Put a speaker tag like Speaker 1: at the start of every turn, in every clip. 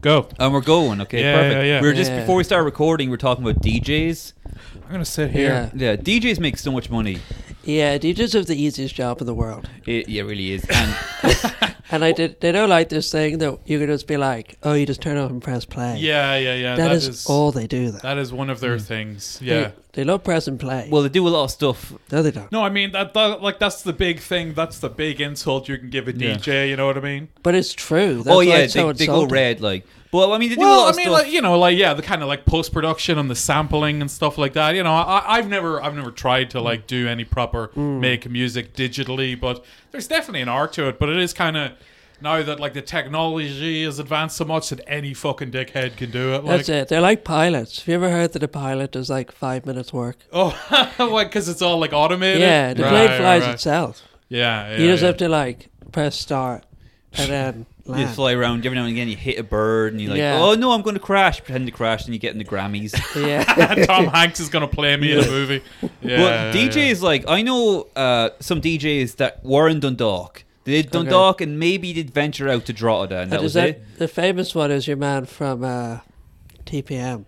Speaker 1: Go.
Speaker 2: And we're going. Okay,
Speaker 1: Yeah,
Speaker 2: perfect.
Speaker 1: yeah, yeah.
Speaker 2: We were just
Speaker 3: Yeah.
Speaker 2: before we started recording, we are talking about DJs.
Speaker 1: I'm gonna sit
Speaker 3: Uh.
Speaker 1: here.
Speaker 2: Yeah, DJs make so much money.
Speaker 3: Yeah, DJs have the easiest job in the world.
Speaker 2: It, yeah, it really is. And
Speaker 3: And I did, they don't like this thing that you can just be like, oh, you just turn off and press play.
Speaker 1: Yeah, yeah, yeah.
Speaker 3: that is, all they do, though.
Speaker 1: That is one of their things.
Speaker 3: They-
Speaker 1: Yeah.
Speaker 3: They, love press and play.
Speaker 2: well, they do a lot of stuff.
Speaker 3: no, they don't.
Speaker 1: No, I mean that, that. Like that's the big thing. That's the big insult you can give a
Speaker 2: Yeah.
Speaker 1: DJ. You know what I mean?
Speaker 3: But it's true. That's
Speaker 2: oh
Speaker 3: why
Speaker 2: yeah,
Speaker 3: it's so
Speaker 2: they, they go
Speaker 3: insulting.
Speaker 2: red like. Well, I mean, they do a
Speaker 1: Well,
Speaker 2: lot
Speaker 1: I
Speaker 2: of
Speaker 1: mean,
Speaker 2: stuff.
Speaker 1: like you know, like yeah, the kind of like post production and the sampling and stuff like that. You know, I, I've never, I've never tried to like do any proper make music digitally, but there's definitely an art to it. But it is kind of now that like the technology is advanced so much that any fucking dickhead can do it. Like,
Speaker 3: That's it. They're like pilots. Have you ever heard that a pilot does like five minutes work?
Speaker 1: Oh, like because it's all like automated.
Speaker 3: yeah, the plane flies itself.
Speaker 1: Yeah, yeah,
Speaker 3: you just
Speaker 1: yeah.
Speaker 3: have to like press start and then
Speaker 2: You
Speaker 3: land.
Speaker 2: fly around every now and again. You hit a bird, and you're like,
Speaker 3: Yeah.
Speaker 2: "Oh no, I'm going to crash!" Pretend to crash, and you get in the Grammys.
Speaker 3: yeah.
Speaker 1: Tom Hanks is gonna play me in a movie. Yeah,
Speaker 2: well,
Speaker 1: yeah, yeah.
Speaker 2: DJs like I know uh, some DJs that were in Dundalk. They did Dundalk and maybe did venture out to Drogheda, and that
Speaker 3: And
Speaker 2: was
Speaker 3: is that-
Speaker 2: it.
Speaker 3: The famous one is your man from uh, TPM.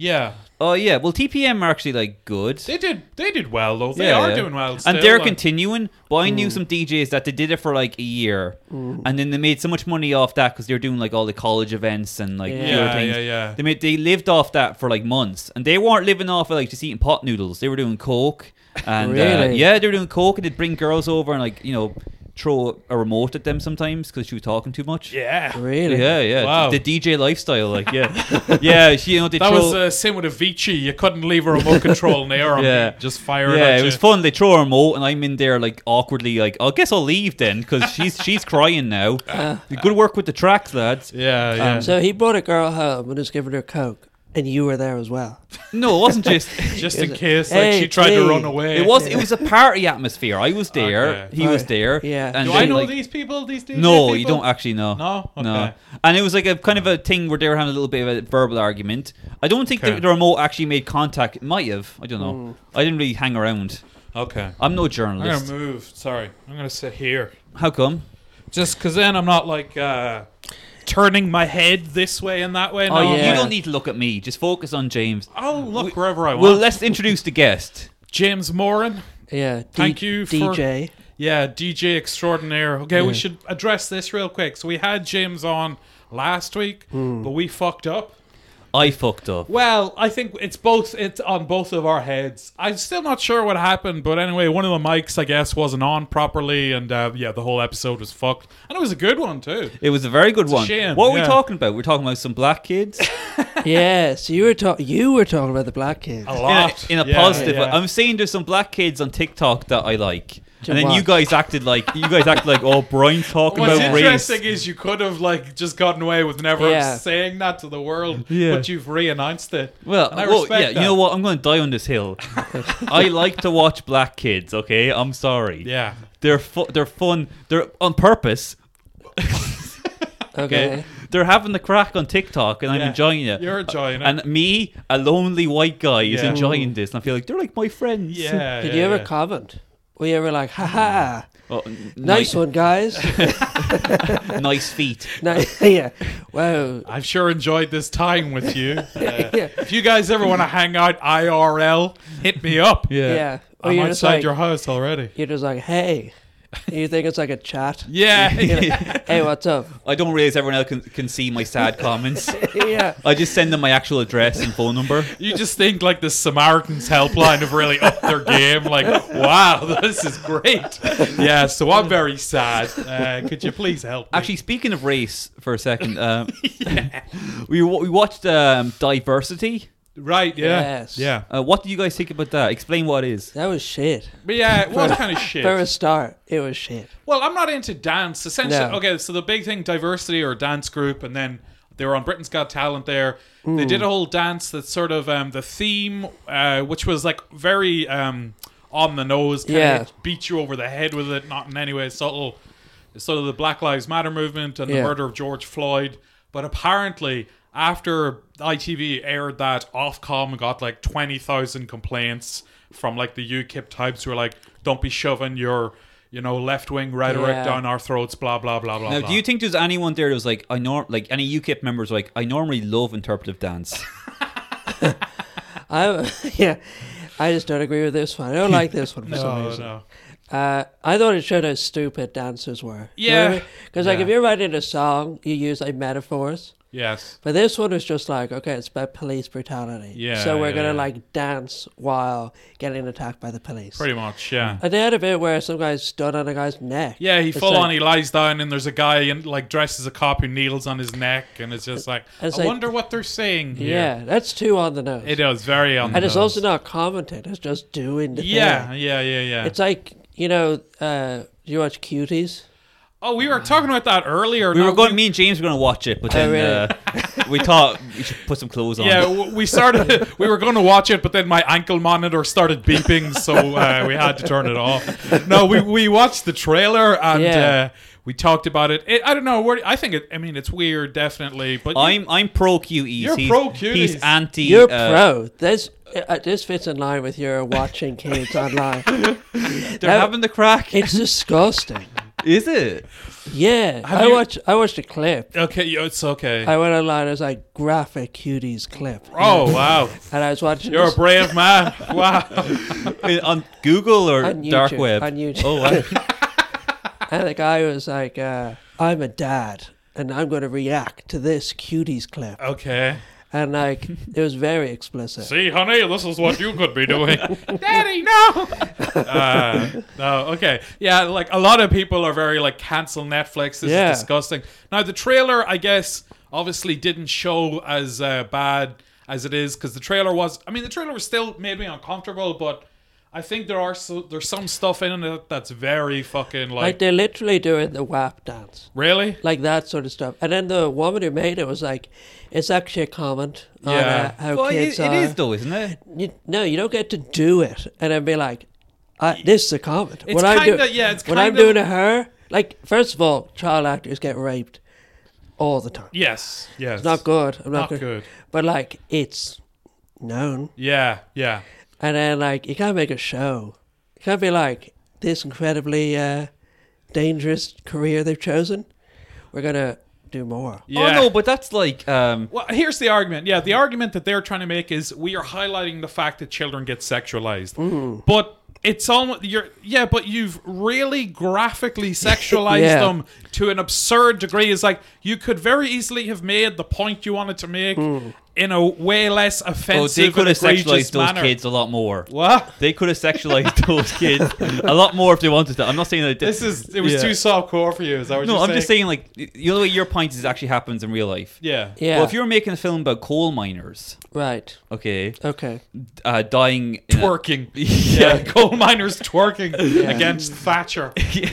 Speaker 1: Yeah,
Speaker 2: Oh yeah, well TPM are actually like good.
Speaker 1: they did. They did well though. They
Speaker 2: Yeah,
Speaker 1: are
Speaker 2: yeah.
Speaker 1: doing well.
Speaker 2: and
Speaker 1: still,
Speaker 2: they're
Speaker 1: like-
Speaker 2: continuing. But I knew some DJs that they did it for like a year, and then they made so much money off that because they were doing like all the college events and like the other
Speaker 1: Yeah,
Speaker 2: things.
Speaker 1: yeah, yeah.
Speaker 2: They made they lived off that for like months, and they weren't living off of like just eating pot noodles. They were doing coke, and uh,
Speaker 3: Really?
Speaker 2: yeah, they were doing coke, and they'd bring girls over and like you know throw a remote at them sometimes because she was talking too much.
Speaker 1: Yeah.
Speaker 3: Really?
Speaker 2: Yeah, yeah,
Speaker 1: Wow.
Speaker 2: the DJ lifestyle, like yeah, yeah. She, you know, they
Speaker 1: That
Speaker 2: throw,
Speaker 1: was uh, same with Avicii. You couldn't leave a remote control near him.
Speaker 2: Yeah.
Speaker 1: Just fire it.
Speaker 2: Yeah,
Speaker 1: at
Speaker 2: it was
Speaker 1: you.
Speaker 2: fun. They throw her remote, and I'm in there like awkwardly, like "Oh, I guess I'll leave then because she's she's crying now.
Speaker 3: Uh.
Speaker 2: Good work with the tracks, lads.
Speaker 1: Yeah, yeah.
Speaker 3: So he brought a girl home and was giving her coke, and you were there as well.
Speaker 2: No, it wasn't just.
Speaker 1: just
Speaker 3: is
Speaker 1: in
Speaker 3: it-
Speaker 1: case, like
Speaker 3: Hey,
Speaker 1: she tried to
Speaker 3: hey.
Speaker 1: run away.
Speaker 2: It was it was a party atmosphere. I was there.
Speaker 1: Okay.
Speaker 2: He was there.
Speaker 3: Yeah.
Speaker 2: And
Speaker 1: Do
Speaker 2: then,
Speaker 1: I know
Speaker 2: like-
Speaker 1: these people? These DJs?
Speaker 2: No, you don't actually know.
Speaker 1: No?
Speaker 2: No.
Speaker 1: Okay.
Speaker 2: And it was like a kind of a thing where they were having a little bit of a verbal argument. I don't think
Speaker 1: Okay.
Speaker 2: the, the remote actually made contact. It might have. I don't know.
Speaker 3: Hmm.
Speaker 2: I didn't really hang around.
Speaker 1: Okay.
Speaker 2: I'm no
Speaker 1: I'm gonna
Speaker 2: journalist.
Speaker 1: move. Sorry, I'm gonna sit here.
Speaker 2: How come?
Speaker 1: Just because then I'm not like uh, turning my head this way and that way. No,
Speaker 2: Oh, you-
Speaker 3: yeah.
Speaker 2: You don't need to look at me. Just focus on James.
Speaker 1: I'll look wherever I want.
Speaker 2: Well, let's introduce the guest.
Speaker 1: James Moran.
Speaker 3: Yeah. D-
Speaker 1: Thank you for-
Speaker 3: DJ.
Speaker 1: Yeah, DJ extraordinaire. Okay, we
Speaker 3: Yeah.
Speaker 1: should address this real quick. So we had James on last week, but we fucked up.
Speaker 2: I fucked up.
Speaker 1: Well, I think it's both. It's on both of our heads. I'm still not sure what happened, but anyway, one of the mics, I guess, wasn't on properly, and uh, yeah, the whole episode was fucked. And it was a good one too.
Speaker 2: It was a very good one.
Speaker 1: shame,
Speaker 2: What were we
Speaker 1: yeah.
Speaker 2: talking about? We're talking about some black kids
Speaker 3: yeah. So you were talking. You were talking about the black kids.
Speaker 1: A
Speaker 2: in a,
Speaker 1: lot
Speaker 2: in a
Speaker 1: Yeah,
Speaker 2: positive. way.
Speaker 1: yeah.
Speaker 2: I'm saying there's some black kids on TikTok that I like,
Speaker 3: To
Speaker 2: and then you
Speaker 3: watch.
Speaker 2: guys acted like you guys acted like oh Brian's talking
Speaker 1: What's
Speaker 2: about race.
Speaker 1: interesting is you could have like just gotten away with never
Speaker 3: Yeah.
Speaker 1: saying that to the world,
Speaker 2: Yeah.
Speaker 1: but you've re-announced it.
Speaker 2: Well,
Speaker 1: And I
Speaker 2: well,
Speaker 1: respect
Speaker 2: yeah,
Speaker 1: that.
Speaker 2: you know what? I'm going to die on this hill. I like to watch black kids. Okay, I'm sorry.
Speaker 1: Yeah.
Speaker 2: they're fu- they're fun. They're on purpose.
Speaker 3: okay.
Speaker 2: Okay. They're having the crack on TikTok, and I'm
Speaker 1: Yeah.
Speaker 2: enjoying it.
Speaker 1: You're enjoying it.
Speaker 2: And me, a lonely white guy, is
Speaker 1: Yeah.
Speaker 2: enjoying this, and I feel like they're like my friends.
Speaker 1: Yeah.
Speaker 3: Did
Speaker 1: yeah,
Speaker 3: you ever
Speaker 1: yeah.
Speaker 3: comment? Were you ever like, ha ha,
Speaker 2: Oh,
Speaker 3: nice one, guys?
Speaker 2: nice feet.
Speaker 3: nice. yeah. Wow.
Speaker 1: I've sure enjoyed this time with you. Uh,
Speaker 3: Yeah.
Speaker 1: If you guys ever want to hang out IRL, hit me up.
Speaker 3: Yeah. Or
Speaker 1: I'm
Speaker 3: you're just
Speaker 1: outside
Speaker 3: like,
Speaker 1: your house already.
Speaker 3: you're just like, hey. You think it's like a chat?
Speaker 1: Yeah.
Speaker 3: Hey, what's up?
Speaker 2: I don't realize everyone else can, can see my sad comments.
Speaker 3: yeah.
Speaker 2: I just send them my actual address and phone number.
Speaker 1: you just think like the Samaritans helpline have really upped their game. Like, wow, this is great. Yeah, so I'm very sad. Uh, could you please help? me?
Speaker 2: Actually, speaking of race for a second, um, we, wa- we watched um, Diversity.
Speaker 1: right? Yeah.
Speaker 3: Yes.
Speaker 1: Yeah.
Speaker 2: Uh, what do you guys think about that? Explain what it is.
Speaker 3: That was shit.
Speaker 1: But yeah, it was kind of shit.
Speaker 3: For a start, it was shit.
Speaker 1: Well, I'm not into dance. Essentially,
Speaker 3: No.
Speaker 1: okay. So the big thing, diversity or dance group, and then they were on Britain's Got Talent. There, they did a whole dance that sort of um, the theme, uh, which was like very um, on the nose. Kinda
Speaker 3: Yeah.
Speaker 1: beat you over the head with it, not in any way subtle. Sort of the Black Lives Matter movement and the
Speaker 3: Yeah.
Speaker 1: murder of George Floyd. But apparently, after ITV aired that, Ofcom got like 20,000 complaints from like the UKIP types who were like, don't be shoving your you know, left wing rhetoric
Speaker 3: Yeah.
Speaker 1: down our throats, blah blah blah blah.
Speaker 2: Now,
Speaker 1: blah.
Speaker 2: do you think there's anyone there that was like, I norm like any UKIP members like, I normally love interpretive dance.
Speaker 3: I yeah, I just don't agree with this one. I don't like this one for some
Speaker 1: No,
Speaker 3: reason.
Speaker 1: no.
Speaker 3: Uh, I thought it showed how stupid dancers were.
Speaker 1: Yeah.
Speaker 3: because like
Speaker 1: Yeah.
Speaker 3: if you're writing a song, you use like metaphors.
Speaker 1: Yes.
Speaker 3: But this one is just like, okay, it's about police brutality.
Speaker 1: Yeah,
Speaker 3: So we're
Speaker 1: yeah,
Speaker 3: gonna
Speaker 1: yeah.
Speaker 3: like dance while getting attacked by the police.
Speaker 1: Pretty much. Yeah.
Speaker 3: And they had a bit where some guy's stood on a guy's neck.
Speaker 1: Yeah, he
Speaker 3: Mm-hmm. It's
Speaker 1: full
Speaker 3: like-
Speaker 1: on he lies down and there's a guy in like dressed as a cop who kneels on his neck and it's just like
Speaker 3: It's
Speaker 1: I
Speaker 3: like-
Speaker 1: wonder what they're saying here.
Speaker 3: Yeah, that's too on the nose.
Speaker 1: It is very on the
Speaker 3: and it's
Speaker 1: nose.
Speaker 3: also not commenting. It's just doing the
Speaker 1: Yeah,
Speaker 3: thing.
Speaker 1: yeah, yeah, yeah.
Speaker 3: It's like you know, uh, you watch Cuties.
Speaker 1: oh, we were talking about that earlier.
Speaker 2: We
Speaker 1: No,
Speaker 2: were going. Me and James were going to watch it, but
Speaker 3: Oh,
Speaker 2: then uh, we thought we should put some clothes on.
Speaker 1: Yeah, w- we started. we were going to watch it, but then my ankle monitor started beeping, so uh, we had to turn it off. No, we we watched the trailer and
Speaker 3: Yeah.
Speaker 1: uh, we talked about it. it I don't know. Where, I think it. I mean, it's weird, definitely. But you-
Speaker 2: I'm I'm pro QEs.
Speaker 1: You're
Speaker 2: he's,
Speaker 1: pro
Speaker 2: He's
Speaker 1: QEs.
Speaker 2: anti.
Speaker 3: You're
Speaker 2: uh,
Speaker 3: pro. This uh, this fits in line with your watching kids online.
Speaker 2: They're
Speaker 3: Now-
Speaker 2: having the crack.
Speaker 3: It's disgusting.
Speaker 2: Is it?
Speaker 3: Yeah,
Speaker 1: Have
Speaker 3: I
Speaker 1: you-
Speaker 3: watched I watched a clip.
Speaker 1: okay. yeah, It's okay.
Speaker 3: I went online. It was like graphic Cuties clip,
Speaker 1: oh wow,
Speaker 3: and I was watching.
Speaker 1: you're a
Speaker 3: this
Speaker 1: brave man. Wow.
Speaker 2: Uh, on Google or
Speaker 3: on YouTube,
Speaker 2: dark web?
Speaker 3: on YouTube.
Speaker 2: oh, wow.
Speaker 3: And the guy was like, uh, I'm a dad and I'm going to react to this cuties clip.
Speaker 1: Okay.
Speaker 3: And like, it was very explicit.
Speaker 1: Oh. See, honey, this is what you could be doing. Daddy, no. Uh, no. Okay. Yeah. Like a lot of people are very like cancel Netflix. This
Speaker 3: Yeah.
Speaker 1: is disgusting. Now the trailer, I guess, obviously didn't show as uh, bad as it is because the trailer was. I mean, the trailer was still made me uncomfortable, but I think there are so, there's some stuff in it that's very fucking like,
Speaker 3: Like, they're literally doing the WAP dance,
Speaker 1: really.
Speaker 3: like that sort of stuff. And then the woman who made it was like, it's actually a comment on
Speaker 1: Yeah.
Speaker 3: uh, how
Speaker 2: Well, it-
Speaker 3: kids
Speaker 2: it
Speaker 3: are.
Speaker 2: is though, isn't it?
Speaker 3: You, no, you don't get to do it and then be like, I, this is a comment.
Speaker 1: It's
Speaker 3: When I'm do-
Speaker 1: kinda- yeah, it's
Speaker 3: When I'm
Speaker 1: kinda-
Speaker 3: doing to her, like, first of all, child actors get raped all the time.
Speaker 1: Yes. Yes.
Speaker 3: It's not good. I'm
Speaker 1: Not
Speaker 3: not, gonna-
Speaker 1: good.
Speaker 3: But like, it's known.
Speaker 1: Yeah. Yeah.
Speaker 3: And then, like, you can't make a show. You can't be like, this incredibly uh, dangerous career they've chosen. We're going to do more.
Speaker 1: Yeah.
Speaker 2: Oh no, but that's like um,
Speaker 1: Well, here's the argument. Yeah, the argument that they're trying to make is we are highlighting the fact that children get sexualized.
Speaker 3: Mm.
Speaker 1: But it's almost you're yeah, but you've really graphically sexualized
Speaker 3: Yeah.
Speaker 1: them to an absurd degree. It's like you could very easily have made the point you wanted to make
Speaker 3: Mm.
Speaker 1: in a way less
Speaker 2: oh,
Speaker 1: offensive.
Speaker 2: they could
Speaker 1: and
Speaker 2: have
Speaker 1: egregious
Speaker 2: sexualized those
Speaker 1: manner.
Speaker 2: kids a lot more.
Speaker 1: What?
Speaker 2: They could have sexualized those kids a lot more if they wanted to. I'm not saying that.
Speaker 1: This is it was
Speaker 2: Yeah.
Speaker 1: too soft core for you. Is that what
Speaker 2: No,
Speaker 1: you're
Speaker 2: I'm just saying like you know your point is it actually happens in real life.
Speaker 1: Yeah.
Speaker 3: Yeah.
Speaker 2: Well, if you're making a film about coal miners,
Speaker 3: Right.
Speaker 2: okay,
Speaker 3: Okay.
Speaker 2: uh, dying. in a-
Speaker 1: Twerking,
Speaker 2: Yeah.
Speaker 1: yeah, coal miners twerking against Thatcher. Yeah, yeah,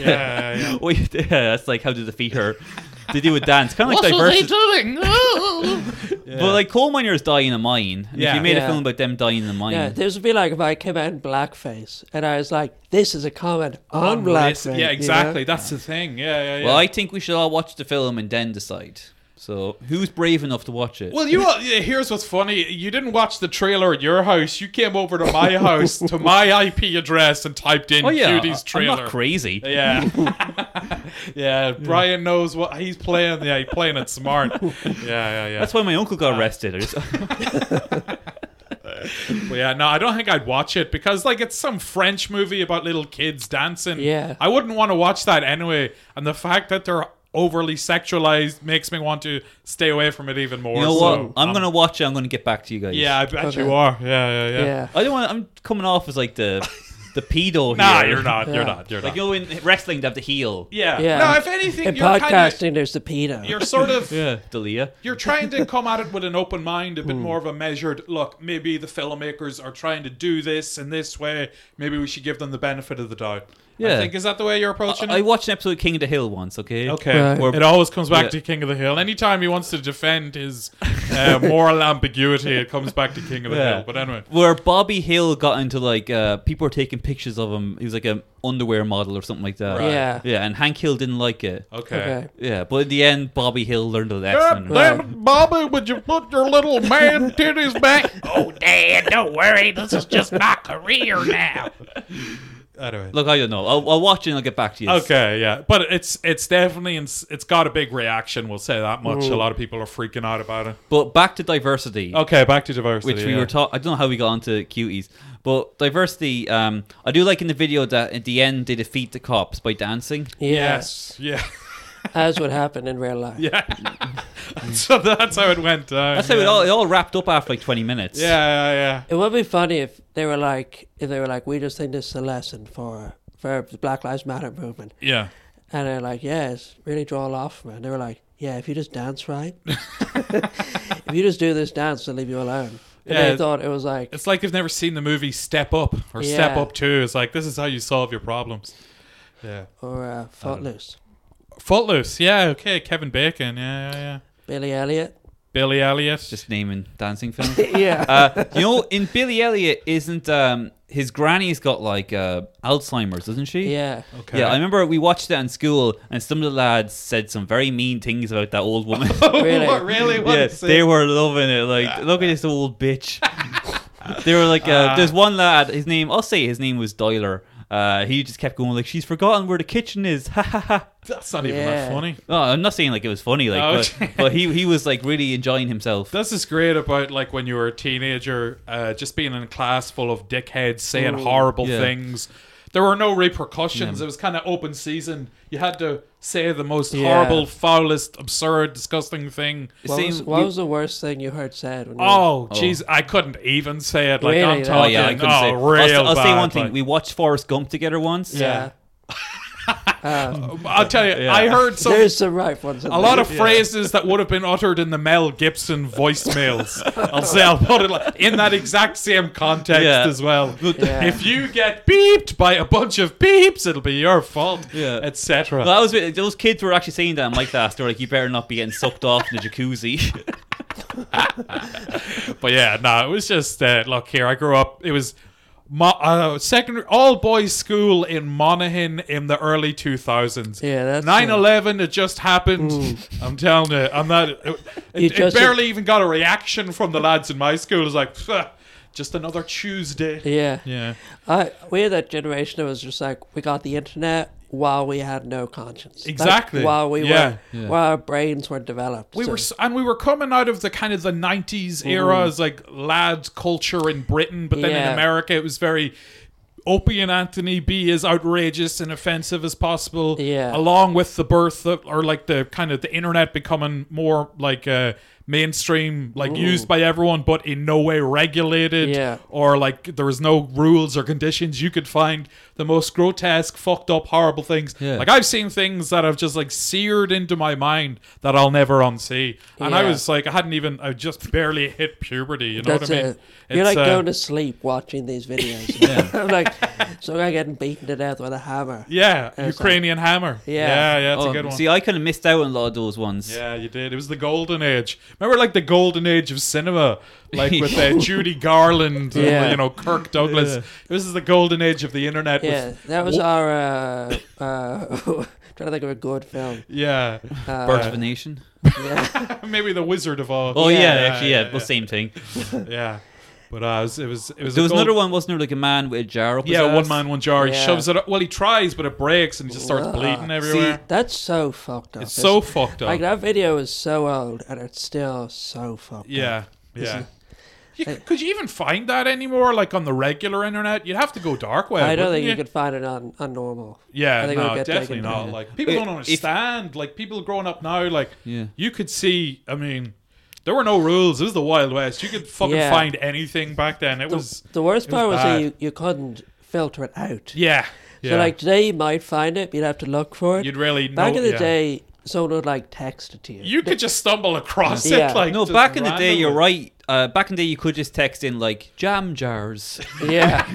Speaker 1: yeah.
Speaker 2: Well, yeah, that's like how to defeat her. They do a dance, kind of like
Speaker 1: What's
Speaker 2: diversity.
Speaker 1: he doing?
Speaker 2: Oh. But like coal miners die in a mine. And If
Speaker 1: Yeah.
Speaker 2: you made
Speaker 3: Yeah.
Speaker 2: a film about them dying in a mine,
Speaker 3: Yeah, this would be like if I came out in blackface and I was like, this is a comment on
Speaker 1: Unrelated.
Speaker 3: blackface.
Speaker 1: Yeah,
Speaker 3: you
Speaker 1: exactly.
Speaker 3: know?
Speaker 1: That's the thing. Yeah, yeah, yeah.
Speaker 2: well, I think we should all watch the film and then decide. So who's brave enough to watch it?
Speaker 1: Well, you all, yeah, here's what's funny. You didn't watch the trailer at your house. You came over to my house to my IP address and typed in
Speaker 2: oh yeah,
Speaker 1: Cuties
Speaker 2: I- I'm
Speaker 1: trailer.
Speaker 2: not crazy.
Speaker 1: yeah, yeah. Brian knows what he's playing. Yeah, he's playing it smart. Yeah, yeah, yeah.
Speaker 2: That's why my uncle got arrested. I just-
Speaker 1: But yeah, no, I don't think I'd watch it because like it's some French movie about little kids dancing.
Speaker 3: Yeah.
Speaker 1: I wouldn't want to watch that anyway. And the fact that they're overly sexualized makes me want to stay away from it even more.
Speaker 2: you know what?
Speaker 1: so,
Speaker 2: I'm
Speaker 1: um,
Speaker 2: gonna watch it. I'm gonna get back to you guys.
Speaker 1: Yeah, I bet
Speaker 3: Okay.
Speaker 1: you are. Yeah, yeah, yeah.
Speaker 3: Yeah.
Speaker 2: I don't want. I'm coming off as like the the pedo.
Speaker 1: Nah,
Speaker 2: here.
Speaker 1: you're not.
Speaker 3: Yeah.
Speaker 1: You're not. You're
Speaker 2: Like
Speaker 1: not.
Speaker 2: you know, in wrestling, they have the heel.
Speaker 1: yeah.
Speaker 3: Yeah.
Speaker 1: No, if anything,
Speaker 3: In
Speaker 1: you're
Speaker 3: podcasting,
Speaker 1: Kind
Speaker 3: there's the pedo.
Speaker 1: of, you're sort of.
Speaker 2: Yeah, Dalia.
Speaker 1: You're trying to come at it with an open mind, a
Speaker 3: Hmm.
Speaker 1: bit more of a measured look. Maybe the filmmakers are trying to do this in this way. Maybe we should give them the benefit of the doubt. I
Speaker 2: Yeah.
Speaker 1: think is that the way you're approaching
Speaker 2: I
Speaker 1: it?
Speaker 2: watched an episode of King of the Hill once. Okay.
Speaker 1: Okay.
Speaker 3: Right.
Speaker 2: Or-
Speaker 1: It always comes back
Speaker 2: Yeah.
Speaker 1: to King of the Hill. Anytime he wants to defend his uh, moral ambiguity, it comes back to King of the
Speaker 2: Yeah.
Speaker 1: Hill. But anyway.
Speaker 2: Where Bobby Hill got into like uh, people were taking pictures of him. He was like an underwear model or something like that.
Speaker 1: Right.
Speaker 3: Yeah.
Speaker 2: Yeah, and Hank Hill didn't like it.
Speaker 1: Okay.
Speaker 3: Okay.
Speaker 2: Yeah, but in the end, Bobby Hill learned a lesson.
Speaker 1: God damn it, Bobby, would you put your little man titties back?
Speaker 4: Oh, Dad, don't worry. This is just my career now.
Speaker 1: anyway.
Speaker 2: Look, I don't know. I'll, I'll watch it and I'll get back to you.
Speaker 1: Okay, yeah, but it's it's definitely it's, it's got a big reaction. We'll say that much. A lot of people are freaking out about it.
Speaker 2: But back to diversity.
Speaker 1: Okay, back to diversity,
Speaker 2: which we
Speaker 1: yeah.
Speaker 2: were talking. I don't know how we got onto cuties, but diversity. Um, I do like in the video that at the end they defeat the cops by dancing.
Speaker 1: Yes, yeah,
Speaker 3: As would happen in real life.
Speaker 1: yeah. so that's how it went down.
Speaker 2: That's how it all it all wrapped up after like twenty minutes.
Speaker 1: Yeah, yeah, yeah.
Speaker 3: It would be funny if they were like, if they were like, we just think this is a lesson for for the Black Lives Matter movement,
Speaker 1: Yeah.
Speaker 3: and they're like, yeah, it's really draw off, man. They were like, yeah, if you just dance right, if you just do this dance, they'll leave you alone. And
Speaker 1: Yeah.
Speaker 3: they thought it was like,
Speaker 1: It's like they've never seen the movie Step Up or Step
Speaker 3: Yeah.
Speaker 1: Up 2. It's like, this is how you solve your problems. Yeah.
Speaker 3: or uh, Footloose,
Speaker 1: Footloose. Yeah, okay. Kevin Bacon. Yeah, yeah, yeah.
Speaker 3: Billy Elliot.
Speaker 1: Billy Elliot.
Speaker 2: just naming dancing films.
Speaker 3: yeah.
Speaker 2: uh, you know, in Billy Elliot, isn't um, his granny's got like uh, Alzheimer's, doesn't she?
Speaker 3: yeah.
Speaker 1: okay.
Speaker 2: Yeah, I remember we watched that in school, and some of the lads said some very mean things about that old woman.
Speaker 1: Oh,
Speaker 3: Really?
Speaker 1: What, really? What
Speaker 2: yeah,
Speaker 1: is it?
Speaker 2: they were loving it. Like, look at this old bitch. they were like, uh, there's one lad. His name, I'll say, his name was Doyler. Uh, he just kept going like, she's forgotten where the kitchen is. Ha ha ha.
Speaker 1: That's not even that
Speaker 3: Yeah.
Speaker 1: funny.
Speaker 2: No, I'm not saying like it was funny, like,
Speaker 1: Oh,
Speaker 2: but,
Speaker 1: okay.
Speaker 2: but he he was like really enjoying himself.
Speaker 1: This is great about like when you were a teenager, uh, just being in a class full of dickheads saying horrible
Speaker 2: Yeah.
Speaker 1: things. There were no repercussions. It was kind of open season. You had to say the most
Speaker 3: Yeah.
Speaker 1: horrible, foulest, absurd, disgusting thing.
Speaker 3: What,
Speaker 2: same-
Speaker 3: was, what
Speaker 2: you-
Speaker 3: was the worst thing you heard said? When you
Speaker 1: Oh, jeez, I couldn't even say it. Like
Speaker 3: Really?
Speaker 1: I'm
Speaker 3: Oh,
Speaker 1: talking. Oh,
Speaker 2: yeah, I couldn't say.
Speaker 1: real
Speaker 2: I'll, I'll say
Speaker 1: bad,
Speaker 2: one thing.
Speaker 1: like-
Speaker 2: We watched Forrest Gump together once.
Speaker 3: yeah. Um,
Speaker 1: I'll tell you.
Speaker 2: Yeah.
Speaker 1: I heard some.
Speaker 3: there's some right ones. in
Speaker 1: a lot
Speaker 3: there.
Speaker 1: of phrases that would have been uttered in the Mel Gibson voicemails. I'll say I'll put it like, in that exact same context
Speaker 2: Yeah.
Speaker 1: as well.
Speaker 3: Yeah.
Speaker 1: If you get beeped by a bunch of beeps, it'll be your fault,
Speaker 2: Yeah.
Speaker 1: etc.
Speaker 2: Well, that was it. those kids were actually saying that in my class. They were like, "You better not be getting sucked off in the jacuzzi."
Speaker 1: But yeah, no, it was just uh, look here. I grew up. It was mo- uh, secondary all boys school in Monaghan in the early two thousands.
Speaker 3: Yeah, that's, uh,
Speaker 1: 9-11 It just happened. I'm telling you, I'm not. It,
Speaker 3: You
Speaker 1: it, it
Speaker 3: just-
Speaker 1: barely even got a reaction from the lads in my school. It was like "Pfft, just another Tuesday.
Speaker 3: Yeah.
Speaker 1: Yeah,
Speaker 3: I, we're that generation that was just like, we got the internet while we had no conscience. Like,
Speaker 1: Exactly.
Speaker 3: while we
Speaker 1: Yeah.
Speaker 3: were, while our brains weren't developed.
Speaker 1: we
Speaker 3: So-
Speaker 1: were s- and we were coming out of the kind of the nineties
Speaker 3: Mm-hmm.
Speaker 1: era as like lads culture in Britain, but then in
Speaker 3: Yeah.
Speaker 1: America it was very. Opie and Anthony be as outrageous and offensive as possible.
Speaker 3: Yeah.
Speaker 1: Along with the birth of, or like the kind of the internet becoming more like uh, mainstream, like used by everyone, but in no way regulated.
Speaker 3: Yeah.
Speaker 1: Or like there was no rules or conditions. You could find the most grotesque, fucked up, horrible things.
Speaker 2: Yeah.
Speaker 1: Like I've seen things that have just like seared into my mind that I'll never unsee. And I
Speaker 3: Yeah.
Speaker 1: was like, I hadn't even, I just barely hit puberty. You know
Speaker 3: That's
Speaker 1: what I mean?
Speaker 3: it. You're like
Speaker 1: uh,
Speaker 3: going to sleep watching these videos. I'm like, some guy getting beaten to death with a hammer.
Speaker 1: yeah,
Speaker 3: it's
Speaker 1: Ukrainian hammer.
Speaker 3: Yeah.
Speaker 1: yeah, yeah, it's
Speaker 2: Oh,
Speaker 1: a good one.
Speaker 2: See, I kind of missed out on a lot of those ones.
Speaker 1: Yeah, you did. It was the golden age. Remember, like the golden age of cinema, like with uh, Judy Garland, and,
Speaker 3: Yeah.
Speaker 1: you know, Kirk Douglas. This is the golden age of the internet.
Speaker 3: Yeah,
Speaker 1: With,
Speaker 3: that was our. Uh, uh, trying to think of a good film.
Speaker 1: yeah,
Speaker 3: Uh,
Speaker 2: Birth of a Nation.
Speaker 3: yeah.
Speaker 1: maybe the Wizard of Oz.
Speaker 2: Oh yeah,
Speaker 3: Yeah.
Speaker 2: actually, yeah,
Speaker 1: yeah,
Speaker 2: well, same thing.
Speaker 1: yeah. But uh, it was it was, it was
Speaker 2: There
Speaker 1: a gold-
Speaker 2: was another one, wasn't there? Like a man with a jar up his
Speaker 1: Yeah,
Speaker 2: ass?
Speaker 1: one man, one jar. He
Speaker 3: Yeah.
Speaker 1: shoves it up. Well, he tries, but it breaks and he just starts
Speaker 3: Wow.
Speaker 1: bleeding everywhere.
Speaker 3: Uh-uh. See, that's so fucked up.
Speaker 1: it's so
Speaker 3: isn't
Speaker 1: fucked
Speaker 3: it?
Speaker 1: up.
Speaker 3: like that video is so old and it's still so fucked up.
Speaker 1: yeah, yeah.
Speaker 3: Isn't-
Speaker 1: You, could you even find that anymore? Like on the regular internet, you'd have to go dark web.
Speaker 3: I don't
Speaker 1: wouldn't
Speaker 3: think you
Speaker 1: you
Speaker 3: could find it on, on normal.
Speaker 1: Yeah,
Speaker 3: I think it would
Speaker 1: no,
Speaker 3: get
Speaker 1: definitely
Speaker 3: taken
Speaker 1: not.
Speaker 3: down.
Speaker 1: Like people
Speaker 2: It-
Speaker 1: don't
Speaker 2: if-
Speaker 1: understand. like people growing up now, like
Speaker 2: Yeah.
Speaker 1: you could see. I mean, there were no rules. It was the Wild West. You could fucking
Speaker 3: Yeah.
Speaker 1: find anything back then. It was
Speaker 3: The worst
Speaker 1: it was
Speaker 3: part was
Speaker 1: bad.
Speaker 3: that you, you couldn't filter it out.
Speaker 1: yeah, yeah.
Speaker 3: So like today you might find it, but you'd have to look for it.
Speaker 1: you'd really
Speaker 3: Back
Speaker 1: know,
Speaker 3: in the
Speaker 1: yeah.
Speaker 3: day, someone would like text it to you.
Speaker 1: you could just stumble across
Speaker 3: Yeah.
Speaker 1: it. Like
Speaker 2: No,
Speaker 1: just
Speaker 2: back in the day,
Speaker 1: randomly.
Speaker 2: you're right. Uh, back in the day, you could just text in like jam jars.
Speaker 3: yeah,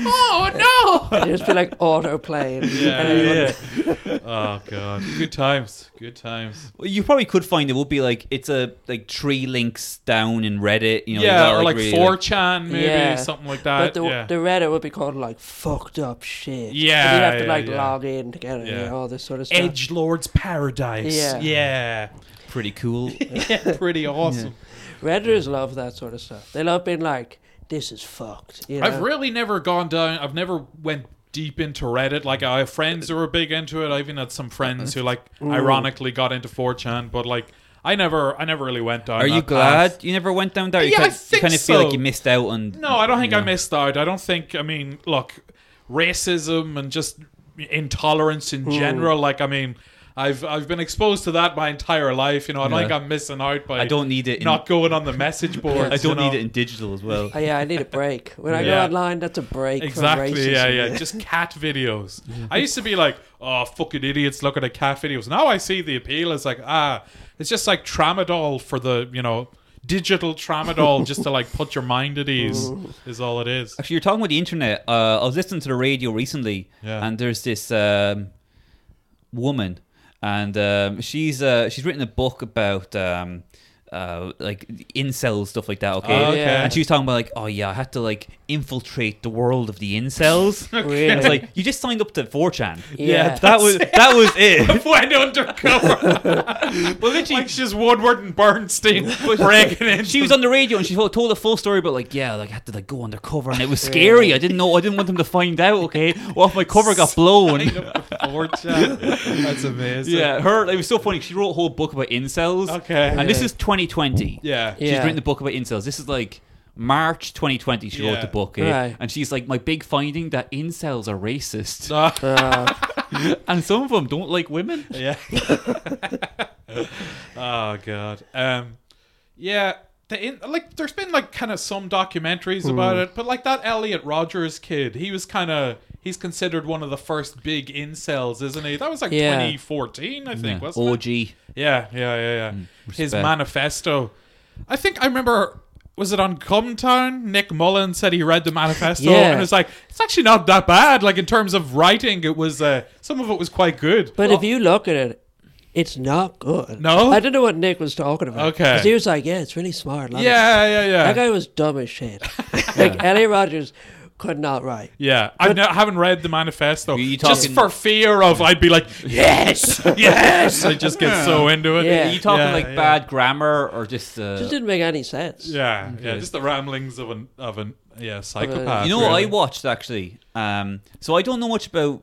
Speaker 1: Oh no!
Speaker 3: it'd just be like autoplay. And,
Speaker 1: Yeah.
Speaker 3: and everyone-
Speaker 1: oh god, good times, good times.
Speaker 2: Well, you probably could find it would be like it's a like three links down in Reddit. You uh, know, you
Speaker 1: yeah,
Speaker 2: got,
Speaker 1: or like
Speaker 2: really,
Speaker 1: four chan maybe
Speaker 3: Yeah.
Speaker 1: something like that.
Speaker 3: But the,
Speaker 1: yeah.
Speaker 3: the Reddit would be called like fucked up shit.
Speaker 1: Yeah,
Speaker 3: and you'd have to
Speaker 1: yeah,
Speaker 3: like
Speaker 1: yeah.
Speaker 3: log in to get it.
Speaker 1: Yeah.
Speaker 3: You know, all this sort of stuff.
Speaker 1: Edge Lord's Paradise.
Speaker 3: Yeah.
Speaker 1: yeah,
Speaker 2: pretty cool.
Speaker 1: Yeah, pretty awesome.
Speaker 3: Redditors love that sort of stuff. They love being like, "This is fucked." You know?
Speaker 1: I've really never gone down. I've never went deep into Reddit. Like I have friends who are big into it. I even had some friends who like ironically got into 4chan, but like I never I never really went down.
Speaker 2: Are you
Speaker 1: that
Speaker 2: glad
Speaker 1: path.
Speaker 2: you never went down there? You
Speaker 1: Yeah, I
Speaker 2: kind,
Speaker 1: think
Speaker 2: of feel
Speaker 1: so.
Speaker 2: like you missed out on.
Speaker 1: No, I don't think I
Speaker 2: Yeah.
Speaker 1: missed out. I don't think. I mean, look, racism and just intolerance in general. Like, I mean, I've I've been exposed to that my entire life. You know, I don't
Speaker 2: Yeah.
Speaker 1: think I'm missing out by
Speaker 2: I don't need it. In,
Speaker 1: not going on the message boards.
Speaker 2: I don't
Speaker 1: you know?
Speaker 2: need it in digital as well.
Speaker 3: Oh, yeah, I need a break. When I go
Speaker 1: Yeah.
Speaker 3: online, that's a break from racism.
Speaker 1: Exactly. Yeah, yeah. Just cat videos. I used to be like, oh, fucking idiots looking at cat videos. Now I see the appeal. It's like, ah, it's just like tramadol for the, you know, digital tramadol just to like put your mind at ease is all it is.
Speaker 2: Actually, you're talking about the internet. Uh, I was listening to the radio recently,
Speaker 1: Yeah.
Speaker 2: and there's this um, woman, and um, she's uh, she's written a book about um, uh, like incels stuff like that. Okay,
Speaker 1: Oh, okay.
Speaker 3: Yeah.
Speaker 2: and she was talking about like, oh yeah, I had to like infiltrate the world of the incels.
Speaker 3: Really?
Speaker 2: And it's like you just signed up to 4chan.
Speaker 3: Yeah.
Speaker 2: that was that was it.
Speaker 1: Went undercover. well, literally, like she's Woodward and Bernstein breaking in.
Speaker 2: She was on the radio and she told told the full story about like yeah like I had to like go undercover and it was scary. I didn't know I didn't want them to find out. Okay, well if my cover got blown.
Speaker 1: That's amazing.
Speaker 2: Yeah, her. It was so funny. She wrote a whole book about incels.
Speaker 1: Okay.
Speaker 2: and this
Speaker 3: Yeah.
Speaker 2: is 2020.
Speaker 1: Yeah.
Speaker 2: she's
Speaker 3: Yeah.
Speaker 2: written the book about incels. This is like March 2020. She wrote
Speaker 1: Yeah.
Speaker 2: the book, eh?
Speaker 3: Right.
Speaker 2: and she's like, my big finding that incels are racist,
Speaker 1: Ah.
Speaker 3: Uh,
Speaker 2: and some of them don't like women.
Speaker 1: Yeah. oh god. Um, yeah. The in, like, there's been like kind of some documentaries about it, but like that Elliot Rogers kid, he was kind of he's considered one of the first big incels, isn't he? That was like
Speaker 3: Yeah.
Speaker 1: 2014, I think, wasn't it?
Speaker 2: OG.
Speaker 1: Yeah, yeah, yeah,
Speaker 2: Mm,
Speaker 1: yeah. His
Speaker 2: respect.
Speaker 1: manifesto. I think I remember. Was it on Cumtown? Nick Mullen said he read the manifesto
Speaker 3: Yeah.
Speaker 1: and it's like it's actually not that bad. Like in terms of writing, it was uh, some of it was quite good.
Speaker 3: but
Speaker 1: Well,
Speaker 3: if you look at it, it's not good.
Speaker 1: No?
Speaker 3: I don't know what Nick was talking about.
Speaker 1: Okay.
Speaker 3: 'Cause he was like, yeah, it's really smart. love it."
Speaker 1: yeah, yeah, yeah.
Speaker 3: That guy was dumb as shit. like, Ellie Rogers could not write.
Speaker 1: Yeah, I no- haven't read the manifesto.
Speaker 2: You- you
Speaker 1: just
Speaker 2: talking-
Speaker 1: for fear of, I'd be like, yes, yes. I just get so into it.
Speaker 3: Yeah.
Speaker 2: Are you talking
Speaker 1: Yeah,
Speaker 2: like
Speaker 1: yeah.
Speaker 2: bad grammar or just? Uh,
Speaker 3: Just didn't make any sense.
Speaker 1: Yeah, yeah, just the ramblings of an of an yeah psychopath.
Speaker 2: uh, you know what I
Speaker 1: really.
Speaker 2: watched actually. Um, so I don't know much about.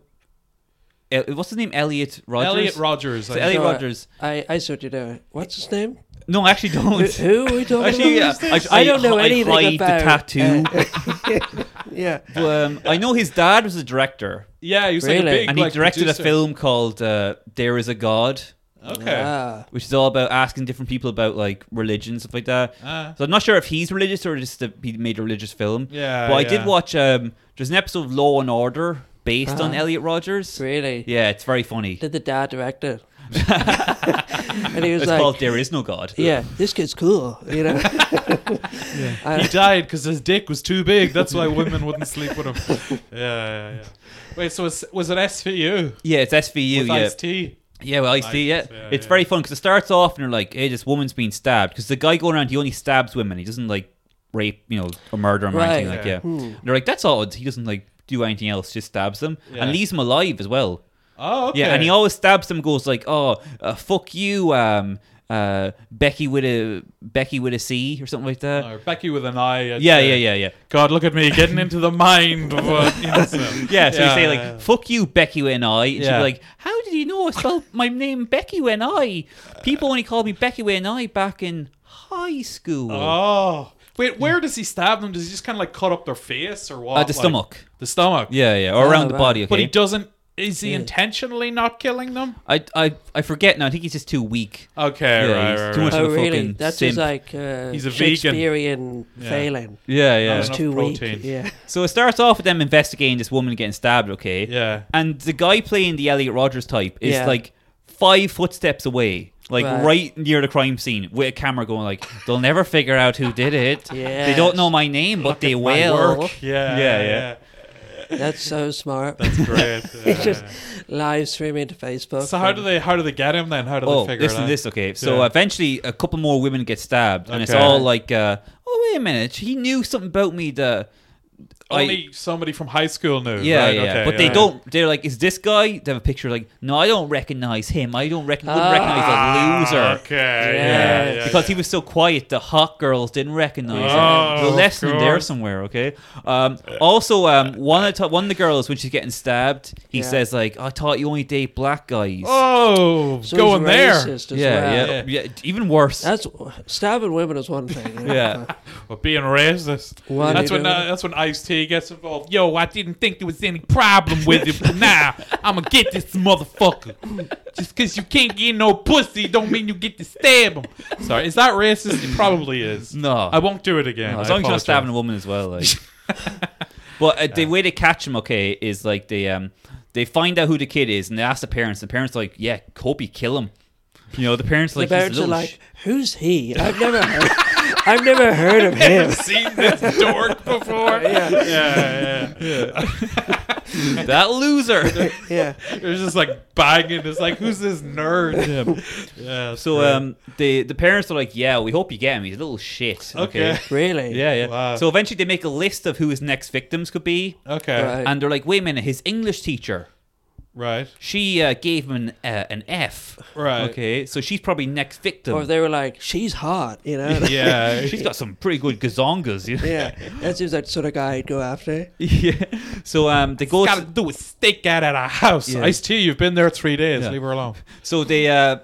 Speaker 2: El- what's his name? Elliot Rogers.
Speaker 1: Elliot Rogers.
Speaker 2: So
Speaker 1: I-
Speaker 2: Elliot
Speaker 3: So, uh,
Speaker 2: Rogers.
Speaker 3: I, I saw you doing. What's his name?
Speaker 2: No, I actually
Speaker 3: Who,
Speaker 2: don't.
Speaker 3: who are we talking
Speaker 2: Actually, yeah,
Speaker 3: about?
Speaker 2: I,
Speaker 3: I don't know
Speaker 2: I
Speaker 3: anything
Speaker 2: hide
Speaker 3: about,
Speaker 2: the tattoo.
Speaker 3: yeah.
Speaker 2: um, I know his dad was a director,
Speaker 1: yeah, he was like a
Speaker 3: Really?
Speaker 1: big
Speaker 2: and he
Speaker 1: like,
Speaker 2: directed
Speaker 1: producer.
Speaker 2: a film called uh, "There Is a God,"
Speaker 1: Okay.
Speaker 3: Ah,
Speaker 2: which is all about asking different people about like religion stuff like that.
Speaker 1: Ah.
Speaker 2: so I'm not sure if he's religious or just that he made a religious film.
Speaker 1: Yeah,
Speaker 2: but I did
Speaker 1: yeah.
Speaker 2: watch. Um, there's an episode of Law and Order based on
Speaker 3: Uh-huh.
Speaker 2: Elliot Rogers.
Speaker 3: really?
Speaker 2: Yeah, it's very funny.
Speaker 3: Did the dad direct it? and he was
Speaker 2: It's
Speaker 3: like,
Speaker 2: called "There Is No God."
Speaker 3: yeah, this kid's cool, you know?
Speaker 1: he died because his dick was too big. That's why women wouldn't sleep with him. Yeah, yeah, yeah. Wait, so was, was it SVU?
Speaker 2: yeah, it's SVU.
Speaker 1: With
Speaker 2: yeah,
Speaker 1: Ice-T?
Speaker 2: Yeah, well, I see. Yeah,
Speaker 1: Nice, yeah,
Speaker 2: it's
Speaker 1: yeah.
Speaker 2: very fun because it starts off and you're like, "Hey, this woman's being stabbed." Because the guy going around, he only stabs women. He doesn't like rape, you know, or murder them or
Speaker 3: Right.
Speaker 2: anything like.
Speaker 1: Yeah.
Speaker 2: Yeah,
Speaker 3: "Hmm."
Speaker 2: And they're like, "That's odd." He doesn't like do anything else. Just stabs them
Speaker 1: Yeah.
Speaker 2: and leaves them alive as well.
Speaker 1: Oh, okay.
Speaker 2: Yeah, and he always stabs them. Goes like, "Oh, uh, fuck you, um, uh, Becky with a Becky with a C or something like that."
Speaker 1: Or Becky with an eye. I'd
Speaker 2: yeah,
Speaker 1: say.
Speaker 2: yeah, yeah, yeah.
Speaker 1: God, look at me getting into the mind of uh, innocent.
Speaker 2: Yeah, so you say like,
Speaker 1: yeah.
Speaker 2: "Fuck you, Becky when I," and she'd
Speaker 1: Yeah.
Speaker 2: be like, "How did you know I spelled my name Becky when I?" People only called me Becky when I back in high school.
Speaker 1: Oh. Wait, where does he stab them? Does he just kind of like cut up their face or what?
Speaker 2: Uh, the
Speaker 1: Like-
Speaker 2: stomach.
Speaker 1: The stomach.
Speaker 2: Yeah, yeah, or
Speaker 3: Oh,
Speaker 2: around the
Speaker 3: right.
Speaker 2: body. Okay,
Speaker 1: But he doesn't. Is he
Speaker 3: Yeah.
Speaker 1: intentionally not killing them?
Speaker 2: I, I, I forget now. I think he's just too weak.
Speaker 1: Okay,
Speaker 2: Yeah,
Speaker 1: right,
Speaker 2: he's
Speaker 1: right,
Speaker 2: too
Speaker 1: right.
Speaker 2: much-
Speaker 3: oh,
Speaker 2: a
Speaker 3: really?
Speaker 2: fucking
Speaker 3: That's
Speaker 2: simp.
Speaker 3: his like uh,
Speaker 1: He's a vegan.
Speaker 3: Shakespearean
Speaker 1: Yeah.
Speaker 3: failing.
Speaker 2: Yeah,
Speaker 1: yeah.
Speaker 3: It's
Speaker 1: Enough
Speaker 3: too
Speaker 1: protein.
Speaker 3: weak. Yeah.
Speaker 2: So it starts off with them investigating this woman getting stabbed. Okay,
Speaker 1: Yeah.
Speaker 2: and the guy playing the Elliot Rogers type is
Speaker 3: Yeah.
Speaker 2: like five footsteps away. Like right.
Speaker 3: Right.
Speaker 2: near the crime scene, with a camera going like, "They'll never figure out who did it. They
Speaker 3: Yes.
Speaker 2: don't know my name, but they
Speaker 1: My
Speaker 2: will."
Speaker 1: work. Yeah,
Speaker 2: Yeah,
Speaker 1: yeah,
Speaker 2: yeah.
Speaker 1: yeah.
Speaker 3: That's uh, so smart.
Speaker 1: That's great. Yeah.
Speaker 3: just live streaming to Facebook.
Speaker 1: so how do they how do they get him then? How do
Speaker 2: Oh,
Speaker 1: they figure
Speaker 2: listen
Speaker 1: it
Speaker 2: to
Speaker 1: out?
Speaker 2: this, okay? So
Speaker 1: Yeah.
Speaker 2: eventually, a couple more women get stabbed, and it's
Speaker 1: Okay.
Speaker 2: all like, uh, "Oh, wait a minute, he knew something about me that I-
Speaker 1: Only somebody from high school knew.
Speaker 2: Yeah,
Speaker 1: right?
Speaker 2: yeah,
Speaker 1: okay,
Speaker 2: but
Speaker 1: yeah,
Speaker 2: they
Speaker 1: yeah.
Speaker 2: don't. They're like, "Is this guy?" They have a picture like, "No, I don't recognize him. I don't recognize. Wouldn't
Speaker 1: Ah,
Speaker 2: recognize a loser."
Speaker 1: Okay. Yeah.
Speaker 3: Yeah,
Speaker 1: yeah,
Speaker 2: because
Speaker 1: yeah.
Speaker 2: he was so quiet, the hot girls didn't
Speaker 1: Oh,
Speaker 2: recognize him. There's a
Speaker 1: of
Speaker 2: lesson in there
Speaker 1: course.
Speaker 2: somewhere, okay? Um, also, um, one of the, one of the girls when she's getting stabbed, he
Speaker 3: Yeah.
Speaker 2: says like, "I thought you only date black guys."
Speaker 1: Oh,
Speaker 3: So
Speaker 1: going
Speaker 3: he's
Speaker 1: there.
Speaker 3: racist as
Speaker 2: yeah,
Speaker 3: well.
Speaker 2: yeah, yeah, Even worse.
Speaker 3: That's stabbing women is one thing.
Speaker 2: yeah,
Speaker 1: But being racist.
Speaker 3: What
Speaker 1: that's
Speaker 3: are you
Speaker 1: when uh,
Speaker 3: doing?
Speaker 1: that's when Ice T gets involved. Yo, I didn't think there was any problem with it, but now I'ma get this motherfucker. Just cause you can't get no pussy don't mean you get to stab him. Sorry, is that racist? It probably is.
Speaker 2: No.
Speaker 1: I won't do it again.
Speaker 2: No, as
Speaker 1: I
Speaker 2: long as you're
Speaker 1: apologize.
Speaker 2: not stabbing a woman as well. Like. but uh, the way they catch him, okay, is like they um they find out who the kid is and they ask the parents. The parents are like, "Yeah, Kobe, kill him." You know, the parents are
Speaker 3: the
Speaker 2: like, "He's a
Speaker 3: parents are
Speaker 2: little sh-
Speaker 3: like, "Who's he? I've never heard. I've never heard of him."
Speaker 1: Never seen this dork before.
Speaker 3: Yeah.
Speaker 1: yeah, yeah.
Speaker 2: that loser."
Speaker 3: Yeah,
Speaker 1: It was just like banging. It's like, who's this nerd? Yeah.
Speaker 2: So um, the the parents are like, "Yeah, we hope you get him. He's a little shit." Okay.
Speaker 1: Okay.
Speaker 3: really.
Speaker 2: Yeah, yeah.
Speaker 1: Wow.
Speaker 2: So eventually, they make a list of who his next victims could be,
Speaker 1: Okay.
Speaker 3: Right.
Speaker 2: and they're like, "Wait a minute, his English teacher,
Speaker 1: Right.
Speaker 2: she uh, gave him an uh, an F."
Speaker 1: Right.
Speaker 2: Okay, so she's probably next victim.
Speaker 3: Or they were like, "She's hot," you know.
Speaker 1: Yeah.
Speaker 2: she's got some pretty good gazongas. you know?
Speaker 3: yeah, that seems like the sort of guy I'd go after.
Speaker 2: yeah. So um, they go.
Speaker 1: Gotta
Speaker 2: to-
Speaker 1: do a steak out at our house.
Speaker 2: Yeah.
Speaker 1: Ice tea, you've been there three days.
Speaker 2: Yeah.
Speaker 1: Leave her alone.
Speaker 2: so they uh,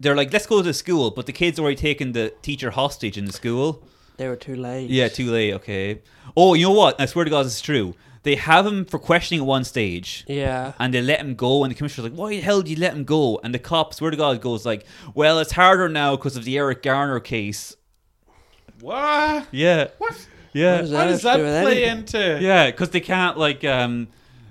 Speaker 2: they're like, "Let's go to school," but the kids already taken the teacher hostage in the school.
Speaker 3: They were too late.
Speaker 2: Yeah, too late. Okay. Oh, you know what? I swear to God, this is true. They have him for questioning at one stage.
Speaker 3: Yeah.
Speaker 2: and they let him go and the commissioner's like why the hell did you let him go and the cop swear to god goes like well it's harder now because of the eric garner case
Speaker 1: What?
Speaker 2: yeah
Speaker 1: What?
Speaker 2: yeah
Speaker 3: What is
Speaker 1: How
Speaker 3: That
Speaker 1: does
Speaker 3: has to
Speaker 1: that
Speaker 3: do with
Speaker 1: play
Speaker 3: anything.
Speaker 1: into?
Speaker 2: yeah because they can't like um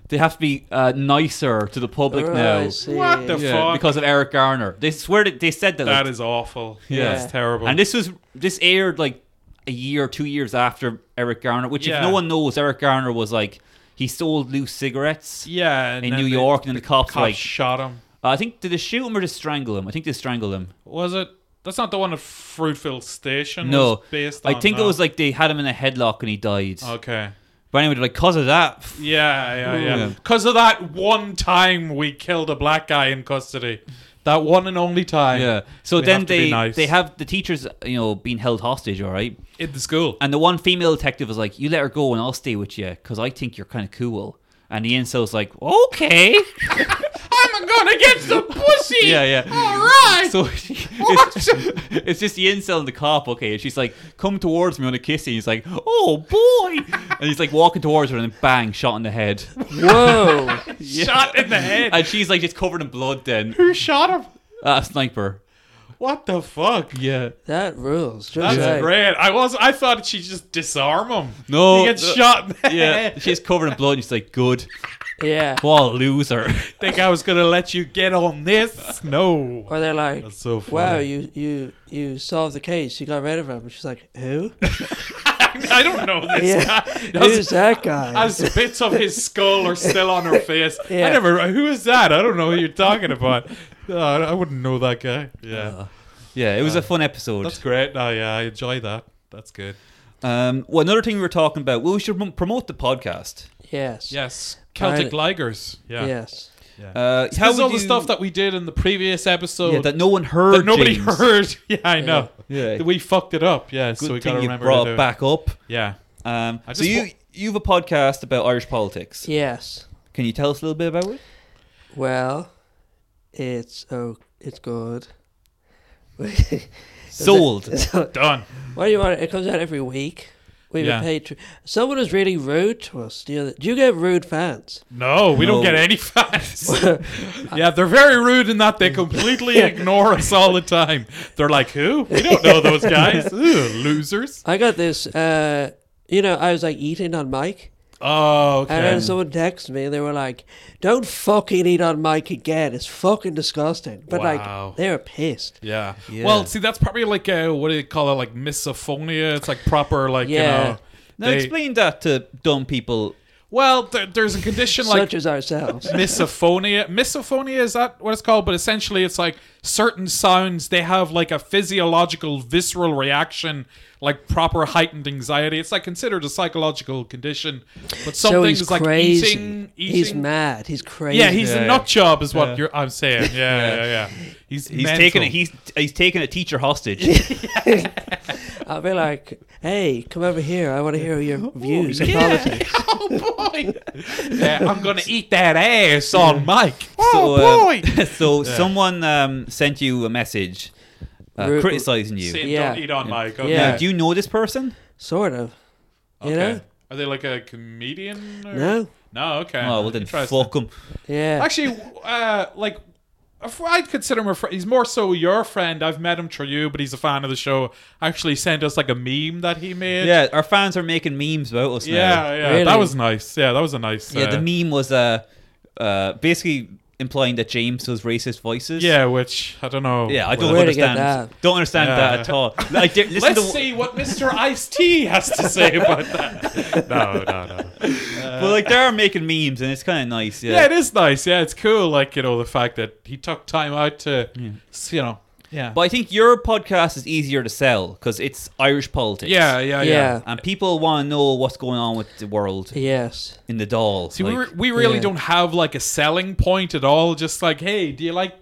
Speaker 2: they have to be uh, nicer to the public
Speaker 3: Oh,
Speaker 2: now
Speaker 3: I see.
Speaker 1: What the
Speaker 2: yeah,
Speaker 1: fuck?
Speaker 2: because of eric garner they swear that they said that,
Speaker 1: that
Speaker 2: like-
Speaker 1: is awful.
Speaker 2: Yeah.
Speaker 1: That's terrible.
Speaker 2: and this was this aired like a year two years after eric garner which
Speaker 1: Yeah.
Speaker 2: if no one knows eric garner was like he sold loose cigarettes
Speaker 1: yeah, and
Speaker 2: in
Speaker 1: then
Speaker 2: New
Speaker 1: the
Speaker 2: York, and then the cops
Speaker 1: Cops
Speaker 2: like,
Speaker 1: shot him.
Speaker 2: I think did they shoot him or just strangle him? I think they strangled him.
Speaker 1: Was it? That's not the one at Fruitville Station.
Speaker 2: No,
Speaker 1: was based
Speaker 2: I
Speaker 1: on,
Speaker 2: think
Speaker 1: no.
Speaker 2: it was like they had him in a headlock and he died.
Speaker 1: Okay.
Speaker 2: But anyway, they're like, cause of that, f-
Speaker 1: Yeah, yeah, yeah.
Speaker 2: Oh, Yeah.
Speaker 1: Because of that one time we killed a black guy in custody, that one and only time.
Speaker 2: yeah. So
Speaker 1: we
Speaker 2: then
Speaker 1: have to be
Speaker 2: they
Speaker 1: nice.
Speaker 2: they have the teachers, you know, being held hostage, all right.
Speaker 1: in the school.
Speaker 2: And the one female detective is like, you let her go and I'll stay with you because I think you're kind of cool. And the incel's like, okay,
Speaker 1: I'm gonna get some pussy.
Speaker 2: yeah, yeah.
Speaker 1: All right.
Speaker 2: So she- it's, it's just the incel and the cop, okay? And she's like, come towards me on a kiss. And he's like, oh boy. and he's like walking towards her and then bang, shot in the head.
Speaker 3: Whoa.
Speaker 1: Shot in the head.
Speaker 2: And she's like, just covered in blood then.
Speaker 1: Who shot him?
Speaker 2: Uh, a sniper.
Speaker 1: What the fuck?
Speaker 2: Yeah.
Speaker 3: that rules. Just
Speaker 1: That's
Speaker 3: like,
Speaker 1: great. I was. I thought she'd just disarm him.
Speaker 2: No,
Speaker 1: he gets
Speaker 2: no.
Speaker 1: shot. In the
Speaker 2: Yeah,
Speaker 1: head.
Speaker 2: she's covered in blood. And she's like, "Good,
Speaker 3: Yeah.
Speaker 2: what a loser."
Speaker 1: Think I was gonna let you get on this? No.
Speaker 3: Or they're like,
Speaker 1: That's so funny.
Speaker 3: "Wow, you you you solved the case. You got rid of him." And she's like, "Who?
Speaker 1: I don't know this
Speaker 3: Yeah.
Speaker 1: guy. I was-
Speaker 3: Who's that guy?"
Speaker 1: as bits of his skull are still on her face. I
Speaker 3: Yeah.
Speaker 1: never. Who is that? I don't know who you're talking about. Uh, I wouldn't know that guy. Yeah,
Speaker 2: Uh, yeah, it was a fun episode.
Speaker 1: that's great. Oh yeah, I enjoy that. That's good.
Speaker 2: Um, well, another thing we were talking about. Well, we should prom- promote the podcast.
Speaker 3: Yes.
Speaker 1: Yes, Celtic Ligers. Yeah, yeah.
Speaker 3: Yes.
Speaker 2: Uh,
Speaker 1: How all
Speaker 2: would
Speaker 1: the stuff that we did in the previous episode
Speaker 2: yeah, that no one
Speaker 1: that
Speaker 2: heard.
Speaker 1: nobody
Speaker 2: James.
Speaker 1: heard. Yeah, I know.
Speaker 2: Yeah, good
Speaker 1: We fucked it up. Yeah, so we
Speaker 2: thing
Speaker 1: gotta
Speaker 2: you
Speaker 1: remember
Speaker 2: brought
Speaker 1: to do
Speaker 2: it
Speaker 1: it.
Speaker 2: back up.
Speaker 1: Yeah.
Speaker 2: Um,
Speaker 1: I
Speaker 2: so
Speaker 1: just
Speaker 2: you
Speaker 1: wa-
Speaker 2: you have a podcast about Irish politics.
Speaker 3: Yes.
Speaker 2: Can you tell us a little bit about it?
Speaker 3: Well, it's oh, it's good.
Speaker 2: Sold.
Speaker 3: So,
Speaker 1: Done.
Speaker 3: what do you want? It comes out every week. We've
Speaker 1: Yeah.
Speaker 3: been paid. To, someone was really rude to us. The other, do you get rude fans?
Speaker 1: No, we don't
Speaker 2: No.
Speaker 1: get any fans. yeah, they're very rude in that they completely ignore us all the time. They're like, "Who? We don't know those guys. Ooh, losers."
Speaker 3: I got this. Uh, you know, I was like eating on mic,
Speaker 1: Oh, okay.
Speaker 3: and then someone texted me, and they were like, "Don't fucking eat on mic again. It's fucking disgusting." But
Speaker 1: Wow.
Speaker 3: like, they were pissed.
Speaker 1: Yeah.
Speaker 2: Yeah.
Speaker 1: Well, see, that's probably like uh what do you call it? Like misophonia. It's like proper, like
Speaker 3: Yeah.
Speaker 1: you know.
Speaker 2: Now
Speaker 1: they-
Speaker 2: explain that to dumb people.
Speaker 1: Well, there, there's a condition like
Speaker 3: such as ourselves.
Speaker 1: misophonia. Misophonia is that what it's called? But essentially, it's like certain sounds they have like a physiological, visceral reaction, like proper heightened anxiety. It's like considered a psychological condition. But some
Speaker 3: so
Speaker 1: things
Speaker 3: he's
Speaker 1: like
Speaker 3: crazy.
Speaker 1: eating, eating.
Speaker 3: He's mad. He's crazy.
Speaker 1: yeah, he's
Speaker 2: Yeah,
Speaker 1: a nut job, is what
Speaker 2: yeah.
Speaker 1: you're. I'm saying. Yeah, yeah, yeah. He's
Speaker 2: He's
Speaker 1: mental.
Speaker 2: taking a, he's he's taking a teacher hostage.
Speaker 3: I'll be like, hey, come over here. I want to hear your views on politics.
Speaker 1: oh boy! yeah, I'm gonna eat that ass on Mike.
Speaker 2: so,
Speaker 1: oh
Speaker 2: uh,
Speaker 1: boy!
Speaker 2: so someone um, sent you a message uh,
Speaker 3: Ru-
Speaker 2: criticizing you.
Speaker 1: Sit,
Speaker 3: Yeah.
Speaker 1: Don't eat on Mike. Okay.
Speaker 3: Yeah.
Speaker 2: Now, do you know this person?
Speaker 3: Sort of. You
Speaker 1: Okay.
Speaker 3: know?
Speaker 1: Are they like a comedian? Or?
Speaker 3: No.
Speaker 1: No. Okay.
Speaker 2: Oh well, then
Speaker 1: Interesting.
Speaker 2: fuck him.
Speaker 3: Yeah.
Speaker 1: Actually, uh, like. a fr- I'd consider him a friend. He's more so your friend. I've met him through you, but he's a fan of the show. Actually, sent us like a meme that he made.
Speaker 2: Yeah, our fans are making memes about us now.
Speaker 1: yeah, yeah.
Speaker 3: Really?
Speaker 1: That was nice. Yeah, that was a nice.
Speaker 2: Yeah,
Speaker 1: uh,
Speaker 2: the meme was uh, uh, basically implying that James does racist voices.
Speaker 1: Yeah, which I don't know.
Speaker 2: Yeah, I don't
Speaker 3: Oh, Where to get
Speaker 2: understand.
Speaker 3: that?
Speaker 2: Don't understand
Speaker 1: Yeah.
Speaker 2: that at all. Like, di- listen
Speaker 1: Let's
Speaker 2: to,
Speaker 1: see what Mr. Ice T has to say about that. No, no, no.
Speaker 2: But like, they are making memes, and it's kind of nice. Yeah.
Speaker 1: Yeah, it is nice. Yeah, it's cool. Like you know, the fact that he took time out to, s- you know, yeah,
Speaker 2: But I think your podcast is easier to sell because it's Irish politics.
Speaker 1: yeah, yeah, yeah.
Speaker 3: Yeah.
Speaker 2: And people want to know what's going on with the world
Speaker 3: yes.
Speaker 2: in the doll.
Speaker 1: See,
Speaker 2: like,
Speaker 1: we, re- we really
Speaker 3: yeah.
Speaker 1: don't have like a selling point at all. Just like, hey, do you like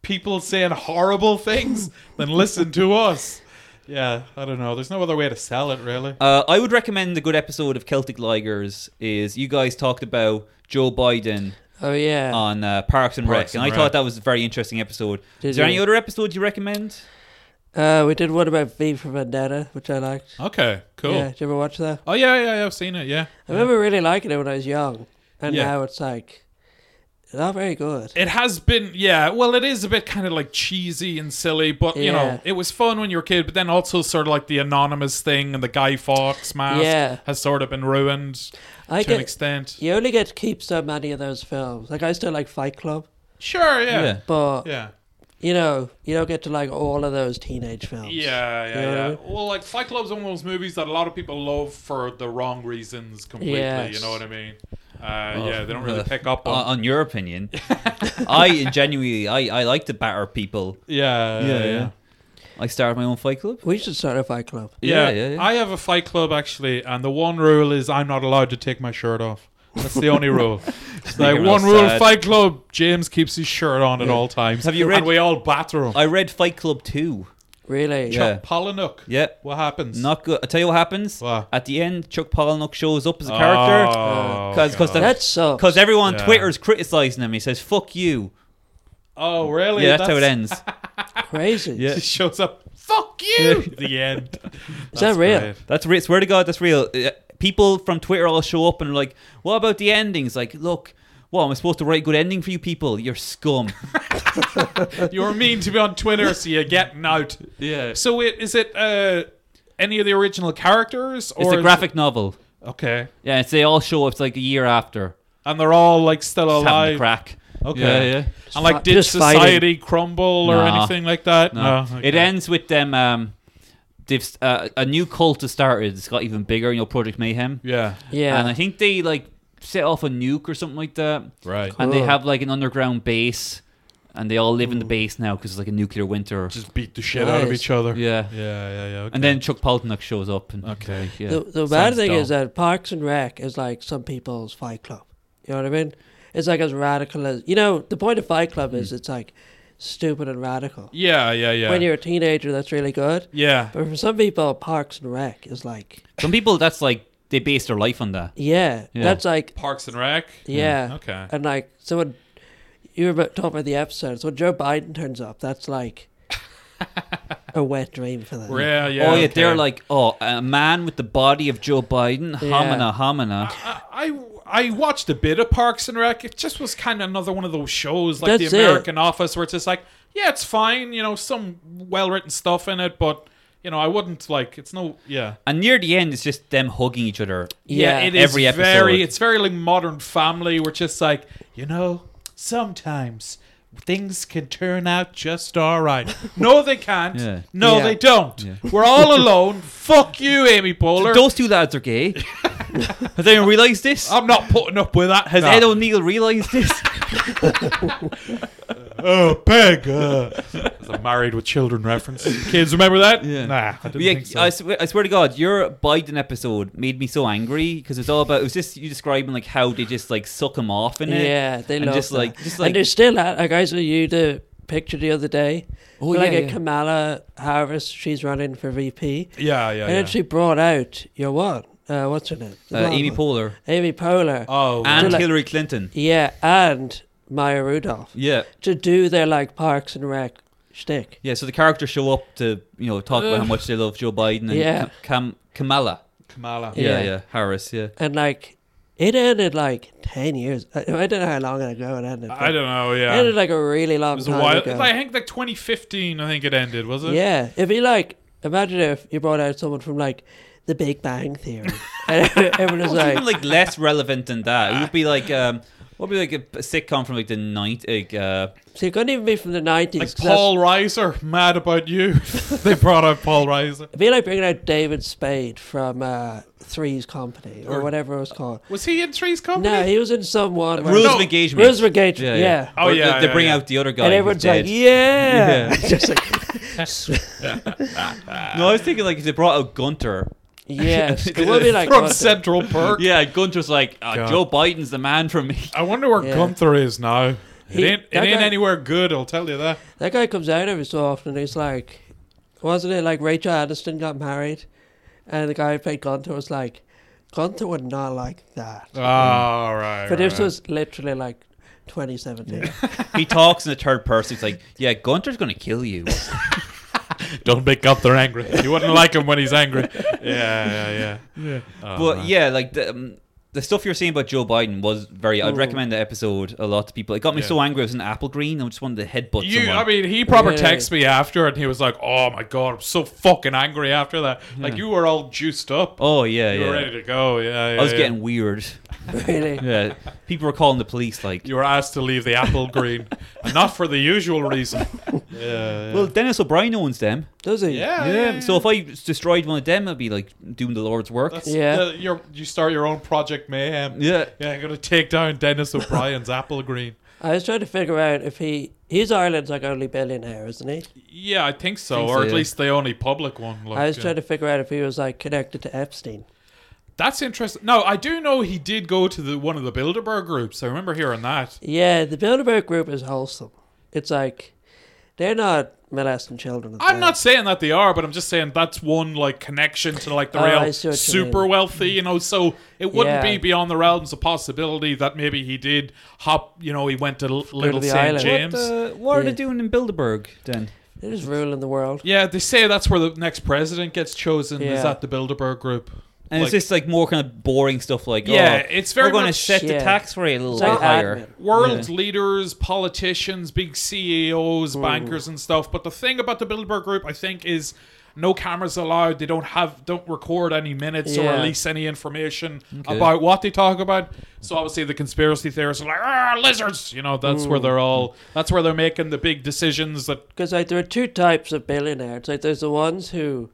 Speaker 1: people saying horrible things? then listen to us. Yeah, I don't know. There's no other way to sell it, really.
Speaker 2: Uh, I would recommend a good episode of Celtic Ligers. Is you guys talked about Joe Biden
Speaker 3: Oh, yeah.
Speaker 2: on uh, Parks and
Speaker 1: Parks
Speaker 2: Rec, and,
Speaker 1: and
Speaker 2: I thought
Speaker 1: Rec.
Speaker 2: that was a very interesting episode.
Speaker 3: Did
Speaker 2: is there any
Speaker 3: you?
Speaker 2: other episode you recommend?
Speaker 3: Uh, we did one about V for Vendetta, which I liked.
Speaker 1: Okay, cool.
Speaker 3: Yeah. Did you ever watch that?
Speaker 1: Oh yeah, yeah, yeah, I've seen it. Yeah,
Speaker 3: I remember really liking it when I was young. And
Speaker 1: Yeah.
Speaker 3: now it's like, not very good.
Speaker 1: It has been, yeah. Well, it is a bit kind of like cheesy and silly, but you
Speaker 3: Yeah.
Speaker 1: know, it was fun when you were a kid. But then also sort of like the anonymous thing and the Guy Fawkes mask
Speaker 3: Yeah.
Speaker 1: has sort of been ruined
Speaker 3: I
Speaker 1: to an
Speaker 3: get,
Speaker 1: extent.
Speaker 3: you only get to keep so many of those films. Like, I still like Fight Club,
Speaker 1: Sure, yeah,
Speaker 3: but,
Speaker 1: yeah,
Speaker 3: you know, you don't get to like all of those teenage
Speaker 1: yeah,
Speaker 3: films.
Speaker 1: yeah, yeah.
Speaker 3: You know what I mean?
Speaker 1: Well, like Fight Club's one of those movies that a lot of people love for the wrong reasons completely. You
Speaker 3: Yes.
Speaker 1: know what I mean? Uh,
Speaker 2: Oh,
Speaker 1: yeah, they don't really
Speaker 2: uh,
Speaker 1: pick up on.
Speaker 2: On, on your opinion, I genuinely, I, I like to batter people.
Speaker 1: yeah, yeah, yeah. yeah.
Speaker 2: I started my own fight club.
Speaker 3: We should start a Fight Club.
Speaker 1: Yeah,
Speaker 2: yeah, yeah.
Speaker 1: I have a fight club actually, and the one rule is I'm not allowed to take my shirt off. That's the only rule. It's like
Speaker 2: Making
Speaker 1: one
Speaker 2: us
Speaker 1: rule,
Speaker 2: sad.
Speaker 1: fight club. James keeps his shirt on at all times.
Speaker 2: Have you read-
Speaker 1: And we all batter him.
Speaker 2: I read Fight Club two.
Speaker 3: Really?
Speaker 2: Yeah.
Speaker 1: Chuck Palahniuk.
Speaker 2: Yeah,
Speaker 1: What happens?
Speaker 2: not good. I tell you what happens
Speaker 1: What?
Speaker 2: at the end. Chuck Palahniuk shows up as a character Uh,
Speaker 1: Because
Speaker 2: 'cause- 'cause the-
Speaker 3: That sucks.
Speaker 2: because everyone on
Speaker 1: Oh. Yeah.
Speaker 2: Twitter's criticizing him. He says "fuck you."
Speaker 1: oh really?
Speaker 2: Yeah, that's, how it ends.
Speaker 3: Crazy.
Speaker 2: Yeah.
Speaker 1: He shows up. Fuck you. the end.
Speaker 3: Is that real?
Speaker 1: great.
Speaker 2: That's real. Swear to God, that's real. Uh, People from Twitter all show up and are like, "What about the endings?" Like, look, what am I supposed to write a good ending for you people? You're scum.
Speaker 1: You were mean to be on Twitter, so you're getting out.
Speaker 2: yeah.
Speaker 1: So it is it uh, any of the original characters or
Speaker 2: It's
Speaker 1: is
Speaker 2: a
Speaker 1: it-
Speaker 2: graphic novel.
Speaker 1: Okay,
Speaker 2: Yeah, it's, they all show up. It's like a year after.
Speaker 1: and they're all like still
Speaker 2: Just having a
Speaker 1: alive.
Speaker 2: crack.
Speaker 1: Okay.
Speaker 2: Yeah, yeah.
Speaker 1: And like,
Speaker 3: fi-
Speaker 1: did
Speaker 3: just fighting.
Speaker 1: society crumble or
Speaker 2: Nah.
Speaker 1: anything like that?
Speaker 2: No,
Speaker 1: okay.
Speaker 2: it ends with them. Um, they've s- uh, a new cult has started. It's got even bigger. You know, Project Mayhem.
Speaker 1: Yeah,
Speaker 3: Yeah.
Speaker 2: And I think they like set off a nuke or something like that.
Speaker 1: right.
Speaker 2: And they
Speaker 3: Cool.
Speaker 2: have like an underground base, and they all live in the base now because it's like a nuclear winter.
Speaker 1: Just beat the shit out of
Speaker 3: Nice.
Speaker 1: each other.
Speaker 2: yeah.
Speaker 1: yeah, yeah. yeah okay.
Speaker 2: And then Chuck Palahniuk shows up. And,
Speaker 1: Okay.
Speaker 2: Yeah.
Speaker 3: the the bad
Speaker 2: sounds
Speaker 3: thing
Speaker 2: dumb.
Speaker 3: is that Parks and Rec is like some people's Fight Club. You know what I mean? It's like as radical as you know. The point of Fight Club is it's like stupid and radical.
Speaker 1: yeah, yeah, yeah.
Speaker 3: When you're a teenager, that's really good.
Speaker 1: yeah,
Speaker 3: But for some people, Parks and Rec is like,
Speaker 2: Some people, that's like they base their life on that.
Speaker 3: yeah,
Speaker 2: Yeah.
Speaker 3: that's like,
Speaker 1: Parks and Rec.
Speaker 3: yeah.
Speaker 1: Hmm. Okay.
Speaker 3: And like someone, you were about- talking about the episodes. When Joe Biden turns up, that's like a wet dream for them.
Speaker 1: Yeah, yeah.
Speaker 2: oh yeah, they're
Speaker 1: okay.
Speaker 2: like, oh, a man with the body of Joe Biden,
Speaker 3: Yeah.
Speaker 2: hamina hamina.
Speaker 1: I I I watched a bit of Parks and Rec. It just was kind of another one of those shows like
Speaker 3: That's
Speaker 1: the
Speaker 3: it.
Speaker 1: American Office, where it's just like, yeah, it's fine. You know, some well written stuff in it, but you know, I wouldn't like. It's no. Yeah.
Speaker 2: And near the end, it's just them hugging each other.
Speaker 1: Yeah,
Speaker 3: Yeah.
Speaker 1: it is
Speaker 2: Every episode.
Speaker 1: very. It's very like Modern Family. We're just like you know. Sometimes things can turn out just all right. No, they can't.
Speaker 2: Yeah.
Speaker 1: No,
Speaker 3: Yeah.
Speaker 1: they don't. We're all alone. Fuck you, Amy Poehler.
Speaker 2: Those two lads are gay. Has anyone realised this?
Speaker 1: I'm not putting up with that.
Speaker 2: Has Ed O'Neill realised this?
Speaker 1: oh, Peg. Uh, it's a married with children reference. Kids, remember that?
Speaker 2: Yeah.
Speaker 1: Nah, I didn't
Speaker 2: Yeah,
Speaker 1: think so.
Speaker 2: I, swear, I swear to God, your Biden episode made me so angry because it's all about it was just you describing like how they just like suck him off in it.
Speaker 3: Yeah, they
Speaker 2: and
Speaker 3: love
Speaker 2: just
Speaker 3: that.
Speaker 2: like just like
Speaker 3: and they're still at. Like I saw you the picture the other day.
Speaker 2: Oh,
Speaker 3: like
Speaker 2: yeah,
Speaker 3: a
Speaker 2: yeah.
Speaker 3: Kamala Harris, she's running for VP,
Speaker 1: yeah, yeah,
Speaker 3: and
Speaker 1: yeah.
Speaker 3: then she brought out your what? Uh, what's her name? The
Speaker 2: Oh, uh,
Speaker 3: blonde
Speaker 2: Amy
Speaker 3: one.
Speaker 2: Poehler
Speaker 3: Amy Poehler.
Speaker 1: oh,
Speaker 2: and
Speaker 3: like-
Speaker 2: Hillary Clinton.
Speaker 3: yeah, and Maya Rudolph
Speaker 2: Yeah,
Speaker 3: to do their like Parks and Rec shtick.
Speaker 2: yeah. So the characters show up to you know talk about how much they love Joe Biden and
Speaker 3: Yeah.
Speaker 2: Cam- Kamala.
Speaker 1: Kamala.
Speaker 2: Yeah, yeah,
Speaker 3: Yeah.
Speaker 2: Harris. Yeah,
Speaker 3: And like, it ended like ten years. I, I don't know how long ago it ended.
Speaker 1: I
Speaker 3: but
Speaker 1: don't know,
Speaker 3: It
Speaker 1: yeah.
Speaker 3: ended like a really long
Speaker 1: It was a
Speaker 3: time
Speaker 1: while.
Speaker 3: ago.
Speaker 1: I think like 2015, I think it ended, was it?
Speaker 3: Yeah, if you like, imagine if you brought out someone from like The Big Bang Theory, and everyone's
Speaker 2: Well, even
Speaker 3: like,
Speaker 2: like less relevant than that. It would be like um, what would be like a, a sitcom from like the night. Like, uh,
Speaker 3: so you couldn't even be from the nineties.
Speaker 1: Like Paul Reiser, mad about you. they brought out Paul Reiser.
Speaker 3: It'd be like bringing out David Spade from uh, Three's Company or,
Speaker 1: Or-
Speaker 3: whatever it was called.
Speaker 1: Was he in Three's Company?
Speaker 3: No, he was in someone. where-
Speaker 2: rules
Speaker 1: No.
Speaker 2: of engagement.
Speaker 3: Rules of engagement. Yeah.
Speaker 1: Oh,
Speaker 2: Or
Speaker 1: yeah,
Speaker 2: They, they
Speaker 1: yeah,
Speaker 2: bring
Speaker 1: yeah.
Speaker 2: out the other guy.
Speaker 3: And
Speaker 2: who's
Speaker 3: everyone's like,
Speaker 2: dead.
Speaker 3: yeah.
Speaker 2: Yeah.
Speaker 3: Just like,
Speaker 2: No, I was thinking like if they brought out Gunter.
Speaker 3: yes. It
Speaker 2: Yeah.
Speaker 3: would be like,
Speaker 1: From
Speaker 3: what the-
Speaker 1: Central Perk.
Speaker 2: Yeah, Gunter's like uh,
Speaker 1: God.
Speaker 2: Joe Biden's the man for me.
Speaker 1: I wonder where
Speaker 3: Yeah.
Speaker 1: Gunther is now.
Speaker 3: He-
Speaker 1: it ain't, it
Speaker 3: that
Speaker 1: ain't
Speaker 3: guy-
Speaker 1: anywhere good, I'll tell you that.
Speaker 3: that guy comes out every so often and he's like, wasn't it like Rachel Aniston got married? And the guy who played Gunther was like, Gunther would not like that.
Speaker 1: Oh, right.
Speaker 3: But this
Speaker 1: right.
Speaker 3: was literally like 2017.
Speaker 2: He talks in the third person. He's like, "Yeah, Gunter's gonna kill you."
Speaker 1: Don't make Gunther angry. You wouldn't like him when he's angry. Yeah, yeah, yeah. Oh,
Speaker 2: but
Speaker 1: man.
Speaker 2: yeah, like the, um, the stuff you're saying about Joe Biden was very. I'd
Speaker 3: Mm.
Speaker 2: recommend the episode a lot to people. It got me
Speaker 1: Yeah.
Speaker 2: so angry. I was in apple green. I just wanted to headbutt
Speaker 1: You,
Speaker 2: someone.
Speaker 1: I mean, he proper
Speaker 3: Yeah.
Speaker 1: texted me after, and he was like, "Oh my god, I'm so fucking angry after that. Like you were all juiced up,
Speaker 2: oh yeah,
Speaker 1: you
Speaker 2: yeah.
Speaker 1: were ready to go. Yeah, yeah
Speaker 2: I was
Speaker 1: yeah.
Speaker 2: getting weird.
Speaker 3: really?
Speaker 2: Yeah, people were calling the police. Like,
Speaker 1: You were asked to leave the apple green, and not for the usual reason. Yeah,
Speaker 2: well, Dennis O'Brien owns them.
Speaker 3: Does he?
Speaker 1: yeah,
Speaker 2: Yeah. So if I destroyed one of them, I'd be like doing the Lord's work.
Speaker 1: That's
Speaker 3: Yeah.
Speaker 1: the- you're- you start your own project mayhem.
Speaker 2: yeah.
Speaker 1: Yeah, I'm gonna take down Dennis O'Brien's apple green.
Speaker 3: I was trying to figure out if he. He's Ireland's like only billionaire, isn't he?
Speaker 1: Yeah, I think so,
Speaker 2: Think so,
Speaker 1: or at
Speaker 2: yeah.
Speaker 1: least the only public one. Like,
Speaker 3: I was
Speaker 1: yeah.
Speaker 3: trying to figure out if he was like connected to Epstein.
Speaker 1: That's interesting. No, I do know he did go to the one of the Bilderberg groups. I remember hearing that.
Speaker 3: Yeah, the Bilderberg group is wholesome. It's like they're not molesting children. and
Speaker 1: I'm
Speaker 3: things.
Speaker 1: not saying that they are, but I'm just saying that's one like connection to like the
Speaker 3: Oh, I
Speaker 1: real
Speaker 3: see what you
Speaker 1: super
Speaker 3: mean.
Speaker 1: wealthy, you know. So it wouldn't
Speaker 3: Yeah.
Speaker 1: be beyond the realms of possibility that maybe he did hop. You know, he went to L- Little
Speaker 3: the
Speaker 1: St
Speaker 3: island.
Speaker 1: James.
Speaker 2: What, uh, what are they
Speaker 3: Yeah.
Speaker 2: doing in Bilderberg then?
Speaker 3: They're just ruling the world.
Speaker 1: Yeah, they say that's where the next president gets chosen.
Speaker 3: Yeah.
Speaker 1: Is at the Bilderberg group.
Speaker 2: And
Speaker 1: Like-
Speaker 2: it's just like more kind of boring stuff. Like,
Speaker 1: Yeah,
Speaker 2: oh,
Speaker 1: it's very
Speaker 2: We're going to
Speaker 1: much-
Speaker 2: set the
Speaker 3: Yeah.
Speaker 2: tax rate a little
Speaker 3: It's
Speaker 2: bit
Speaker 3: like
Speaker 2: higher.
Speaker 3: admin.
Speaker 1: world leaders, politicians, big
Speaker 2: Mm-hmm.
Speaker 1: CEOs, bankers, and stuff. But the thing about the Bilderberg Group, I think, is no cameras allowed. They don't have, don't record any minutes or
Speaker 3: Yeah.
Speaker 1: release any information
Speaker 2: Okay.
Speaker 1: about what they talk about. So obviously, the conspiracy theorists are like, ah, lizards. You know, that's where
Speaker 2: Mm.
Speaker 1: they're all. That's where they're making the big decisions. That
Speaker 3: Because like there are two types of billionaires. Like there's the ones who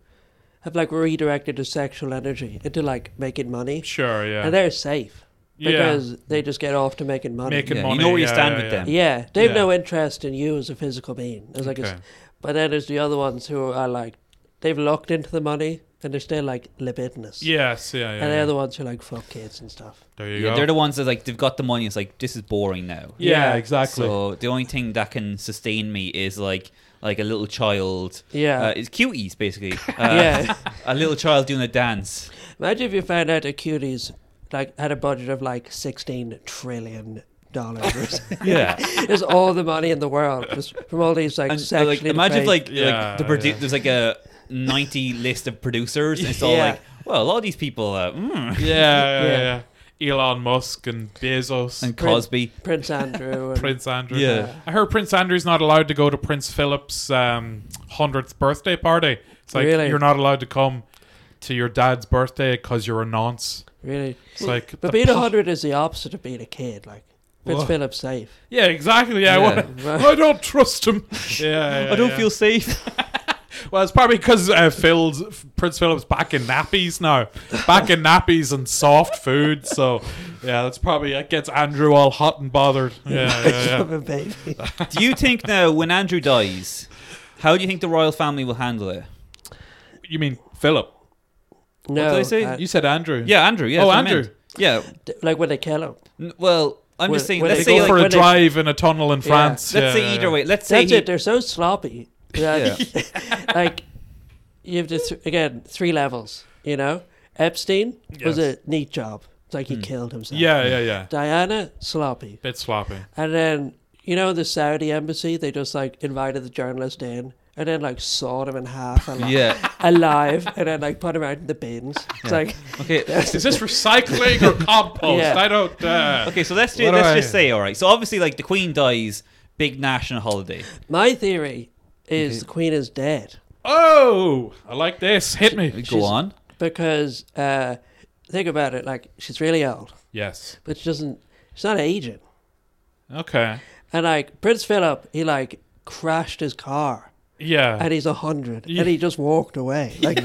Speaker 3: have like redirected their sexual energy into like making money,
Speaker 1: sure,
Speaker 3: and
Speaker 1: yeah,
Speaker 3: they're safe
Speaker 1: Yeah.
Speaker 3: because they just get off to making money.
Speaker 1: making
Speaker 2: Yeah, you
Speaker 1: money.
Speaker 2: know where you
Speaker 1: yeah,
Speaker 2: stand
Speaker 1: yeah,
Speaker 2: with
Speaker 1: yeah.
Speaker 2: them.
Speaker 3: Yeah, they have
Speaker 1: Yeah.
Speaker 3: no interest in you as a physical being. It's like it's-
Speaker 1: Okay.
Speaker 3: but then there's the other ones who are like, they've locked into the money and they're still like libidinous.
Speaker 1: Yes, yeah, yeah.
Speaker 3: and
Speaker 1: yeah.
Speaker 3: they're the ones who like fuck kids and stuff.
Speaker 1: there you
Speaker 2: Yeah,
Speaker 1: go.
Speaker 2: they're the ones that like they've got the money. It's like this is boring now.
Speaker 1: yeah,
Speaker 3: Yeah.
Speaker 1: exactly.
Speaker 2: So the only thing that can sustain me is like like a little child.
Speaker 3: Yeah.
Speaker 2: uh, it's cuties basically. Uh,
Speaker 3: yeah.
Speaker 2: a little child doing a dance.
Speaker 3: Imagine if you found out that cuties like had a budget of like sixteen trillion dollars.
Speaker 2: Yeah,
Speaker 3: There's all the money in the world just from all these like
Speaker 2: and uh,
Speaker 3: sexually.
Speaker 2: like imagine if, like
Speaker 1: Yeah,
Speaker 2: like the produ-
Speaker 1: yeah.
Speaker 2: there's like a ninety list of producers. And it's all
Speaker 3: Yeah.
Speaker 2: like, well, a lot of these people uh,
Speaker 1: yeah,
Speaker 2: mm,
Speaker 1: yeah,
Speaker 3: Yeah.
Speaker 1: yeah. Elon Musk and Bezos
Speaker 2: and
Speaker 3: Prin-
Speaker 2: Cosby.
Speaker 3: Prince Andrew. And,
Speaker 1: Prince Andrew.
Speaker 2: Yeah.
Speaker 1: I heard Prince Andrew's not allowed to go to Prince Philip's um, 100th birthday party. It's like,
Speaker 3: Really?
Speaker 1: you're not allowed to come to your dad's birthday because you're a nonce.
Speaker 3: really,
Speaker 1: It's like,
Speaker 3: but
Speaker 1: the
Speaker 3: being a
Speaker 1: pu-
Speaker 3: hundred is the opposite of being a kid. Like Prince
Speaker 1: Whoa.
Speaker 3: Philip's safe.
Speaker 1: yeah, exactly. Yeah, I
Speaker 2: Yeah.
Speaker 1: wa- I don't trust him. Yeah, yeah,
Speaker 2: I don't
Speaker 1: yeah.
Speaker 2: feel safe.
Speaker 1: Well, it's probably because uh, Phil's Prince Philip's back in nappies now, back in nappies and soft food. So, yeah, that's probably that gets Andrew all hot and bothered. Yeah, yeah, yeah.
Speaker 3: Of a baby.
Speaker 2: Do you think now, when Andrew dies, how do you think the royal family will handle it?
Speaker 1: You mean Philip?
Speaker 3: No,
Speaker 2: did I say?
Speaker 3: uh,
Speaker 1: You said Andrew.
Speaker 2: Yeah, Andrew. Yeah,
Speaker 1: Oh,
Speaker 2: that's what I meant.
Speaker 1: Andrew.
Speaker 2: Yeah.
Speaker 3: d- like when they kill him.
Speaker 2: N- Well, I'm
Speaker 3: Well,
Speaker 2: just saying.
Speaker 3: well,
Speaker 1: They
Speaker 2: Let's
Speaker 3: they
Speaker 2: say,
Speaker 1: go
Speaker 2: like,
Speaker 1: for a
Speaker 3: when they-
Speaker 1: drive in a tunnel in France.
Speaker 2: let's
Speaker 1: Yeah,
Speaker 2: say
Speaker 1: yeah,
Speaker 2: either
Speaker 1: yeah.
Speaker 2: way. Let's say
Speaker 3: That's
Speaker 2: he,
Speaker 3: it. They're so sloppy. that- like you have to th- again three levels. You know, Epstein was a
Speaker 1: Yes.
Speaker 3: neat job. It's like he
Speaker 2: Hmm.
Speaker 3: killed himself.
Speaker 1: Yeah, yeah, yeah.
Speaker 3: Diana sloppy.
Speaker 1: Bit sloppy.
Speaker 3: And then, you know, the Saudi embassy, they just like invited the journalist in and then like sawed him in half ali-
Speaker 2: Yeah.
Speaker 3: alive and then like put him out in the bins. It's like,
Speaker 2: Okay.
Speaker 1: Is this recycling or compost?
Speaker 3: Yeah.
Speaker 1: I don't. Uh,
Speaker 2: Okay, so let's do.
Speaker 1: What do
Speaker 2: let's
Speaker 1: I-
Speaker 2: just say, all right. So obviously, like the Queen dies, big national holiday.
Speaker 3: my theory is the queen is dead
Speaker 1: Oh, I like this. Hit
Speaker 2: Go
Speaker 1: me.
Speaker 3: She's-
Speaker 2: on.
Speaker 3: because, uh, think about it, like she's really old,
Speaker 1: Yes.
Speaker 3: but she doesn't, she's not aging.
Speaker 1: Okay.
Speaker 3: And like Prince Philip, he like crashed his car
Speaker 1: Yeah.
Speaker 3: and he's a hundred
Speaker 1: Yeah.
Speaker 3: and he just walked away. Like,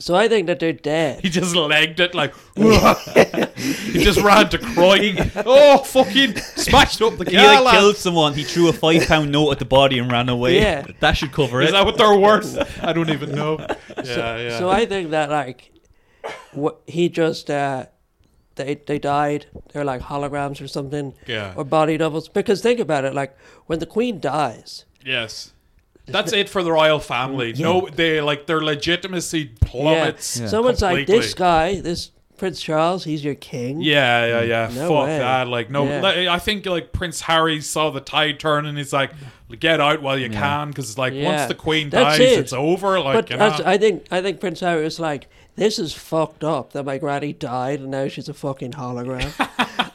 Speaker 3: so I think that they're dead.
Speaker 1: He just legged it like. he just ran to crying. Oh, fucking smashed up the
Speaker 2: He like
Speaker 1: car. lad.
Speaker 2: killed someone. He threw a five pound note at the body and ran away.
Speaker 3: Yeah.
Speaker 2: that should cover
Speaker 1: Is
Speaker 2: it.
Speaker 1: that what they're worth? I don't even know. Yeah, yeah.
Speaker 3: So I think that like, what he just uh, they they died. They're like holograms or something,
Speaker 1: Yeah.
Speaker 3: or body doubles. Because think about it, like when the queen dies,
Speaker 1: yes. That's it for the royal family. No, they like their legitimacy plummets.
Speaker 3: yeah, someone's like
Speaker 1: completely.
Speaker 3: this guy, this Prince Charles, he's your king.
Speaker 1: Yeah, yeah, yeah.
Speaker 3: Mm. No
Speaker 1: Fuck
Speaker 3: way.
Speaker 1: that. Like, no,
Speaker 3: Yeah.
Speaker 1: like, I think like Prince Harry saw the tide turn and he's like, get out while you can, because like
Speaker 3: Yeah.
Speaker 1: once the Queen
Speaker 3: That's
Speaker 1: dies,
Speaker 3: it.
Speaker 1: it's over. Like,
Speaker 3: But
Speaker 1: you
Speaker 3: that's,
Speaker 1: know.
Speaker 3: I think I think Prince Harry was like, "This is fucked up that my granny died and now she's a fucking hologram.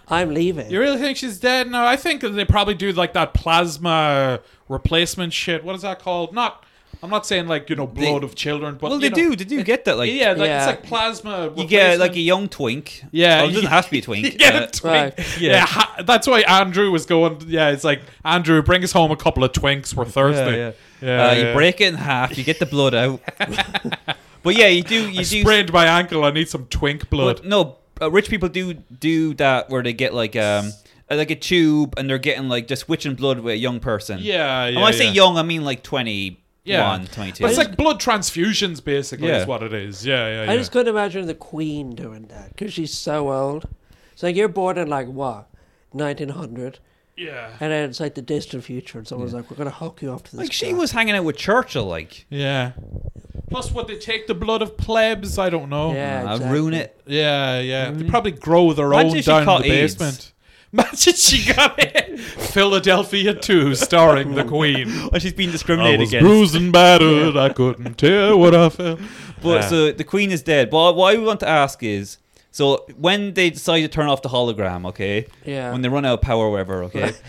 Speaker 3: I'm leaving."
Speaker 1: you really think she's dead? No, I think that they probably do like that plasma replacement shit. What is that called? Not, I'm not saying like you know blood of children, but
Speaker 2: well,
Speaker 1: you
Speaker 2: they
Speaker 1: know-
Speaker 2: do. They do get that. Like,
Speaker 1: Yeah, like
Speaker 3: Yeah.
Speaker 1: it's like plasma.
Speaker 2: you get like a
Speaker 1: replacement.
Speaker 2: young twink.
Speaker 1: Yeah,
Speaker 2: oh, it doesn't
Speaker 1: you-
Speaker 2: have to be a twink.
Speaker 1: You get
Speaker 2: Uh,
Speaker 1: a twink.
Speaker 3: Right.
Speaker 1: Yeah, ha- that's why Andrew was going. Yeah, it's like Andrew, bring us home a couple of twinks. We're thirsty.
Speaker 2: Yeah, yeah.
Speaker 1: Yeah,
Speaker 2: uh,
Speaker 1: yeah.
Speaker 2: You break it in half, you get the blood out. but yeah, you do. You
Speaker 1: I
Speaker 2: do.
Speaker 1: sprained my ankle. I need some twink blood.
Speaker 2: but no, uh, rich people do do that where they get like um uh, like a tube and they're getting like just switching blood with a young person.
Speaker 1: yeah,
Speaker 2: And
Speaker 1: yeah.
Speaker 2: when I say
Speaker 1: yeah.
Speaker 2: young, I mean like 21,
Speaker 1: Yeah.
Speaker 2: 22.
Speaker 1: But it's like blood transfusions, basically,
Speaker 2: Yeah.
Speaker 1: is what it is. Yeah, yeah, yeah.
Speaker 3: I just couldn't imagine the Queen doing that because she's so old. It's like you're born in like what, 1900,
Speaker 1: yeah.
Speaker 3: and then it's like the distant future, and someone's like, "We're gonna hook you off to this."
Speaker 2: Like, she
Speaker 3: guy."
Speaker 2: was hanging out with Churchill, like
Speaker 1: Yeah. Plus, would they take the blood of plebs? I don't know.
Speaker 3: Yeah,
Speaker 2: uh,
Speaker 3: exactly.
Speaker 2: ruin it.
Speaker 1: yeah. yeah. They probably grow their
Speaker 2: Mm. Imagine
Speaker 1: own
Speaker 2: if she
Speaker 1: down in
Speaker 2: caught
Speaker 1: the
Speaker 2: AIDS.
Speaker 1: basement. Imagine she got it. Philadelphia 2, starring the Queen.
Speaker 2: Oh, she's been
Speaker 1: I
Speaker 2: discriminated
Speaker 1: was
Speaker 2: against.
Speaker 1: bruised and battered. I couldn't tell what I felt.
Speaker 2: But
Speaker 1: Yeah.
Speaker 2: so the Queen is dead. But what I want to ask is, so when they decide to turn off the hologram, okay?
Speaker 3: Yeah.
Speaker 2: When they run out of power, or whatever, okay?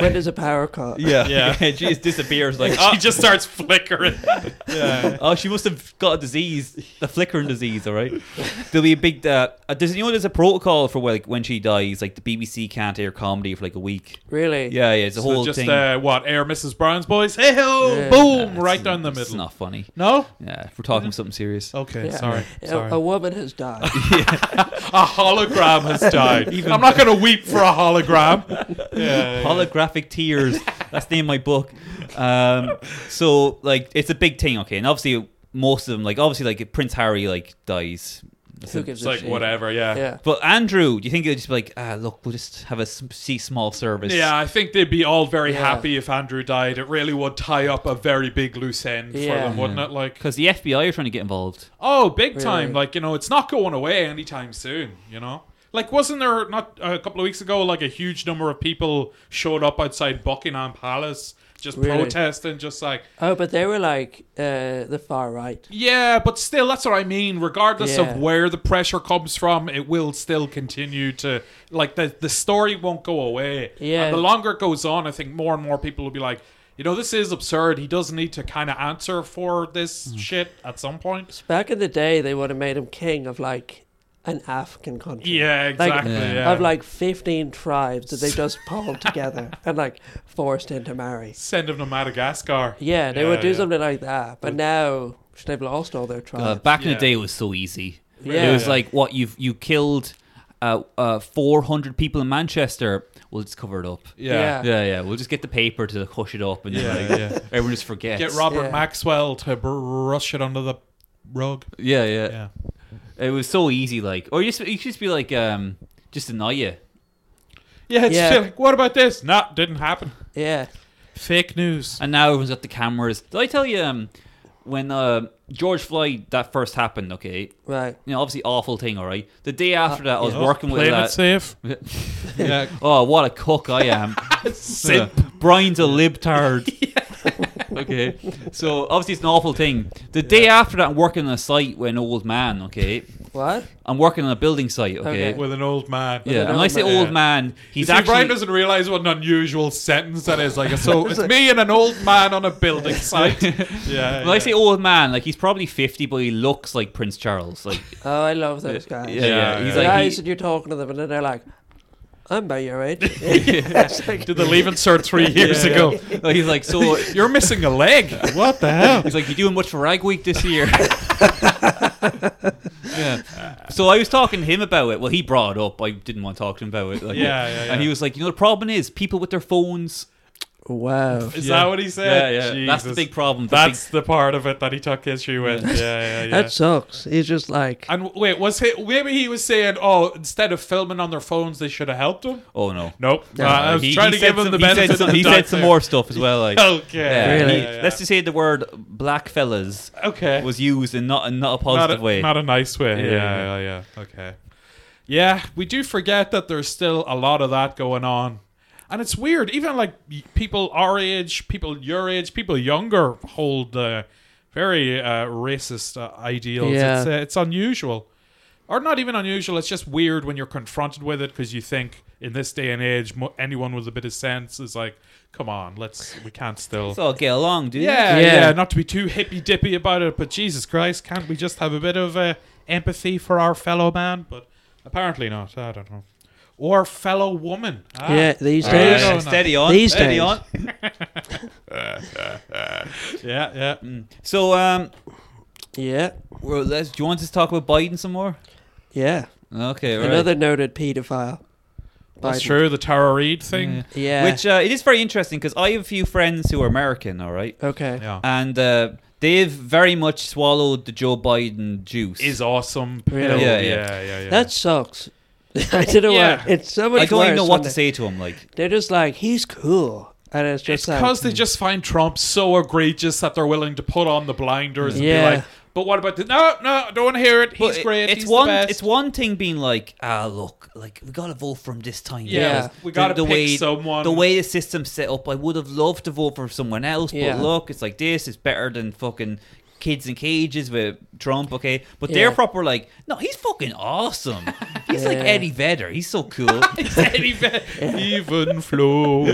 Speaker 3: When there's a power cut.
Speaker 2: yeah.
Speaker 1: Yeah.
Speaker 2: Okay, she just disappears. Like,
Speaker 1: she
Speaker 2: oh,
Speaker 1: just starts flickering. yeah.
Speaker 2: oh, she must have got a disease, the flickering disease. All right. There'll be a big. Uh, uh, does you know there's a protocol for like when she dies, like the BBC can't air comedy for like a week.
Speaker 3: Really?
Speaker 2: Yeah, yeah. It's a
Speaker 1: So
Speaker 2: whole
Speaker 1: just
Speaker 2: thing.
Speaker 1: uh, what air Mrs. Brown's boys? Hey ho!
Speaker 3: Yeah.
Speaker 1: Boom! right
Speaker 2: It's-
Speaker 1: down the
Speaker 2: It's
Speaker 1: middle. Mm-hmm. Oh,
Speaker 2: not funny.
Speaker 1: No.
Speaker 2: Yeah, if we're talking something serious.
Speaker 1: Okay.
Speaker 3: Yeah.
Speaker 1: Sorry.
Speaker 3: A,
Speaker 1: Sorry.
Speaker 3: a woman has died.
Speaker 1: A hologram has died. I'm not going to weep for a hologram. yeah,
Speaker 2: Holographic tears. That's the name of my book. Um, so like it's a big thing, okay. And obviously most of them, like obviously like Prince Harry like dies. That's
Speaker 3: Who
Speaker 2: it.
Speaker 3: gives
Speaker 1: It's
Speaker 3: a
Speaker 1: like
Speaker 3: shit?
Speaker 1: whatever. Yeah. yeah.
Speaker 3: Yeah.
Speaker 2: But Andrew, do you think they'd just be like, ah, look, we'll just have a s- see small service?
Speaker 1: I think they'd be all very
Speaker 3: Yeah.
Speaker 1: happy if Andrew died. It really would tie up a very big loose end for
Speaker 3: Yeah.
Speaker 1: them, wouldn't it? Like,
Speaker 2: Because the FBI are trying to get involved.
Speaker 1: oh, big time!
Speaker 3: Really.
Speaker 1: Like, you know, it's not going away anytime soon. You know, like, wasn't there not a couple of weeks ago like a huge number of people showed up outside Buckingham Palace just
Speaker 3: Really?
Speaker 1: protesting, just like,
Speaker 3: Oh, but they were like uh, the far right.
Speaker 1: Yeah, but still, that's what I mean. Regardless
Speaker 3: Yeah.
Speaker 1: of where the pressure comes from, it will still continue to like the the story won't go away.
Speaker 3: Yeah.
Speaker 1: and the longer it goes on, I think more and more people will be like, you know, this is absurd. He does need to kind of
Speaker 3: Hmm.
Speaker 1: answer for this shit at some point.
Speaker 3: Back in the day, they would have made him king of like an African country.
Speaker 1: Yeah, exactly.
Speaker 2: Yeah.
Speaker 1: yeah.
Speaker 3: Of like 15 tribes that they just pulled together and like forced into marry.
Speaker 1: Send him to Madagascar.
Speaker 3: Yeah, they would do
Speaker 1: yeah.
Speaker 3: something like that. But now they've lost all their tribes.
Speaker 2: Uh, back in
Speaker 1: Yeah.
Speaker 2: the day, it was so easy.
Speaker 3: Yeah.
Speaker 2: It was
Speaker 1: Yeah.
Speaker 2: like what you've you killed uh, uh, four hundred people in Manchester. We'll just cover it up.
Speaker 1: Yeah.
Speaker 2: Yeah, yeah. We'll just get the paper to hush it up, and then
Speaker 1: Yeah,
Speaker 2: like,
Speaker 1: yeah.
Speaker 2: everyone just forgets.
Speaker 1: Get Robert
Speaker 3: Yeah.
Speaker 1: Maxwell to brush it under the rug.
Speaker 2: Yeah, yeah,
Speaker 1: Yeah.
Speaker 2: It was so easy, like, or you just you could just be like, um, just deny you.
Speaker 1: Yeah, it's
Speaker 3: Yeah.
Speaker 1: still like, what about this? Nah, didn't happen.
Speaker 3: yeah.
Speaker 1: Fake news.
Speaker 2: And now everyone's got the cameras. Did I tell you um, when uh, George Floyd that first happened? Okay,
Speaker 3: Right.
Speaker 2: you know, obviously awful thing. All right. The day after that, I was
Speaker 1: Oh,
Speaker 2: working with
Speaker 1: playing
Speaker 2: that.
Speaker 1: it safe. yeah.
Speaker 2: Oh, what a cook I am.
Speaker 1: Simp.
Speaker 2: Yeah. Brian's a libtard. okay. So obviously it's an awful thing. The day after that I'm working on a site with an old man, okay?
Speaker 3: What?
Speaker 2: I'm working on a building site, okay?
Speaker 3: Okay.
Speaker 1: With an old man.
Speaker 2: Yeah.
Speaker 3: an
Speaker 2: And when I
Speaker 3: old
Speaker 2: say
Speaker 1: man.
Speaker 2: old man, he's
Speaker 1: See, Brian
Speaker 2: actually
Speaker 1: doesn't realize what an unusual sentence that is. Like, so it's me and an old man on a building site. Yeah.
Speaker 2: when I say old man, like he's probably fifty but he looks like Prince Charles. Like
Speaker 3: Oh, I love those guys.
Speaker 2: Yeah, yeah.
Speaker 1: Yeah,
Speaker 2: He's
Speaker 1: yeah.
Speaker 3: The
Speaker 2: like
Speaker 3: guys
Speaker 2: he-
Speaker 3: that you're talking to them and then they're like, I'm about your age.
Speaker 1: did the leave insert three years
Speaker 2: Yeah, yeah.
Speaker 1: ago.
Speaker 2: like, he's like so
Speaker 1: You're missing a leg. What the hell?
Speaker 2: He's like, "You doing much for Rag Week this year?" yeah. So I was talking to him about it. Well, he brought it up. I didn't want to talk to him about it. Like,
Speaker 1: Yeah, yeah,
Speaker 2: And he
Speaker 1: yeah.
Speaker 2: was like, "You know, the problem is people with their phones."
Speaker 3: wow.
Speaker 1: Is
Speaker 2: Yeah.
Speaker 1: that what he said?
Speaker 2: Yeah, yeah. That's the
Speaker 1: Jesus.
Speaker 2: big problem. The
Speaker 1: That's the part of it that he took issue with. Yeah, yeah, yeah.
Speaker 3: That sucks. He's just like,
Speaker 1: and wait, was he? Maybe he was saying, "Oh, instead of filming on their phones, they should have helped him."
Speaker 2: big- oh no.
Speaker 1: Nope. Uh, I was
Speaker 2: He-
Speaker 1: trying
Speaker 2: he
Speaker 1: to give
Speaker 2: said
Speaker 1: him the
Speaker 2: some- he said
Speaker 1: benefit.
Speaker 2: some-
Speaker 1: of the
Speaker 2: He
Speaker 1: doubt
Speaker 2: said some
Speaker 1: there.
Speaker 2: more stuff as well. Like,
Speaker 1: Okay.
Speaker 2: yeah,
Speaker 3: Really?
Speaker 2: he- Let's just say the word black fellas
Speaker 1: okay.
Speaker 2: was used in not in not a
Speaker 1: not
Speaker 2: positive
Speaker 1: a,
Speaker 2: way.
Speaker 1: Not a nice way.
Speaker 2: Yeah,
Speaker 1: Yeah,
Speaker 2: yeah,
Speaker 1: yeah, yeah. Okay. Yeah, we do forget that there's still a lot of that going on. And it's weird, even like y- people our age, people your age, people younger hold uh, very uh, racist uh, ideals.
Speaker 3: Yeah.
Speaker 1: It's, uh, it's unusual. Or not even unusual, it's just weird when you're confronted with it because you think in this day and age, mo- anyone with a bit of sense is like, come on, let's, we can't still.
Speaker 2: so get along, dude.
Speaker 1: Yeah,
Speaker 3: Yeah.
Speaker 1: yeah, Not to be too hippy dippy about it, but Jesus Christ, can't we just have a bit of uh, empathy for our fellow man? But apparently not. I don't know. Or fellow woman. Ah.
Speaker 3: yeah, these
Speaker 1: All
Speaker 3: days.
Speaker 1: right.
Speaker 2: Uh, steady on.
Speaker 3: These
Speaker 2: steady
Speaker 3: days.
Speaker 2: on.
Speaker 1: yeah, yeah. mm.
Speaker 2: So, um,
Speaker 3: Yeah,
Speaker 2: well, let's, do you want us to talk about Biden some more?
Speaker 3: yeah.
Speaker 2: Okay, all right.
Speaker 3: Another noted pedophile.
Speaker 1: That's
Speaker 3: Biden.
Speaker 1: true. The Tara Reid thing.
Speaker 3: Yeah.
Speaker 2: Which uh, it is very interesting because I have a few friends who are American, all right,
Speaker 3: okay.
Speaker 1: Yeah,
Speaker 2: and uh, they've very much swallowed the Joe Biden juice.
Speaker 1: is awesome.
Speaker 3: Really?
Speaker 1: Yeah, yeah,
Speaker 2: Yeah, yeah.
Speaker 1: yeah, yeah.
Speaker 3: That sucks. I don't know
Speaker 1: Yeah.
Speaker 3: why. It's so much
Speaker 2: I don't even
Speaker 3: worse
Speaker 2: know what
Speaker 3: when
Speaker 2: to
Speaker 3: they-
Speaker 2: say to him. Like,
Speaker 3: They're just like, he's cool. And it's just
Speaker 1: it's
Speaker 3: like,
Speaker 1: because they just find Trump so egregious that they're willing to put on the blinders
Speaker 3: Yeah.
Speaker 1: and be like, "But what about the no, no? I don't want to hear it.
Speaker 2: but
Speaker 1: He's
Speaker 2: it-
Speaker 1: great.
Speaker 2: It's
Speaker 1: He's
Speaker 2: one.
Speaker 1: the best."
Speaker 2: It's one thing being like, ah, look, like we gotta vote for him this time.
Speaker 1: yeah,
Speaker 3: Yeah.
Speaker 1: we gotta
Speaker 2: the
Speaker 1: pick
Speaker 2: way-
Speaker 1: someone.
Speaker 2: The way the system's set up, I would have loved to vote for someone else,
Speaker 3: Yeah.
Speaker 2: but look, it's like this. It's better than fucking kids in cages with Trump, okay? But
Speaker 3: Yeah.
Speaker 2: they're proper like, no, he's fucking awesome. He's like
Speaker 3: Yeah.
Speaker 2: Eddie Vedder. He's so cool.
Speaker 1: even flow.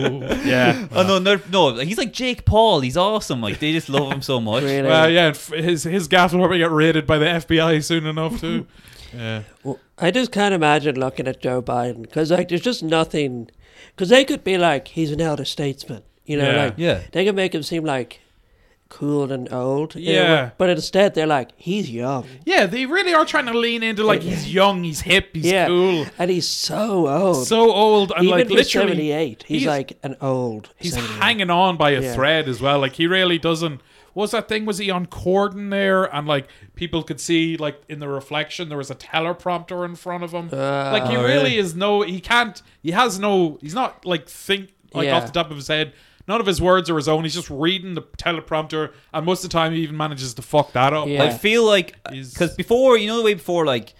Speaker 1: Yeah.
Speaker 2: Oh no, no, no! He's like Jake Paul. He's awesome. Like they just love him so much.
Speaker 3: Really?
Speaker 1: Well, yeah, and f- his his gaff will probably get raided by the FBI soon enough too. yeah,
Speaker 3: Well, I just can't imagine looking at Joe Biden because like there's just nothing. Because they could be like he's an elder statesman, you know,
Speaker 1: Yeah.
Speaker 3: like
Speaker 2: Yeah.
Speaker 3: they could make him seem like cool and old. you know,
Speaker 1: Yeah.
Speaker 3: but instead they're like he's young,
Speaker 1: yeah, they really are trying to lean into like he's young, he's hip, he's
Speaker 3: Yeah.
Speaker 1: cool,
Speaker 3: and he's so old.
Speaker 1: so old, and
Speaker 3: Even
Speaker 1: like
Speaker 3: for
Speaker 1: literally
Speaker 3: seventy-eight, he's,
Speaker 1: he's-
Speaker 3: like an old.
Speaker 1: he's
Speaker 3: 78.
Speaker 1: hanging on by a
Speaker 3: Yeah.
Speaker 1: thread as well. Like he really doesn't. What was that thing? Was he on Corden there? And like people could see, like in the reflection, there was a teleprompter in front of him.
Speaker 3: Uh,
Speaker 1: like he
Speaker 2: Oh,
Speaker 1: really,
Speaker 2: really?
Speaker 1: is no. He can't. He has no. He's not like think like
Speaker 3: Yeah.
Speaker 1: off the top of his head. None of his words are his own. He's just reading the teleprompter, and most of the time, he even manages to fuck that up.
Speaker 3: Yeah.
Speaker 2: I feel like
Speaker 1: He's-
Speaker 2: because before, you know, the way before, like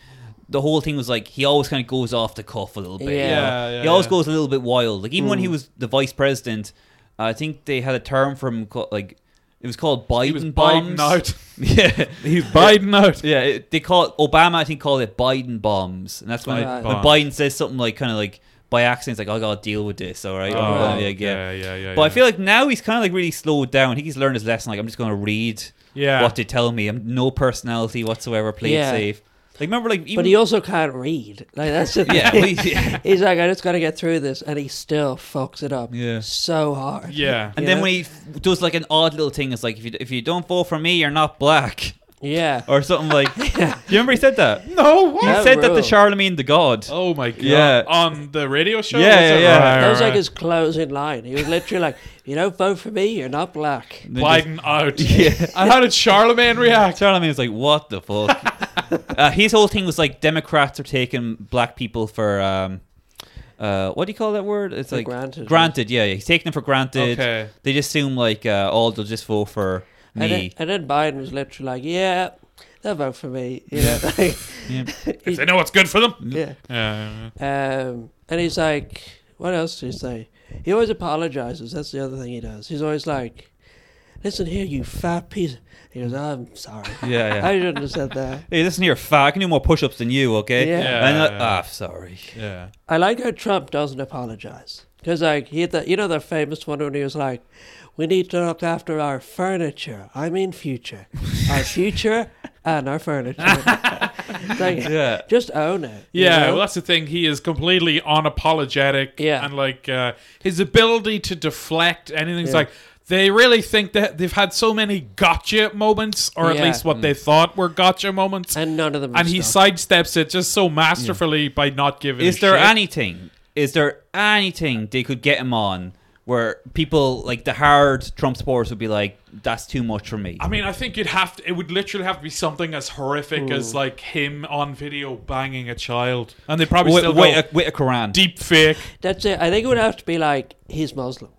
Speaker 2: the whole thing was like he always kind of goes off the cuff a little bit. you
Speaker 3: Yeah. Hmm.
Speaker 1: Yeah,
Speaker 2: know?
Speaker 1: yeah,
Speaker 2: he always
Speaker 1: yeah.
Speaker 2: goes a little bit wild. Like even when he was the vice president, I think they had a term for him called like it was called Biden
Speaker 1: he was
Speaker 2: bombs.
Speaker 1: biting out.
Speaker 2: yeah.
Speaker 1: He's biting out.
Speaker 2: Yeah, it, they call it Obama. I think called it Biden bombs, and that's when,
Speaker 3: Biden
Speaker 2: when
Speaker 1: bombs.
Speaker 2: Biden says something like kind of like by accident, it's like I gotta deal with this. All right, I'm gonna-
Speaker 1: Oh,
Speaker 2: yeah, yeah.
Speaker 1: yeah, yeah, yeah.
Speaker 2: But I feel like now he's kind of like really slowed down. I think he's learned his lesson. Like I'm just going to read
Speaker 1: Yeah.
Speaker 2: what they tell me. I'm no personality whatsoever. Play
Speaker 3: Yeah.
Speaker 2: it safe. Like remember, like even
Speaker 3: But he also can't read. Like that's the
Speaker 2: yeah,
Speaker 3: thing.
Speaker 2: please, yeah.
Speaker 3: He's like, I just got to get through this, and he still fucks it up.
Speaker 2: Yeah.
Speaker 3: So hard.
Speaker 1: Yeah.
Speaker 2: And
Speaker 3: You
Speaker 2: then
Speaker 3: know?
Speaker 2: when he f- does like an odd little thing, it's like if you if you don't vote for me, you're not black
Speaker 3: Yeah.
Speaker 2: or something like. Do you remember he said that? He
Speaker 1: No, what?
Speaker 3: That
Speaker 2: said that
Speaker 3: rule.
Speaker 2: to Charlemagne the God.
Speaker 1: Oh my god.
Speaker 2: Yeah.
Speaker 1: On the radio show?
Speaker 2: Yeah,
Speaker 1: was it?
Speaker 2: yeah, yeah.
Speaker 1: Right,
Speaker 3: That was
Speaker 1: right,
Speaker 3: like his closing line. He was literally like, "You don't vote for me, you're not black."
Speaker 2: And then
Speaker 1: right.
Speaker 2: just-
Speaker 1: Biden out.
Speaker 2: Yeah.
Speaker 1: And how did Charlemagne react?
Speaker 2: Charlemagne was like, "What the fuck?" uh, his whole thing was like Democrats are taking black people for um, uh, what do you call that word? It's
Speaker 3: For
Speaker 2: like
Speaker 3: granted.
Speaker 2: Granted, yeah, yeah. He's taking them for granted.
Speaker 1: Okay.
Speaker 2: They just assume like, uh, oh, they'll just vote for
Speaker 3: And then,
Speaker 2: me.
Speaker 3: and then Biden was literally like, "Yeah, they'll vote for me." You know. like,
Speaker 2: Yeah.
Speaker 1: If they know what's good for them.
Speaker 3: yeah.
Speaker 1: Yeah.
Speaker 3: Um, and he's like, "What else did he say?" He always apologizes. That's the other thing he does. He's always like, "Listen here, you fat piece." He goes, "I'm sorry.
Speaker 2: Yeah, yeah.
Speaker 3: I shouldn't have said that."
Speaker 2: Hey, listen here, fat. I can do more push-ups than you, okay?
Speaker 3: Yeah.
Speaker 1: Yeah,
Speaker 2: And, uh,
Speaker 1: yeah.
Speaker 2: Ah, sorry.
Speaker 1: Yeah.
Speaker 3: I like how Trump doesn't apologize. Because, like, he had the, you know, the famous one when he was like, we need to look after our furniture. I mean, future. Our future and our furniture. It's like,
Speaker 2: Yeah.
Speaker 3: just own it. you
Speaker 1: Yeah,
Speaker 3: know?
Speaker 1: well, that's the thing. He is completely unapologetic.
Speaker 3: Yeah.
Speaker 1: And like uh, his ability to deflect anything's
Speaker 3: Yeah.
Speaker 1: like they really think that they've had so many gotcha moments, or at
Speaker 3: Yeah.
Speaker 1: least what they thought were gotcha moments. And,
Speaker 3: and none of them.
Speaker 1: he
Speaker 3: stuck.
Speaker 1: sidesteps it just so masterfully by not giving
Speaker 2: Is
Speaker 1: a
Speaker 2: there
Speaker 1: shit.
Speaker 2: anything? Is there anything they could get him on where people like the hard Trump supporters would be like, "That's too much for me."
Speaker 1: I mean, I think you'd have to, it would literally have to be something as horrific as like him on video banging a child, and they probably
Speaker 2: Wait,
Speaker 1: still
Speaker 2: wait,
Speaker 1: go
Speaker 2: a, wait a Quran.
Speaker 1: deep fake.
Speaker 3: That's it. I think it would have to be like, he's Muslim.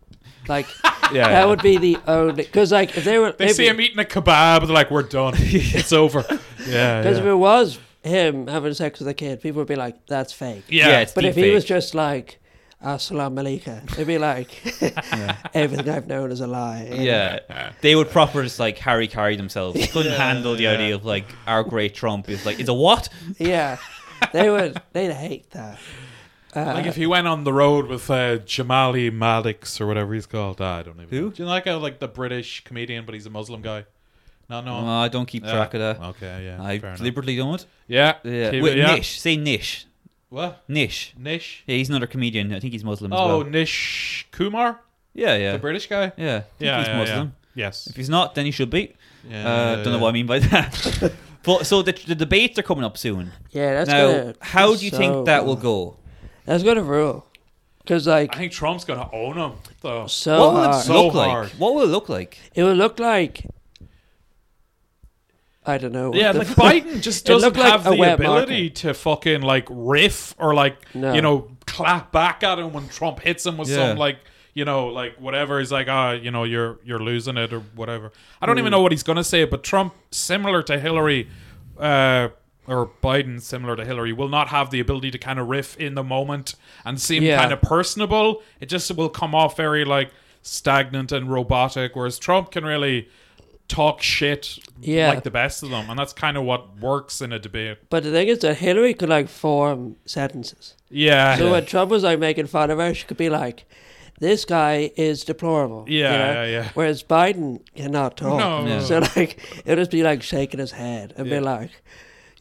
Speaker 3: Like,
Speaker 2: Yeah,
Speaker 3: that
Speaker 2: yeah.
Speaker 3: would be the only. Because, like, if they were.
Speaker 1: They see him eating a kebab, they're like, "We're done, it's over." Yeah,
Speaker 3: Because if
Speaker 1: yeah.
Speaker 3: it was him having sex with a kid, people would be like, that's fake.
Speaker 1: yeah.
Speaker 2: Yeah, it's-
Speaker 3: But if
Speaker 2: deep
Speaker 3: he was
Speaker 2: fake.
Speaker 3: just like Assalamu alaikum, it'd be like everything I've known is a lie. you know?
Speaker 2: yeah, they would proper just like Harry carry themselves. They couldn't handle the idea of like our great Trump is like is a what?
Speaker 3: Yeah. They would they'd hate that.
Speaker 2: uh,
Speaker 1: like if he went on the road with uh, Jamali Maddox or whatever he's called. I don't even. Who? Know. Do you like how like the British comedian, but he's a Muslim guy? No, no.
Speaker 2: Oh, I don't keep
Speaker 1: Yeah.
Speaker 2: track of that.
Speaker 1: Okay, yeah.
Speaker 2: I
Speaker 1: fair enough.
Speaker 2: deliberately don't.
Speaker 1: yeah,
Speaker 2: Yeah,
Speaker 1: keep it-
Speaker 2: Wait,
Speaker 1: yeah.
Speaker 2: Nish, say Nish,
Speaker 1: What?
Speaker 2: Nish.
Speaker 1: Nish.
Speaker 2: Yeah, he's another comedian. I think he's Muslim as
Speaker 1: Oh,
Speaker 2: well.
Speaker 1: Nish Kumar,
Speaker 2: Yeah, yeah,
Speaker 1: the British guy.
Speaker 2: yeah. I think
Speaker 1: Yeah,
Speaker 2: he's
Speaker 1: yeah,
Speaker 2: Muslim.
Speaker 1: yeah. Yes.
Speaker 2: If he's not, then he should be.
Speaker 1: Yeah,
Speaker 2: uh,
Speaker 1: yeah,
Speaker 2: don't know
Speaker 1: yeah.
Speaker 2: what I mean by that. but so the, the debates are coming up soon.
Speaker 3: Yeah, that's
Speaker 2: now,
Speaker 3: gonna
Speaker 2: how do you
Speaker 3: so
Speaker 2: think that will
Speaker 3: hard.
Speaker 2: go?
Speaker 3: That's gonna rule. Cause like
Speaker 1: I think Trump's gonna own him though.
Speaker 3: so
Speaker 2: what will it
Speaker 3: hard.
Speaker 1: so
Speaker 2: look
Speaker 1: hard.
Speaker 2: like? What will it look like?
Speaker 3: it would look like I don't know. what
Speaker 1: Yeah,
Speaker 3: the
Speaker 1: like
Speaker 3: f-
Speaker 1: Biden just
Speaker 3: It
Speaker 1: doesn't
Speaker 3: looked like
Speaker 1: have
Speaker 3: a
Speaker 1: the
Speaker 3: wet
Speaker 1: ability
Speaker 3: market.
Speaker 1: to fucking like riff or like
Speaker 3: No.
Speaker 1: you know clap back at him when Trump hits him with
Speaker 2: Yeah.
Speaker 1: some like you know like whatever. He's like, ah, you know, you're you're losing it or whatever. I
Speaker 3: Hmm.
Speaker 1: don't even know what he's gonna say, but Trump, similar to Hillary, uh, or Biden, similar to Hillary, will not have the ability to kind of riff in the moment and seem
Speaker 3: Yeah.
Speaker 1: kind of personable. It just will come off very like stagnant and robotic, whereas Trump can really. Talk shit
Speaker 3: Yeah.
Speaker 1: like the best of them, and that's kind of what works in a debate.
Speaker 3: but the thing is that Hillary could like form sentences.
Speaker 1: Yeah,
Speaker 3: So when Trump was like making fun of her, she could be like, "This guy is deplorable." you
Speaker 1: Yeah,
Speaker 3: know?
Speaker 1: yeah, yeah.
Speaker 3: Whereas Biden cannot talk.
Speaker 1: No. Yeah.
Speaker 3: So like, it'll just be like shaking his head and be like,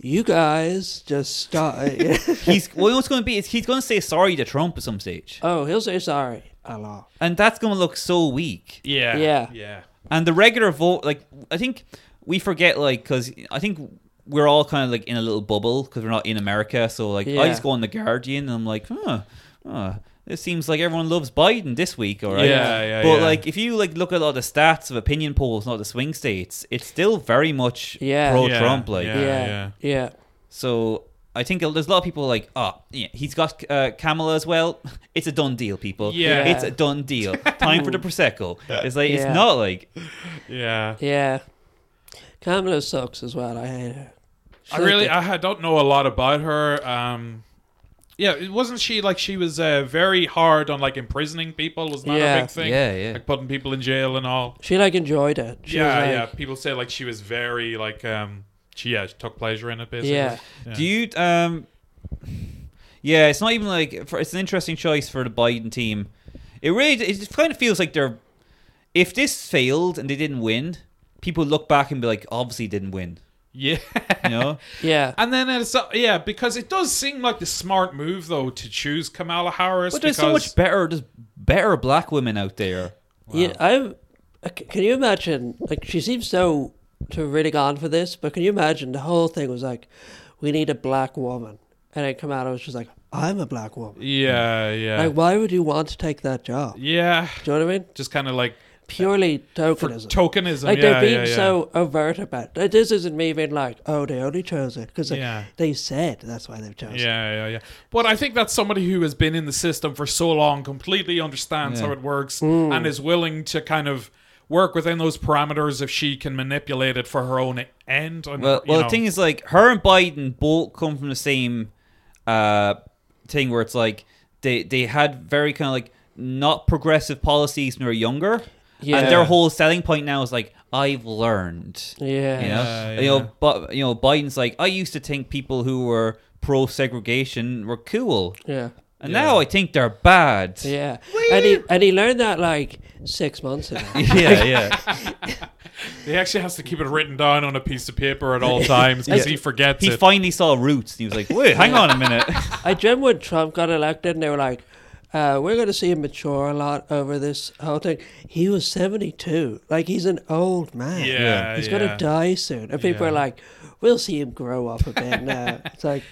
Speaker 3: "You guys just stop."
Speaker 2: He's well, what's going to be is he's going to say sorry to Trump at some stage,
Speaker 3: oh, he'll say sorry a lot.
Speaker 2: and that's going to look so weak.
Speaker 1: yeah,
Speaker 3: Yeah.
Speaker 1: yeah,
Speaker 2: And the regular vote, like I think we forget, like because I think we're all kind of like in a little bubble because we're not in America. So like
Speaker 3: Yeah.
Speaker 2: I just go on the Guardian and I'm like, huh, huh. It seems like everyone loves Biden this week, all right?
Speaker 1: Yeah, yeah,
Speaker 2: But
Speaker 1: yeah.
Speaker 2: like, if you like look at all the stats of opinion polls, not the swing states, it's still very much
Speaker 3: Yeah.
Speaker 2: pro
Speaker 1: Yeah,
Speaker 2: Trump. Like,
Speaker 1: yeah.
Speaker 3: Yeah, yeah.
Speaker 2: so I think there's a lot of people like, oh, yeah, he's got uh, Kamala as well. It's a done deal, people.
Speaker 1: Yeah.
Speaker 2: it's a done deal. Time for the prosecco. It's like
Speaker 3: Yeah.
Speaker 2: it's not like
Speaker 1: yeah.
Speaker 3: yeah. Kamala sucks as well. I hate her.
Speaker 1: I
Speaker 3: She's
Speaker 1: really,
Speaker 3: like
Speaker 1: I don't know a lot about her. Um, yeah, it wasn't she like she was uh, very hard on like imprisoning people? Was not a
Speaker 3: Yeah.
Speaker 1: big thing.
Speaker 2: Yeah, yeah.
Speaker 1: like putting people in jail and all.
Speaker 3: the- she like enjoyed it. She
Speaker 1: yeah,
Speaker 3: was
Speaker 1: yeah.
Speaker 3: like,
Speaker 1: People say like she was very like um, she yeah she took pleasure in it basically.
Speaker 3: Yeah.
Speaker 1: Yeah.
Speaker 2: Do you um Yeah, it's not even like for, it's an interesting choice for the Biden team. It really it just kind of feels like they're if this failed and they didn't win, people look back and be like obviously didn't win.
Speaker 1: Yeah.
Speaker 2: You know,
Speaker 3: Yeah.
Speaker 1: And then it's uh, yeah, because it does seem like the smart move though to choose Kamala Harris.
Speaker 2: but there's
Speaker 1: because,
Speaker 2: so much better, there's better black women out there.
Speaker 3: Yeah, I'm. uh, c- Can you imagine? Like, she seems so to have really gone for this, but can you imagine the whole thing was like, we need a black woman, and then Kamala was just like, I'm a black woman.
Speaker 1: Yeah, yeah,
Speaker 3: Like, why would you want to take that job?
Speaker 1: yeah.
Speaker 3: Do you know what I mean?
Speaker 1: Just kind of like
Speaker 3: Purely
Speaker 1: for
Speaker 3: tokenism.
Speaker 1: tokenism.
Speaker 3: like
Speaker 1: yeah,
Speaker 3: they're being
Speaker 1: yeah, yeah.
Speaker 3: so overt about it. This isn't me being like, oh, they only chose it because
Speaker 1: Yeah.
Speaker 3: they said that's why they've chosen. it.
Speaker 1: Yeah, yeah, yeah. But I think that's somebody who has been in the system for so long, completely understands
Speaker 2: Yeah. Hmm.
Speaker 1: how it works, and is willing to kind of work within those parameters if she can manipulate it for her own end. And,
Speaker 2: Well,
Speaker 1: you
Speaker 2: well,
Speaker 1: know.
Speaker 2: the thing is, like, her and Biden both come from the same uh, thing where it's like they they had very kind of like not progressive policies when they were younger,
Speaker 3: Yeah.
Speaker 2: and their whole selling point now is like, I've learned.
Speaker 3: Yeah.
Speaker 2: You know,
Speaker 1: Yeah,
Speaker 2: you know,
Speaker 1: yeah.
Speaker 2: but you know, Biden's like, I used to think people who were pro segregation were cool,
Speaker 3: Yeah.
Speaker 2: and now I think they're bad.
Speaker 3: Yeah. And he and he learned that like six months ago.
Speaker 2: yeah, yeah.
Speaker 1: he actually has to keep it written down on a piece of paper at all times because
Speaker 2: Yeah.
Speaker 1: he forgets
Speaker 2: He
Speaker 1: it.
Speaker 2: finally saw roots, and he was like, "Wait, hang on a minute."
Speaker 3: I dreamt when Trump got elected and they were like, uh, we're going to see him mature a lot over this whole thing. He was 72. Like, he's an old man.
Speaker 1: Yeah,
Speaker 3: He's going
Speaker 1: yeah.
Speaker 3: to die soon. And people
Speaker 1: Yeah.
Speaker 3: are like, we'll see him grow up a bit now. it's like,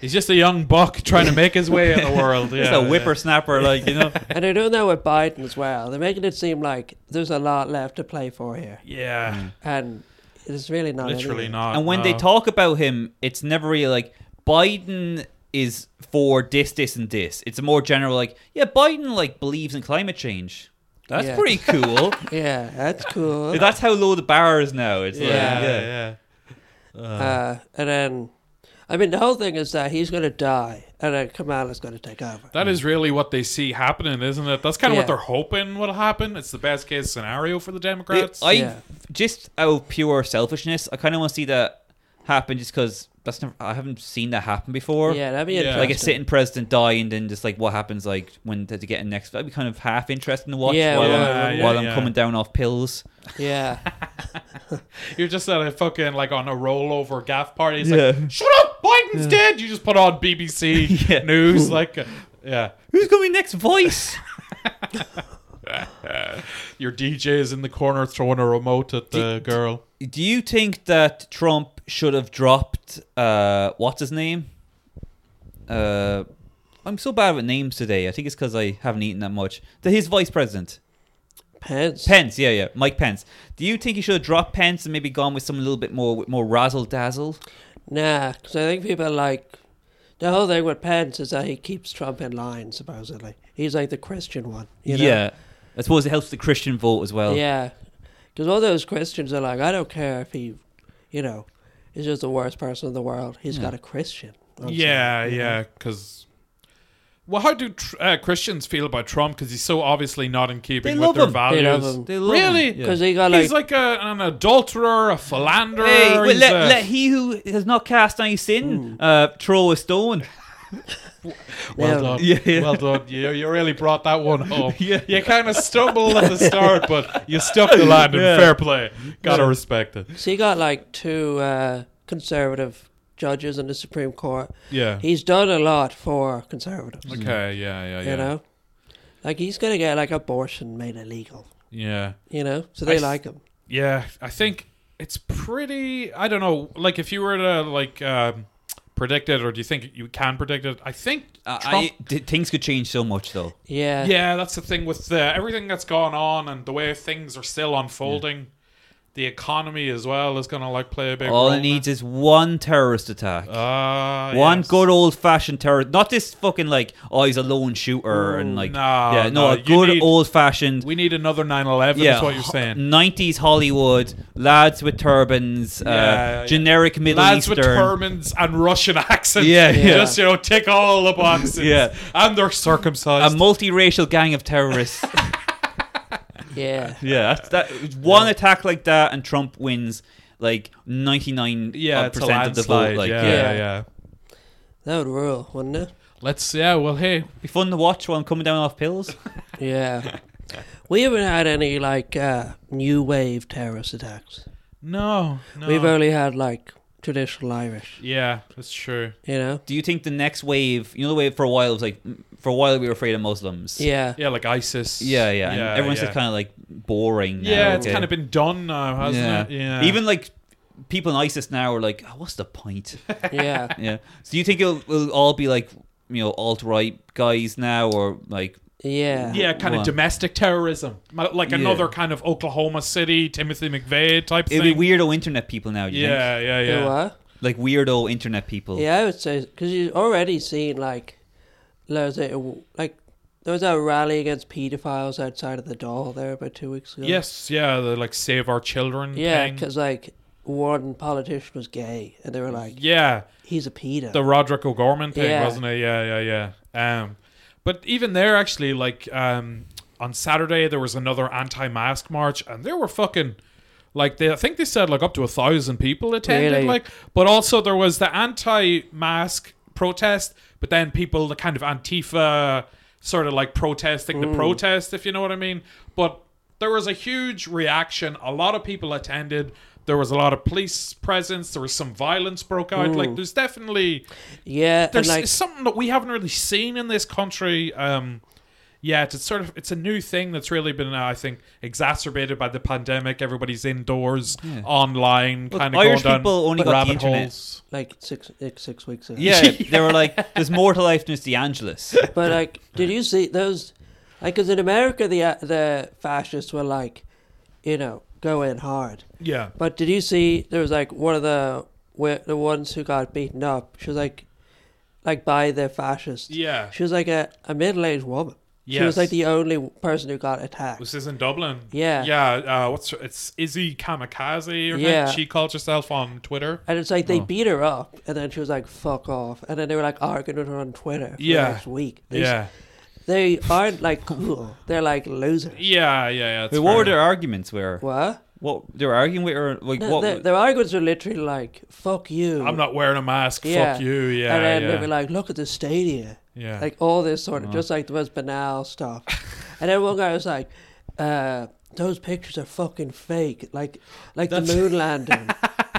Speaker 1: He's just a young buck trying to make his way in the world. Yeah,
Speaker 2: He's a whippersnapper, like you know.
Speaker 3: and they're doing that with Biden as well. They're making it seem like there's a lot left to play for here.
Speaker 1: Yeah,
Speaker 3: And it's really not.
Speaker 1: literally
Speaker 3: anything.
Speaker 1: not.
Speaker 2: Hmm. and when they
Speaker 1: no.
Speaker 2: talk about him, it's never really like Biden is for this, this, and this. It's more general, like yeah, Biden like believes in climate change. That's
Speaker 3: Yeah.
Speaker 2: pretty cool.
Speaker 3: Yeah, that's cool.
Speaker 2: That's how low the bar is now. It's like,
Speaker 1: yeah,
Speaker 3: Yeah.
Speaker 1: yeah,
Speaker 2: yeah.
Speaker 3: uh, and then, I mean, the whole thing is that he's going to die and then Kamala's going to take over.
Speaker 2: Hmm.
Speaker 1: That is really what they see happening, isn't it? That's kind of
Speaker 3: Yeah.
Speaker 1: what they're hoping will happen. It's the best case scenario for the Democrats.
Speaker 2: I
Speaker 3: Yeah.
Speaker 2: just out of pure selfishness, I kind of want to see that happen, just because that's never I haven't seen that happen before.
Speaker 3: yeah, that'd be
Speaker 1: Yeah.
Speaker 3: interesting.
Speaker 2: Like a sitting president die, and then just like what happens, like when they get in next. I'd be kind of half interested to watch
Speaker 3: Yeah,
Speaker 2: while,
Speaker 1: yeah,
Speaker 2: I'm,
Speaker 1: yeah,
Speaker 2: while I'm
Speaker 1: yeah.
Speaker 2: coming down off pills.
Speaker 3: Yeah.
Speaker 1: You're just at a fucking like on a rollover gaff party. It's
Speaker 2: Yeah.
Speaker 1: like, shut up, Biden's dead. You just put on BBC
Speaker 2: Yeah.
Speaker 1: news, like, uh, yeah,
Speaker 2: Who's gonna be next voice?
Speaker 1: your DJ is in the corner throwing a remote at the girl.
Speaker 2: Do you think that Trump should have dropped uh, what's his name? Uh, I'm so bad with names today. I think it's because I haven't eaten that much. The, his vice president,
Speaker 3: Pence.
Speaker 2: Pence. Yeah, yeah, Mike Pence. Do you think he should have dropped Pence and maybe gone with someone a little bit more more razzle dazzle?
Speaker 3: Nah, because I think people like the whole thing with Pence is that he keeps Trump in line. Supposedly, he's like the Christian one. You know?
Speaker 2: Yeah, I suppose it helps the Christian vote as well.
Speaker 3: yeah. Because all those Christians are like, I don't care if he, you know, is just the worst person in the world. He's got a Christian.
Speaker 2: Oh,
Speaker 3: on
Speaker 1: yeah,
Speaker 3: side, you know?
Speaker 1: yeah, because. Well, how do tr- uh, Christians feel about Trump? Because he's so obviously not in keeping
Speaker 2: They
Speaker 1: with
Speaker 2: love
Speaker 1: their
Speaker 2: him. They
Speaker 1: values.
Speaker 3: love him.
Speaker 2: They love
Speaker 1: Really?
Speaker 2: him. Yeah.
Speaker 3: Because he got like,
Speaker 1: He's like a, an adulterer, a philanderer.
Speaker 2: Hey, wait,
Speaker 1: he's
Speaker 2: let,
Speaker 1: a-
Speaker 2: let he who has not cast any sin uh, throw a stone.
Speaker 1: Well
Speaker 3: Yeah.
Speaker 1: done.
Speaker 2: Yeah, yeah.
Speaker 1: Well done. You, you really brought that one home.
Speaker 2: Yeah.
Speaker 1: You kind of stumbled at the start, but you stuck the landing.
Speaker 2: Yeah.
Speaker 1: Fair play. Gotta respect it.
Speaker 3: so he got like two uh, conservative judges in the Supreme Court.
Speaker 1: Yeah.
Speaker 3: He's done a lot for conservatives.
Speaker 1: okay. Yeah. Yeah. Yeah.
Speaker 3: You know, like he's gonna get like abortion made illegal.
Speaker 1: Yeah.
Speaker 3: You know, so
Speaker 1: I
Speaker 3: they
Speaker 1: s-
Speaker 3: like him.
Speaker 1: Yeah. I think it's pretty. I don't know. Like, if you were to like um, predict it, or do you think you can predict it? I think
Speaker 2: Uh,
Speaker 1: Trump.
Speaker 2: I, th- things could change so much though.
Speaker 3: Yeah.
Speaker 1: yeah, that's the thing with uh, everything that's gone on and the way things are still unfolding. The economy as well is gonna like play a big
Speaker 2: All
Speaker 1: role.
Speaker 2: it needs is one terrorist attack.
Speaker 1: uh,
Speaker 2: one
Speaker 1: yes.
Speaker 2: good old fashioned terrorist. Not this fucking like, oh, he's a lone shooter and like,
Speaker 1: no,
Speaker 2: yeah, no,
Speaker 1: no,
Speaker 2: a
Speaker 1: you
Speaker 2: good
Speaker 1: need-
Speaker 2: old fashioned.
Speaker 1: We need another 9/11.
Speaker 2: Yeah,
Speaker 1: is what you're saying.
Speaker 2: 90s Hollywood lads with turbans, uh,
Speaker 1: Yeah, yeah.
Speaker 2: generic Middle
Speaker 1: Lads with
Speaker 2: Eastern.
Speaker 1: turbans and Russian accents.
Speaker 2: Yeah,
Speaker 3: yeah.
Speaker 1: Just you know, tick all the boxes.
Speaker 2: Yeah.
Speaker 1: and they're
Speaker 2: a
Speaker 1: circumcised.
Speaker 2: multiracial gang of terrorists.
Speaker 3: Yeah.
Speaker 2: yeah, that's, that one attack like that, and Trump wins like 99
Speaker 1: yeah, it's a
Speaker 2: percent of the vote.
Speaker 1: landslide.
Speaker 2: Like,
Speaker 1: yeah,
Speaker 2: yeah.
Speaker 1: yeah,
Speaker 3: yeah. That would rule, wouldn't it?
Speaker 1: Let's. Yeah. Well, hey.
Speaker 2: be fun to watch while I'm coming down off pills.
Speaker 3: Yeah. we haven't had any like uh, new wave terrorist attacks.
Speaker 1: No. No.
Speaker 3: We've only had like traditional Irish.
Speaker 1: Yeah, that's true.
Speaker 3: You know?
Speaker 2: Do you think the next wave? You know, the wave for a while was like mm, for a while we were afraid of Muslims.
Speaker 3: Yeah.
Speaker 1: Yeah, like ISIS.
Speaker 2: yeah, yeah. And everyone's
Speaker 1: yeah.
Speaker 2: just kind of like boring. Now.
Speaker 1: Yeah, it's
Speaker 2: okay?
Speaker 1: kind of been done now, hasn't it? Yeah.
Speaker 2: Even like people in ISIS now are like, oh, what's the point?
Speaker 3: Yeah.
Speaker 2: yeah. So do you think it'll, it'll all be like you know alt right guys now or like
Speaker 3: Yeah.
Speaker 1: yeah, kind
Speaker 2: Wow.
Speaker 1: of domestic terrorism, Ma- like
Speaker 2: Yeah.
Speaker 1: another kind of Oklahoma City, Timothy McVeigh type
Speaker 2: it'll
Speaker 1: thing.
Speaker 2: be weirdo internet people now? do You
Speaker 1: Yeah, yeah,
Speaker 3: You know
Speaker 1: yeah.
Speaker 3: what?
Speaker 2: Think? Like weirdo internet people.
Speaker 3: Yeah, I would say because you've already seen like, there's a like there was a rally against pedophiles outside of the doll there about two weeks ago.
Speaker 1: Yes, yeah, the like save our children.
Speaker 3: Yeah,
Speaker 1: thing.
Speaker 3: because like one politician was gay, and they were like,
Speaker 1: yeah,
Speaker 3: "He's a pedo."
Speaker 1: the Roderick O'Gorman thing,
Speaker 3: Yeah.
Speaker 1: wasn't it? Yeah, yeah, yeah. Um, but even there, actually, like um, on Saturday, there was another anti-mask march, and there were fucking like they, I think they said like up to a thousand people attended.
Speaker 3: Really?
Speaker 1: Like, but also there was the anti-mask protest, but then people the kind of Antifa sort of like protesting the protest, if you know what I mean. But there was a huge reaction. A lot of people attended. There was a lot of police presence. There was some violence broke out. Like, there's definitely
Speaker 3: yeah, and
Speaker 1: there's
Speaker 3: like
Speaker 1: it's something that we haven't really seen in this country um yet it's sort of it's a new thing that's really been uh, i think exacerbated by the pandemic everybody's indoors online
Speaker 2: Look,
Speaker 1: kind of
Speaker 2: Irish
Speaker 1: going
Speaker 2: people
Speaker 1: down
Speaker 2: only got the
Speaker 1: rabbit
Speaker 2: internet.
Speaker 1: holes
Speaker 3: like six like six weeks ago.
Speaker 2: Yeah, they were like, "There's more to life than just the Angelus."
Speaker 3: But like, did you see those? Like, because in America, the uh, the fascists were like, you know, going hard.
Speaker 1: yeah
Speaker 3: But did you see there was like one of the wi- the ones who got beaten up? She was like, like by the fascists.
Speaker 1: yeah
Speaker 3: She was like a, a middle aged woman. She
Speaker 1: Yes.
Speaker 3: was like the only w- person who got attacked.
Speaker 1: this is in dublin
Speaker 3: Yeah.
Speaker 1: yeah uh what's her- it's izzy kamikaze or
Speaker 3: Yeah.
Speaker 1: yeah. she calls herself on twitter
Speaker 3: and it's like they beat her up, and then she was like, "Fuck off!" And then they were like arguing with her on Twitter for
Speaker 1: Yeah.
Speaker 3: the next week. They,
Speaker 1: yeah
Speaker 3: they aren't like cool; they're like losers.
Speaker 1: yeah yeah yeah it's
Speaker 2: Wait, what
Speaker 1: fair.
Speaker 2: were their arguments with her?
Speaker 3: What?
Speaker 2: What they were arguing with her? Like
Speaker 3: No,
Speaker 2: what?
Speaker 3: their, their arguments are literally like, "Fuck you."
Speaker 1: i'm not wearing a mask
Speaker 3: Yeah.
Speaker 1: fuck you yeah
Speaker 3: and then
Speaker 1: yeah.
Speaker 3: they were like, "Look at the stadium."
Speaker 1: yeah Uh-huh.
Speaker 3: like all this sort of just like the most banal stuff. and then one guy was like, uh, "Those pictures are fucking fake, like like the moon landing."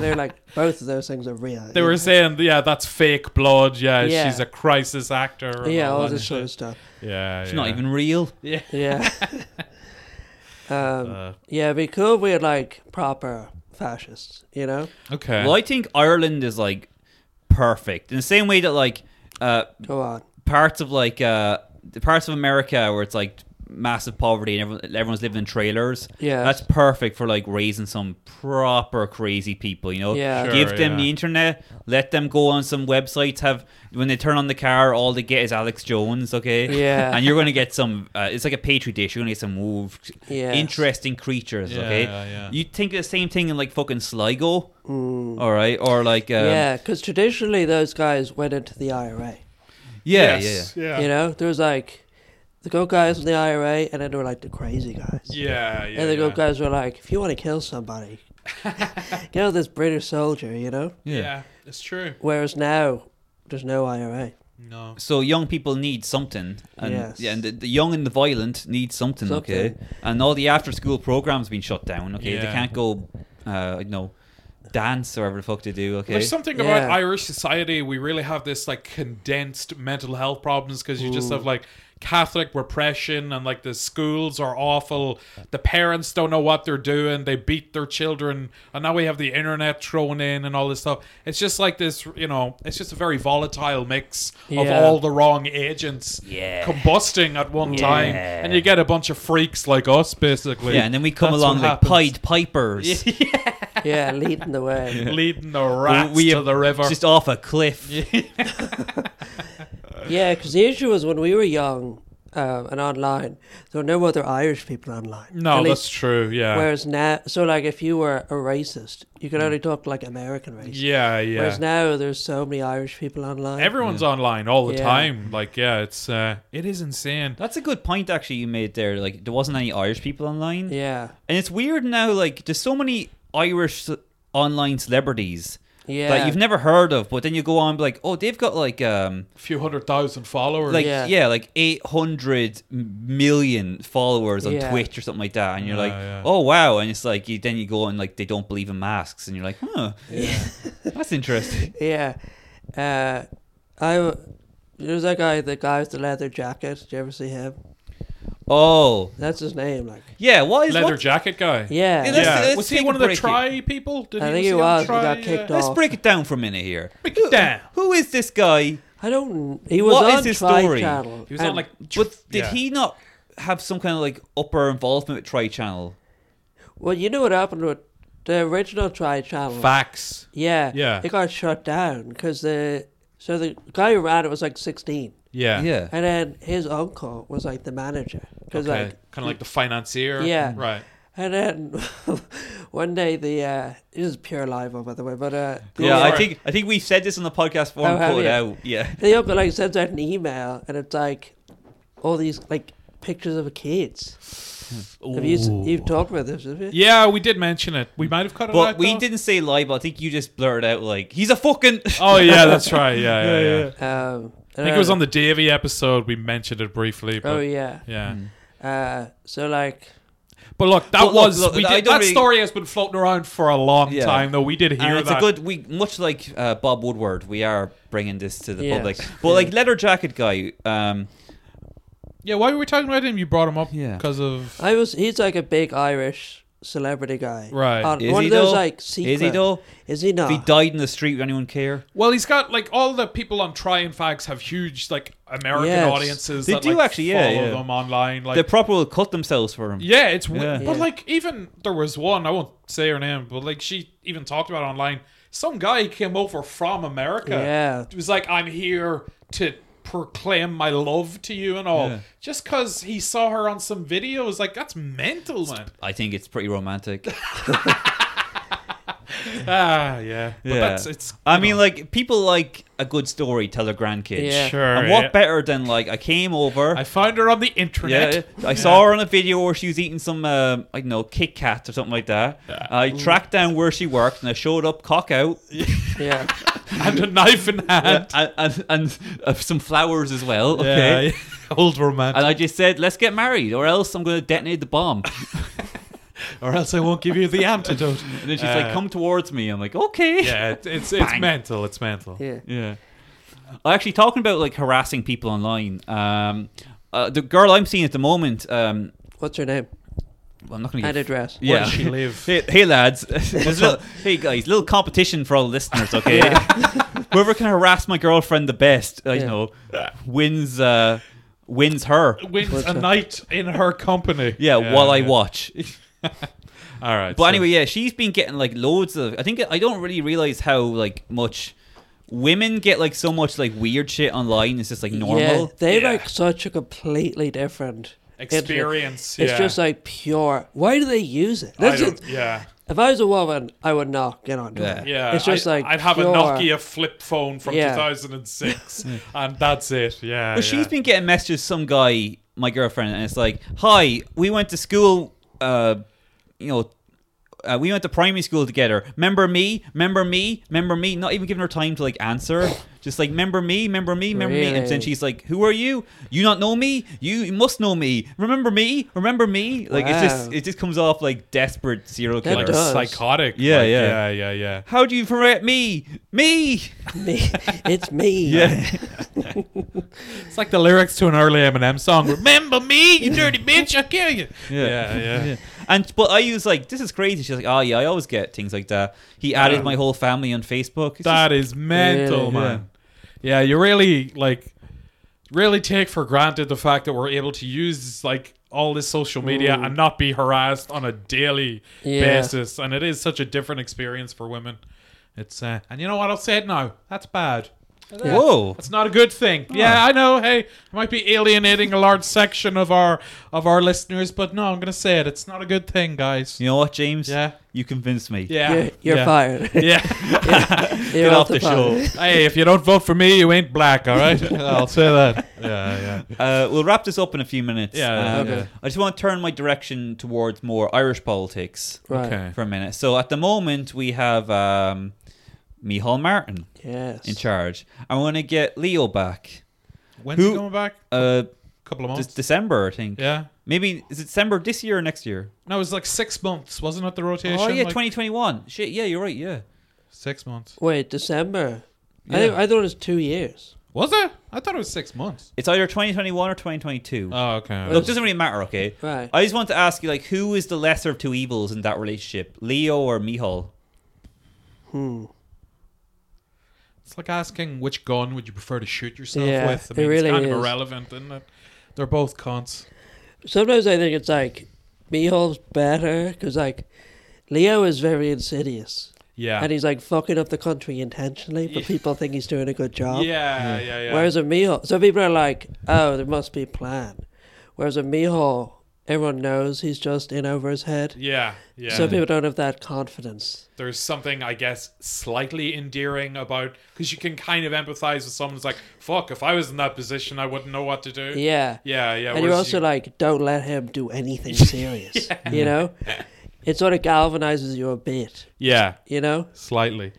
Speaker 3: They're like both of those things are real.
Speaker 1: they were saying, yeah, that's fake blood. Yeah,
Speaker 3: Yeah.
Speaker 1: she's a crisis actor. and
Speaker 3: yeah, all
Speaker 1: that
Speaker 3: this sort
Speaker 1: shit.
Speaker 3: of stuff.
Speaker 1: Yeah,
Speaker 2: it's
Speaker 1: yeah.
Speaker 2: not even real.
Speaker 3: Yeah, um,
Speaker 1: Uh,
Speaker 3: yeah. It'd be cool if we had like proper fascists, you know?
Speaker 1: okay.
Speaker 2: Well, I think Ireland is like perfect in the same way that like uh,
Speaker 3: Go on.
Speaker 2: parts of like uh, the parts of America where it's like massive poverty and everyone, everyone's living in trailers.
Speaker 3: Yeah.
Speaker 2: that's perfect for like raising some proper crazy people. You know,
Speaker 3: Yeah.
Speaker 1: Sure,
Speaker 2: give them
Speaker 1: yeah.
Speaker 2: the internet, let them go on some websites. Have when they turn on the car, all they get is Alex Jones. Okay,
Speaker 3: Yeah.
Speaker 2: and you're gonna get some. Uh, it's like a petri dish. You're gonna get some moved,
Speaker 3: Yes.
Speaker 2: interesting creatures.
Speaker 1: Yeah,
Speaker 2: okay,
Speaker 1: yeah, yeah.
Speaker 2: you think the same thing in like fucking Sligo.
Speaker 3: Mm.
Speaker 2: All right, or like um,
Speaker 3: yeah, because traditionally those guys went into the IRA.
Speaker 2: Yeah,
Speaker 1: Yes,
Speaker 2: yeah,
Speaker 1: yeah.
Speaker 3: You know, there was like the good guys from the IRA, and then there were like the crazy guys.
Speaker 1: Yeah, yeah.
Speaker 3: and the
Speaker 1: yeah.
Speaker 3: good guys were like, if you want to kill somebody, get with this British soldier, you know?
Speaker 2: yeah.
Speaker 1: Yeah. it's true.
Speaker 3: Whereas now, there's no IRA.
Speaker 1: No.
Speaker 2: So young people need something, and
Speaker 3: Yes.
Speaker 2: yeah, and the, the young and the violent need something, okay?
Speaker 3: Something.
Speaker 2: And all the after-school programs being shut down, okay? They
Speaker 1: Yeah.
Speaker 2: can't go, uh, you know, dance or whatever the fuck they do, okay?
Speaker 1: There's something
Speaker 3: Yeah.
Speaker 1: about Irish society. We really have this like condensed mental health problems because you just have like Catholic repression and like the schools are awful. The parents don't know what they're doing. They beat their children, and now we have the internet thrown in and all this stuff. It's just like this, you know. It's just a very volatile mix of
Speaker 3: Yeah.
Speaker 1: all the wrong agents
Speaker 2: Yeah.
Speaker 1: combusting at one time,
Speaker 2: Yeah.
Speaker 1: and you get a bunch of freaks like us, basically.
Speaker 2: yeah, and then we come
Speaker 1: That's
Speaker 2: along
Speaker 1: what
Speaker 2: like
Speaker 1: happens.
Speaker 2: Pied Pipers.
Speaker 3: Yeah, leading the way.
Speaker 1: leading the rats
Speaker 2: We- we
Speaker 1: to
Speaker 2: have
Speaker 1: the river.
Speaker 2: Just off a cliff.
Speaker 3: Yeah, because the issue was when we were young um, and online, there were no other Irish people online.
Speaker 1: no,
Speaker 3: At
Speaker 1: that's
Speaker 3: least-
Speaker 1: true. Mm. Yeah.
Speaker 3: Whereas now, so like if you were a racist, you could only talk to like American racists.
Speaker 1: yeah, yeah.
Speaker 3: Whereas now, there's so many Irish people online.
Speaker 1: Everyone's online all the
Speaker 3: Yeah.
Speaker 1: time. Like, yeah, it's uh, it is insane.
Speaker 2: That's a good point, actually, you made there. Like, there wasn't any Irish people online.
Speaker 3: yeah.
Speaker 2: And it's weird now, like, there's so many Irish online celebrities
Speaker 3: Yeah.
Speaker 2: that you've never heard of, but then you go on like, oh, they've got like um
Speaker 1: A few hundred thousand followers.
Speaker 2: like
Speaker 3: Yeah.
Speaker 2: yeah, like 800 million followers on
Speaker 3: Yeah.
Speaker 2: Twitch or something like that and you're
Speaker 1: Yeah,
Speaker 2: like,
Speaker 1: yeah.
Speaker 2: "Oh wow." And it's like you then you go and like they don't believe in masks and you're like, "Huh.
Speaker 1: yeah.
Speaker 2: That's interesting."
Speaker 3: yeah. Uh, I w- there's that guy, the guy with the leather jacket. Did you ever see him?
Speaker 2: oh.
Speaker 3: That's his name. Like,
Speaker 2: Yeah, what is
Speaker 1: leather
Speaker 2: what-
Speaker 1: jacket guy.
Speaker 3: yeah,
Speaker 2: Yeah,
Speaker 1: Yeah.
Speaker 2: Let's- let's
Speaker 1: was
Speaker 2: take
Speaker 1: he
Speaker 2: a
Speaker 1: one of the
Speaker 2: break
Speaker 1: try people? Did
Speaker 3: I
Speaker 1: he,
Speaker 3: think he
Speaker 1: on
Speaker 3: was. He
Speaker 1: Try?
Speaker 3: got kicked
Speaker 1: yeah.
Speaker 2: Let's
Speaker 3: off.
Speaker 2: break it down for a minute here.
Speaker 1: Break it down.
Speaker 2: Who is this guy?
Speaker 3: I don't. He was
Speaker 2: What
Speaker 3: on Um,
Speaker 2: is his
Speaker 3: Tri
Speaker 2: story?
Speaker 3: Channel.
Speaker 1: He was
Speaker 3: and-
Speaker 1: on like.
Speaker 2: But did
Speaker 1: yeah.
Speaker 2: he not have some kind of like upper involvement with Tri Channel?
Speaker 3: Well, you know what happened with the original Tri Channel.
Speaker 1: Facts.
Speaker 3: Yeah,
Speaker 1: Yeah.
Speaker 3: It got shut down because the so the guy who ran it was like 16,
Speaker 1: Yeah.
Speaker 2: Yeah.
Speaker 3: and then his uncle was like the manager because
Speaker 1: Okay.
Speaker 3: like
Speaker 1: kind of like the financier.
Speaker 3: Yeah.
Speaker 1: Right.
Speaker 3: And then one day the uh this is pure live by the way, but uh the,
Speaker 2: yeah, I
Speaker 1: for it.
Speaker 2: think I think we've said this on the podcast before
Speaker 3: Oh,
Speaker 2: and
Speaker 3: have
Speaker 2: put it
Speaker 3: you?
Speaker 2: out. Yeah.
Speaker 3: the uncle like sends out an email and it's like all these like pictures of kids. Have you s- you've talked about this, have you?
Speaker 1: Hmm. Yeah, we did mention it. We might have cut it out.
Speaker 2: But we
Speaker 1: though.
Speaker 2: didn't say libel. I think you just blurted out like he's a fucking.
Speaker 1: Oh yeah, that's right. Yeah, yeah, yeah.
Speaker 3: Um
Speaker 1: I think it was on the Davy episode. We mentioned it briefly. But,
Speaker 3: Oh yeah.
Speaker 1: Yeah.
Speaker 3: Uh so like
Speaker 1: But look, that
Speaker 2: But look,
Speaker 1: was
Speaker 2: look,
Speaker 1: we
Speaker 2: I
Speaker 1: did,
Speaker 2: don't
Speaker 1: that
Speaker 2: really-
Speaker 1: story has been floating around for a long
Speaker 2: Yeah.
Speaker 1: time, though. We did hear
Speaker 2: And it's
Speaker 1: that.
Speaker 2: a good. We much like uh, Bob Woodward. We are bringing this to the
Speaker 3: Yes.
Speaker 2: public. But like leather jacket guy. Um,
Speaker 1: yeah, why were we talking about him? You brought him up
Speaker 2: Yeah.
Speaker 1: because of
Speaker 3: I was he's like a big Irish celebrity guy.
Speaker 1: Right.
Speaker 3: On,
Speaker 2: Is
Speaker 3: one
Speaker 2: he
Speaker 3: of those
Speaker 2: though?
Speaker 3: like secret. Ah.
Speaker 2: is he though?
Speaker 3: Is he
Speaker 2: If he
Speaker 3: not?
Speaker 2: died in the street, would anyone care?
Speaker 1: well, he's got like all the people on Try and Fags have huge like American
Speaker 3: Yes.
Speaker 1: audiences.
Speaker 2: They
Speaker 1: that,
Speaker 2: do
Speaker 1: like,
Speaker 2: actually, yeah,
Speaker 1: follow
Speaker 2: yeah.
Speaker 1: them online. Like
Speaker 2: the proper will cut themselves for him.
Speaker 1: Yeah, it's weird.
Speaker 2: Yeah.
Speaker 1: But
Speaker 3: Yeah.
Speaker 1: like, even there was one. I won't say her name, but like, she even talked about it online. Some guy came over from America.
Speaker 3: Yeah.
Speaker 1: it was like, I'm here to proclaim my love to you and all.
Speaker 2: Yeah.
Speaker 1: Just because he saw her on some videos, like that's mental, man.
Speaker 2: I think it's pretty romantic.
Speaker 1: Ah, yeah. But
Speaker 2: yeah.
Speaker 1: that's it's.
Speaker 2: I mean, like people like a good story. Tell their grandkids.
Speaker 3: Yeah.
Speaker 1: Sure,
Speaker 2: And what
Speaker 1: yeah.
Speaker 2: better than like I came over.
Speaker 1: I found her on the internet.
Speaker 2: Yeah, I saw her on a video where she was eating some, uh, I don't know, Kit Kat or something like that. I tracked down where she worked and I showed up, cock out,
Speaker 3: yeah.
Speaker 1: and a knife in hand.
Speaker 2: and and, and uh, some flowers as well.
Speaker 1: Yeah,
Speaker 2: Okay.
Speaker 1: yeah. old romantic.
Speaker 2: And I just said, let's get married, or else I'm going to detonate the bomb.
Speaker 1: or else I won't give you the antidote.
Speaker 2: And then she's
Speaker 1: Uh,
Speaker 2: like, come towards me. I'm like, okay.
Speaker 1: Yeah, it- it's it's mental. It's mental.
Speaker 3: Yeah.
Speaker 2: Yeah. Actually, talking about like harassing people online, um, uh, the girl I'm seeing at the moment, um,
Speaker 3: What's her name?
Speaker 2: well, I'm not going to
Speaker 3: And address.
Speaker 1: Where
Speaker 2: Yeah.
Speaker 1: does she live?
Speaker 2: Hey, hey lads, There's a little, hey guys, little competition for all the listeners, okay? Whoever can harass my girlfriend the best, I
Speaker 3: Yeah.
Speaker 2: know, wins uh, wins her.
Speaker 1: wins
Speaker 3: What's
Speaker 1: a
Speaker 3: that?
Speaker 1: night in her company.
Speaker 2: Yeah, while I
Speaker 1: yeah.
Speaker 2: watch.
Speaker 1: All right.
Speaker 2: But
Speaker 1: so-
Speaker 2: anyway, yeah, she's been getting like loads of. I think I don't really realize how like much women get like so much like weird shit online. It's just like
Speaker 3: Yeah,
Speaker 2: normal.
Speaker 3: they
Speaker 1: Yeah.
Speaker 3: like such a completely different
Speaker 1: experience.
Speaker 3: It's
Speaker 1: yeah.
Speaker 3: just like pure. Why do they use it?
Speaker 1: I
Speaker 3: That's
Speaker 1: don't,
Speaker 3: it.
Speaker 1: yeah,
Speaker 3: If I was a woman, I would not get on Twitter.
Speaker 1: yeah.
Speaker 3: It's just
Speaker 1: I,
Speaker 3: like
Speaker 1: I'd have a
Speaker 3: pure-
Speaker 1: Nokia flip phone from
Speaker 3: Yeah.
Speaker 1: 2006, and that's it. Yeah,
Speaker 2: But
Speaker 1: yeah.
Speaker 2: she's been getting messages some guy, my girlfriend, and it's like, "Hi, we went to school. Uh, you know, uh, we went to primary school together. Remember me? Remember me? Remember me?" Not even giving her time to like answer. Just like, "Remember me? Remember me? Remember me?" And then
Speaker 3: Really?
Speaker 2: she's like, "Who are you? You not know me? You, you must know me. Remember me? Remember me?" Like it's just
Speaker 3: Wow.
Speaker 2: it just comes off like desperate serial
Speaker 3: That
Speaker 1: like
Speaker 2: killer.
Speaker 3: does.
Speaker 1: psychotic.
Speaker 2: Yeah,
Speaker 1: like,
Speaker 2: yeah.
Speaker 1: yeah, yeah, yeah.
Speaker 2: How do you forget me? Me?
Speaker 3: me. It's me.
Speaker 1: It's like the lyrics to an early Eminem song. Remember me, you dirty bitch! I'll kill you.
Speaker 2: Yeah.
Speaker 1: yeah, yeah.
Speaker 2: And but I was like, this is crazy. She's like, oh yeah, I always get things like that. He added my whole family on Facebook. It's
Speaker 1: That is mental,
Speaker 3: Really?
Speaker 1: man. Yeah. you really like really take for granted the fact that we're able to use like all this social media and not be harassed on a daily
Speaker 3: Yeah.
Speaker 1: basis, and it is such a different experience for women. It's uh, and you know what? I'll say it now. That's bad.
Speaker 2: just- whoa.
Speaker 1: That's not a good thing.
Speaker 3: Oh.
Speaker 1: Yeah, I know. Hey, I might be alienating a large section of our of our listeners, but no, I'm gonna say it. It's not a good thing, guys.
Speaker 2: You know what, James?
Speaker 1: Yeah.
Speaker 2: you convinced me.
Speaker 1: Yeah,
Speaker 3: You're, you're
Speaker 1: yeah.
Speaker 3: fired.
Speaker 1: Yeah.
Speaker 3: You're
Speaker 2: Get off the show.
Speaker 3: pod.
Speaker 1: hey, if you don't vote for me, you ain't black, all right? I'll say that. Yeah, yeah.
Speaker 2: Uh, we'll wrap this up in a few minutes.
Speaker 1: Yeah,
Speaker 2: Um,
Speaker 3: okay.
Speaker 2: I just want to turn my direction towards more Irish politics
Speaker 3: Right.
Speaker 1: Okay.
Speaker 2: for a minute. So at the moment we have um, Michal Martin
Speaker 3: Yes.
Speaker 2: in charge. I'm going to get Leo back.
Speaker 1: When's he
Speaker 2: Who-
Speaker 1: coming back?
Speaker 2: Uh,
Speaker 1: A couple of
Speaker 2: de-
Speaker 1: months.
Speaker 2: December, I think.
Speaker 1: yeah.
Speaker 2: Maybe is it December this year or next year?
Speaker 1: No, it was like six months, wasn't it? The rotation.
Speaker 2: Oh yeah,
Speaker 1: Like,
Speaker 2: 2021. Shit, yeah, you're right. Yeah,
Speaker 1: six months.
Speaker 3: Wait, December.
Speaker 2: Yeah.
Speaker 3: I, I thought it was two years.
Speaker 1: Was it? I thought it was six months.
Speaker 2: it's either 2021 or 2022.
Speaker 1: Oh, okay.
Speaker 2: Look, doesn't really matter. Okay,
Speaker 3: Right.
Speaker 2: I just want to ask you, like, who is the lesser of two evils in that relationship, Leo or Michal?
Speaker 3: Hmm.
Speaker 1: It's like asking which gun would you prefer to shoot yourself
Speaker 3: Yeah,
Speaker 1: with. I
Speaker 3: it
Speaker 1: mean,
Speaker 3: really
Speaker 1: it's kind
Speaker 3: is.
Speaker 1: of irrelevant, isn't it? They're both cons.
Speaker 3: Sometimes I think it's like Michal's better because like Leo is very insidious
Speaker 1: Yeah.
Speaker 3: and he's like fucking up the country intentionally, but
Speaker 1: Yeah.
Speaker 3: people think he's doing a good job.
Speaker 1: yeah, yeah, yeah.
Speaker 3: Whereas a Michal, so people are like, oh, there must be a plan. Whereas a Michal, everyone knows he's just in over his head.
Speaker 1: yeah, yeah.
Speaker 3: So people don't have that confidence.
Speaker 1: There's something, I guess, slightly endearing about because you can kind of empathize with someone who's like, "Fuck, if I was in that position, I wouldn't know what to do."
Speaker 3: Yeah.
Speaker 1: yeah, yeah.
Speaker 3: and you're
Speaker 1: whereas
Speaker 3: also
Speaker 1: you-
Speaker 3: like, don't let him do anything serious. You know? It sort of galvanizes you a bit,
Speaker 1: yeah,
Speaker 3: you know?
Speaker 1: slightly.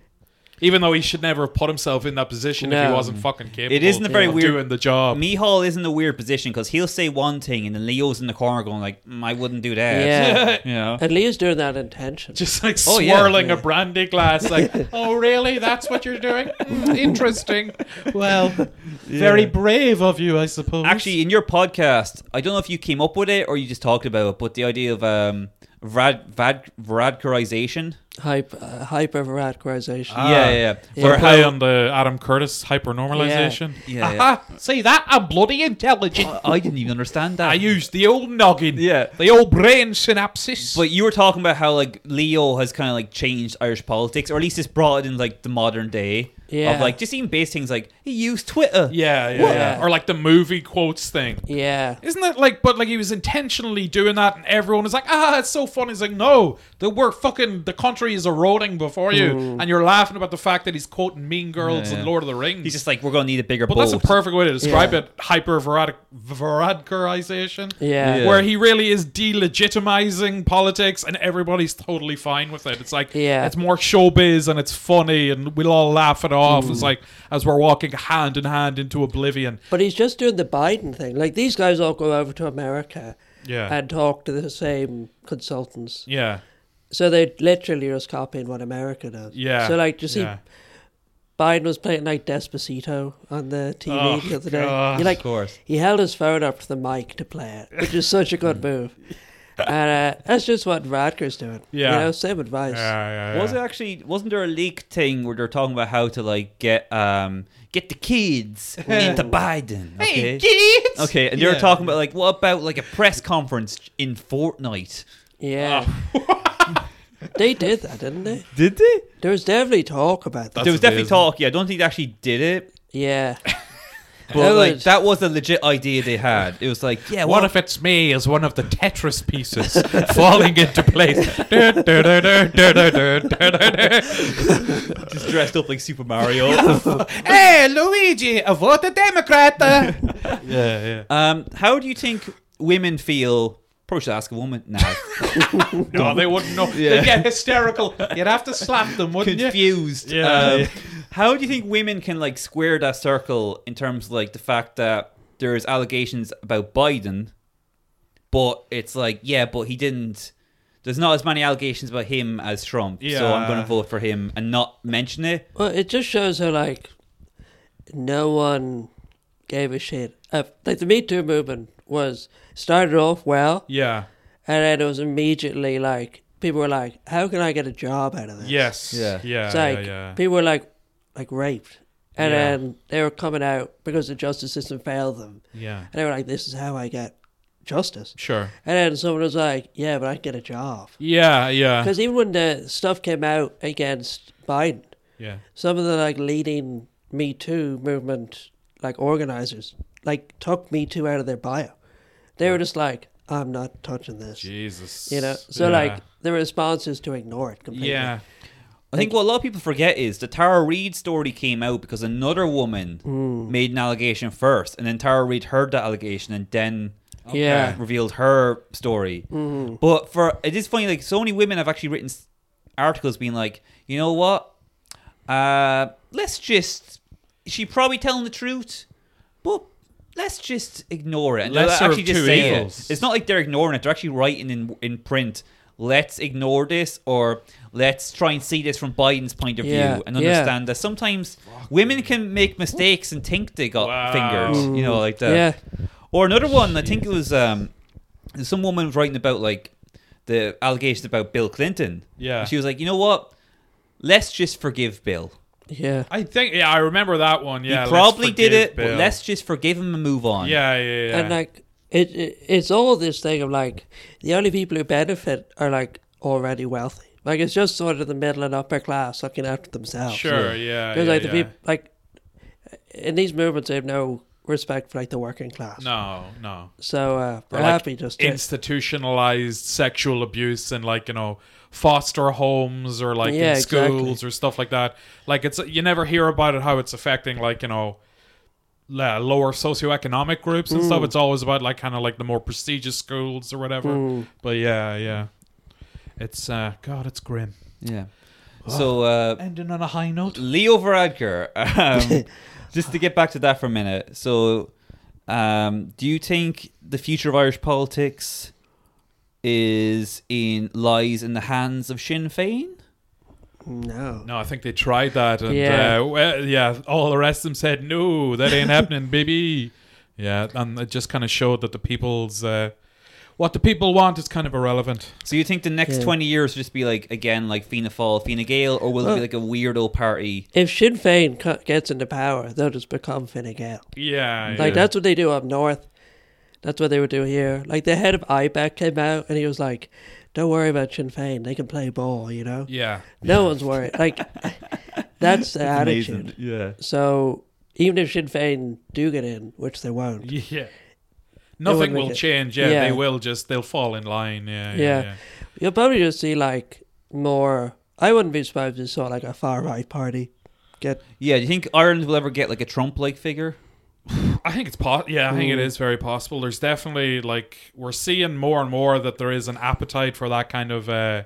Speaker 1: Even though he should never have put himself in that position if he
Speaker 3: No.
Speaker 1: wasn't fucking capable.
Speaker 2: isn't a very
Speaker 1: of
Speaker 2: weird-
Speaker 1: doing the job.
Speaker 2: Mihal is in a weird position because he'll say one thing and then Leo's in the corner going like, mm, "I wouldn't do that."
Speaker 3: Yeah.
Speaker 2: you know.
Speaker 3: At least doing that intention.
Speaker 1: just like
Speaker 2: Oh, yeah.
Speaker 1: swirling a brandy glass like oh really that's what you're doing Mm, interesting well very brave of you i suppose
Speaker 2: Actually, in your podcast, I don't know if you came up with it or you just talked about it, but the idea of um, rad, vad radicalization.
Speaker 3: Hype, uh, hyper radicalization.
Speaker 1: Ah.
Speaker 2: yeah, yeah, yeah.
Speaker 3: Yeah.
Speaker 1: we're
Speaker 2: Where
Speaker 1: high
Speaker 2: how-
Speaker 1: on the adam curtis hypernormalization
Speaker 2: Yeah. Yeah,
Speaker 1: Aha, see that i'm bloody intelligent
Speaker 2: I didn't even understand that.
Speaker 1: i use the old noggin
Speaker 2: Yeah.
Speaker 1: the old brain synapses
Speaker 2: But you were talking about how like Leo has kind of like changed Irish politics, or at least it's brought it in like the modern day
Speaker 3: Yeah.
Speaker 2: of like just even base things like he used Twitter.
Speaker 1: yeah yeah,
Speaker 3: What?
Speaker 1: yeah or like the movie quotes thing
Speaker 3: yeah.
Speaker 1: Isn't that like, but like he was intentionally doing that, and everyone is like, ah, it's so funny. He's like, no, the we're fucking, the country is eroding before you, and you're laughing about the fact that he's quoting Mean Girls and
Speaker 2: Yeah, Mm. yeah.
Speaker 1: Lord of the Rings.
Speaker 2: He's just like we're gonna need a bigger
Speaker 1: but
Speaker 2: boat.
Speaker 1: that's a perfect way to describe
Speaker 3: Yeah.
Speaker 1: it: hyper Varadkarization.
Speaker 3: Yeah.
Speaker 2: Yeah.
Speaker 1: Where he really is delegitimizing politics, and everybody's totally fine with it. It's like,
Speaker 3: Yeah.
Speaker 1: it's more showbiz, and it's funny, and we'll all laugh it off. It's like as we're walking hand in hand into oblivion.
Speaker 3: But he's just doing the Biden thing. Like these guys all go over to America
Speaker 1: Yeah,
Speaker 3: and talk to the same consultants.
Speaker 1: yeah,
Speaker 3: So they're literally just copying what America does.
Speaker 1: yeah.
Speaker 3: So like, just
Speaker 1: yeah.
Speaker 3: see Biden was playing like Despacito on the TV
Speaker 1: Oh,
Speaker 3: the other day.
Speaker 1: God.
Speaker 3: You're like,
Speaker 2: of course.
Speaker 3: He held his phone up to the mic to play it, which is such a good move. And uh, that's just what Radker's doing.
Speaker 1: Yeah.
Speaker 3: You know, same advice.
Speaker 1: Yeah, yeah,
Speaker 2: Was
Speaker 1: yeah.
Speaker 2: it actually? Wasn't there a leak thing where they're talking about how to like get um get the kids into Biden? Okay?
Speaker 1: kids.
Speaker 2: Okay, and you're
Speaker 1: Yeah.
Speaker 2: talking about like what about like a press conference in Fortnite?
Speaker 3: Yeah.
Speaker 1: Oh.
Speaker 3: they did that, didn't they?
Speaker 2: Did they?
Speaker 3: There was definitely talk about that.
Speaker 1: That's
Speaker 2: there was definitely
Speaker 1: amazing.
Speaker 2: talk. Yeah, I don't think they actually did it,
Speaker 3: Yeah.
Speaker 2: but
Speaker 3: That
Speaker 2: like
Speaker 3: was-
Speaker 2: that was a legit idea they had. It was like, yeah,
Speaker 1: What
Speaker 2: what,
Speaker 1: if it's me as one of the Tetris pieces falling into place? Du- du- du- du- du- du- du- du- du- du.
Speaker 2: if just dressed up like Super Mario?
Speaker 1: Hey, Luigi, a vote a Democrat. uh. yeah, yeah.
Speaker 2: um, how do you think women feel? Probably should ask a woman now.
Speaker 1: No, they wouldn't know. They'd get hysterical. You'd have to slap them, wouldn't you?
Speaker 2: Confused.
Speaker 1: Yeah,
Speaker 2: Um,
Speaker 1: yeah.
Speaker 2: How do you think women can like square that circle in terms of like the fact that there's allegations about Biden, but it's like, yeah, but he didn't. There's not as many allegations about him as Trump, so I'm
Speaker 1: Yeah.
Speaker 2: going to vote for him and not mention it.
Speaker 3: Well, it just shows how, like, no one gave a shit. Uh, like, the Me Too movement was started off well,
Speaker 1: Yeah.
Speaker 3: and then it was immediately like, people were like, how can I get a job out of this?
Speaker 1: Yes.
Speaker 2: Yeah.
Speaker 1: Yeah. Yeah.
Speaker 3: It's like
Speaker 1: yeah.
Speaker 3: people were like like raped, and
Speaker 1: Yeah.
Speaker 3: then they were coming out because the justice system failed them,
Speaker 1: Yeah.
Speaker 3: and they were like, "This is how I get justice."
Speaker 1: Sure.
Speaker 3: And then someone was like, "Yeah, but I can get a job."
Speaker 1: Yeah. Yeah.
Speaker 3: Because even when the stuff came out against Biden,
Speaker 1: Yeah.
Speaker 3: some of the like leading Me Too movement like organizers like took Me Too out of their bio. They were just like, "I'm not touching this,"
Speaker 1: Jesus.
Speaker 3: you know. So
Speaker 1: Yeah.
Speaker 3: like the response is to ignore it completely.
Speaker 1: Yeah.
Speaker 2: I think what a lot of people forget is the Tara Reid story came out because another woman made an allegation first, and then Tara Reid heard that allegation and then uh,
Speaker 3: Yeah.
Speaker 2: revealed her story.
Speaker 1: Mm-hmm.
Speaker 2: But for it is funny, like so many women have actually written s- articles being like, you know what, Uh, let's just. She probably telling the truth, but let's just ignore it. And they'll
Speaker 1: Lesser of
Speaker 2: actually just
Speaker 1: two
Speaker 2: say
Speaker 1: evils.
Speaker 2: it. It's not like they're ignoring it. They're actually writing in in print. Let's ignore this, or let's try and see this from Biden's point of
Speaker 3: Yeah,
Speaker 2: view and
Speaker 3: yeah.
Speaker 2: understand that sometimes women can make mistakes and think they got
Speaker 1: Wow.
Speaker 2: fingered. You know, like that.
Speaker 3: yeah.
Speaker 2: Or another one, I think it was um, some woman was writing about like the allegations about Bill Clinton.
Speaker 1: Yeah.
Speaker 2: She was like, you know what? Let's just forgive Bill.
Speaker 3: Yeah.
Speaker 1: I think yeah, I remember that one. Yeah,
Speaker 2: he
Speaker 1: let's
Speaker 2: probably did
Speaker 1: forgive
Speaker 2: it,
Speaker 1: Bill.
Speaker 2: but let's just forgive him and move on.
Speaker 1: Yeah, yeah, yeah.
Speaker 3: And like it, it, it's all this thing of like the only people who benefit are like already wealthy. Like it's just sort of the middle and upper class looking after themselves.
Speaker 1: sure, yeah.
Speaker 3: Because
Speaker 1: yeah,
Speaker 3: like
Speaker 1: yeah.
Speaker 3: the people like in these movements they have no respect for like the working class.
Speaker 1: No, no.
Speaker 3: So uh, they're
Speaker 1: Or, like,
Speaker 3: happy just to
Speaker 1: institutionalized sexual abuse and like you know foster homes or like
Speaker 3: Yeah,
Speaker 1: in
Speaker 3: exactly.
Speaker 1: schools or stuff like that like it's you never hear about it how it's affecting like you know la- lower socioeconomic groups and
Speaker 3: Mm.
Speaker 1: stuff it's always about like kind of like the more prestigious schools or whatever
Speaker 3: Mm.
Speaker 1: but yeah yeah it's uh god it's grim
Speaker 2: Yeah. So uh,
Speaker 1: ending on a high note
Speaker 2: Leo Varadkar, um, just to get back to that for a minute. So, um, do you think the future of Irish politics is in lies in the hands of Sinn Féin?
Speaker 3: no.
Speaker 1: no i think they tried that and
Speaker 3: Yeah.
Speaker 1: yeah, uh, well, yeah all the rest of them said no that ain't happening baby yeah and it just kind of showed that the people's uh what the people want is kind of irrelevant.
Speaker 2: So you think the next
Speaker 3: Yeah.
Speaker 2: twenty years will just be like again like Fianna Fáil, Fianna Gael, or will it be
Speaker 3: Well-
Speaker 2: like a weirdo party?
Speaker 3: If Sinn Fein co- gets into power, they'll just become Fine Gael.
Speaker 1: Yeah,
Speaker 3: Like that's what they do up north. That's what they would do here. Like the head of IBEC came out and he was like, "Don't worry about Sinn Fein. They can play ball. You know,
Speaker 1: yeah,
Speaker 3: no one's worried." Like that's the attitude.
Speaker 2: Yeah.
Speaker 3: So even if Sinn Fein do get in, which they won't,
Speaker 1: yeah.
Speaker 3: would
Speaker 1: Nothing
Speaker 3: make
Speaker 1: will
Speaker 3: it-
Speaker 1: change. Yeah,
Speaker 3: yeah.
Speaker 1: they will just they'll fall in line. Yeah, yeah.
Speaker 3: Yeah.
Speaker 1: yeah.
Speaker 3: you'll probably just see like more. I wouldn't be surprised if you saw like a far right party get
Speaker 2: Yeah. Do you think Ireland will ever get like a Trump-like figure?
Speaker 1: I think it's po- yeah, I think it is very possible. There's definitely like we're seeing more and more that there is an appetite for that kind of uh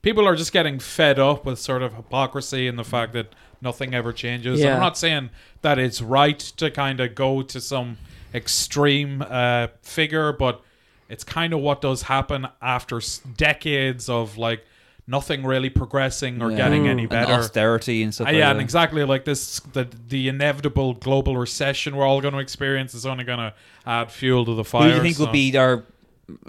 Speaker 1: people are just getting fed up with sort of hypocrisy and the fact that nothing ever changes. And
Speaker 3: Yeah.
Speaker 1: I'm not saying that it's right to kind of go to some extreme uh figure, but it's kind of what does happen after s- decades of like nothing really progressing or
Speaker 2: Yeah.
Speaker 1: getting any
Speaker 2: And
Speaker 1: better.
Speaker 2: austerity and stuff.
Speaker 1: Uh,
Speaker 2: like
Speaker 1: yeah, and
Speaker 2: that.
Speaker 1: exactly like this, the the inevitable global recession we're all going to experience is only going to add fuel to the fire.
Speaker 2: Who do you think
Speaker 1: so-
Speaker 2: will be our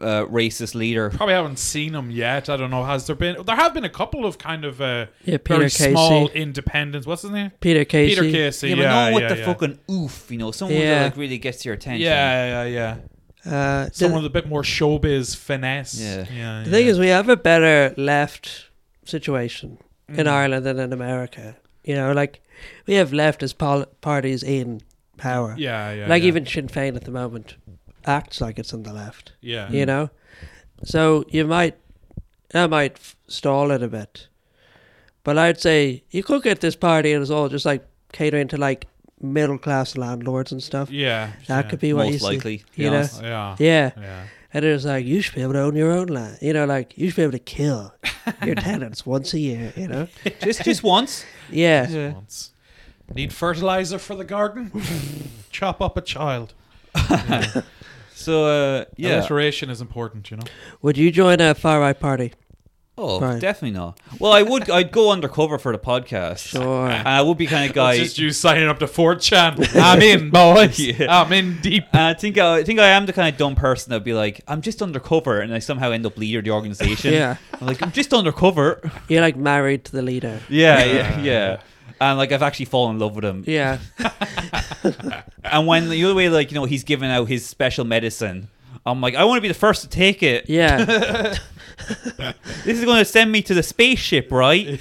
Speaker 2: uh, racist leader?
Speaker 1: Probably haven't seen them yet. I don't know. Has there been? There have been a couple of kind of uh,
Speaker 3: Yeah, Peter
Speaker 1: very
Speaker 3: Casey.
Speaker 1: small independents. What's his name?
Speaker 3: Peter Casey.
Speaker 1: Peter Casey.
Speaker 2: Yeah,
Speaker 1: Yeah,
Speaker 2: but
Speaker 1: yeah,
Speaker 2: no with
Speaker 1: yeah,
Speaker 2: the fucking oof, you know, someone
Speaker 3: Yeah.
Speaker 2: that like really gets your attention.
Speaker 1: yeah, yeah, yeah.
Speaker 3: Uh,
Speaker 1: Someone with a bit more showbiz finesse.
Speaker 2: Yeah.
Speaker 1: yeah.
Speaker 3: The thing is, we have a better left situation in
Speaker 1: Mm.
Speaker 3: Ireland than in America. You know, like we have leftist pol- parties in power.
Speaker 1: yeah, yeah,
Speaker 3: like
Speaker 1: yeah.
Speaker 3: even Sinn Féin at the moment acts like it's on the left.
Speaker 1: yeah,
Speaker 3: You know, so you might that might f- stall it a bit, but I'd say you could get this party and it's all just like catering to like middle class landlords and stuff.
Speaker 1: yeah,
Speaker 3: That
Speaker 1: yeah. Oh,
Speaker 3: could be what you
Speaker 2: most
Speaker 3: see.
Speaker 2: likely. to be
Speaker 3: you know.
Speaker 2: honest.
Speaker 1: yeah,
Speaker 3: Yeah.
Speaker 1: yeah.
Speaker 3: And it was like, you should be able to own your own land. You know, like, you should be able to kill your tenants once a year, you know?
Speaker 2: just just once.
Speaker 3: Yeah.
Speaker 1: Once. Need fertilizer for the garden? Chop up a child.
Speaker 2: So uh, yeah.
Speaker 1: Alliteration is important, you know.
Speaker 3: Would you join a far right party?
Speaker 2: Oh,
Speaker 3: Right.
Speaker 2: definitely not. Well, I would. I'd go undercover for the podcast.
Speaker 3: Sure.
Speaker 2: And I would be kind of guy.
Speaker 1: just you signing up to 4chan. I'm in, boys.
Speaker 2: Yeah.
Speaker 1: I'm in deep.
Speaker 2: And I think I, I think I am the kind of dumb person that'd be like, I'm just undercover, and I somehow end up leader of the organization.
Speaker 3: Yeah.
Speaker 2: I'm like, I'm just undercover.
Speaker 3: You're like married to the leader.
Speaker 2: Yeah, yeah, yeah. And like, I've actually fallen in love with him.
Speaker 3: Yeah.
Speaker 2: And when the other way, like, you know, he's giving out his special medicine. I'm like, I want to be the first to take it.
Speaker 3: Yeah.
Speaker 2: This is going to send me to the spaceship, right?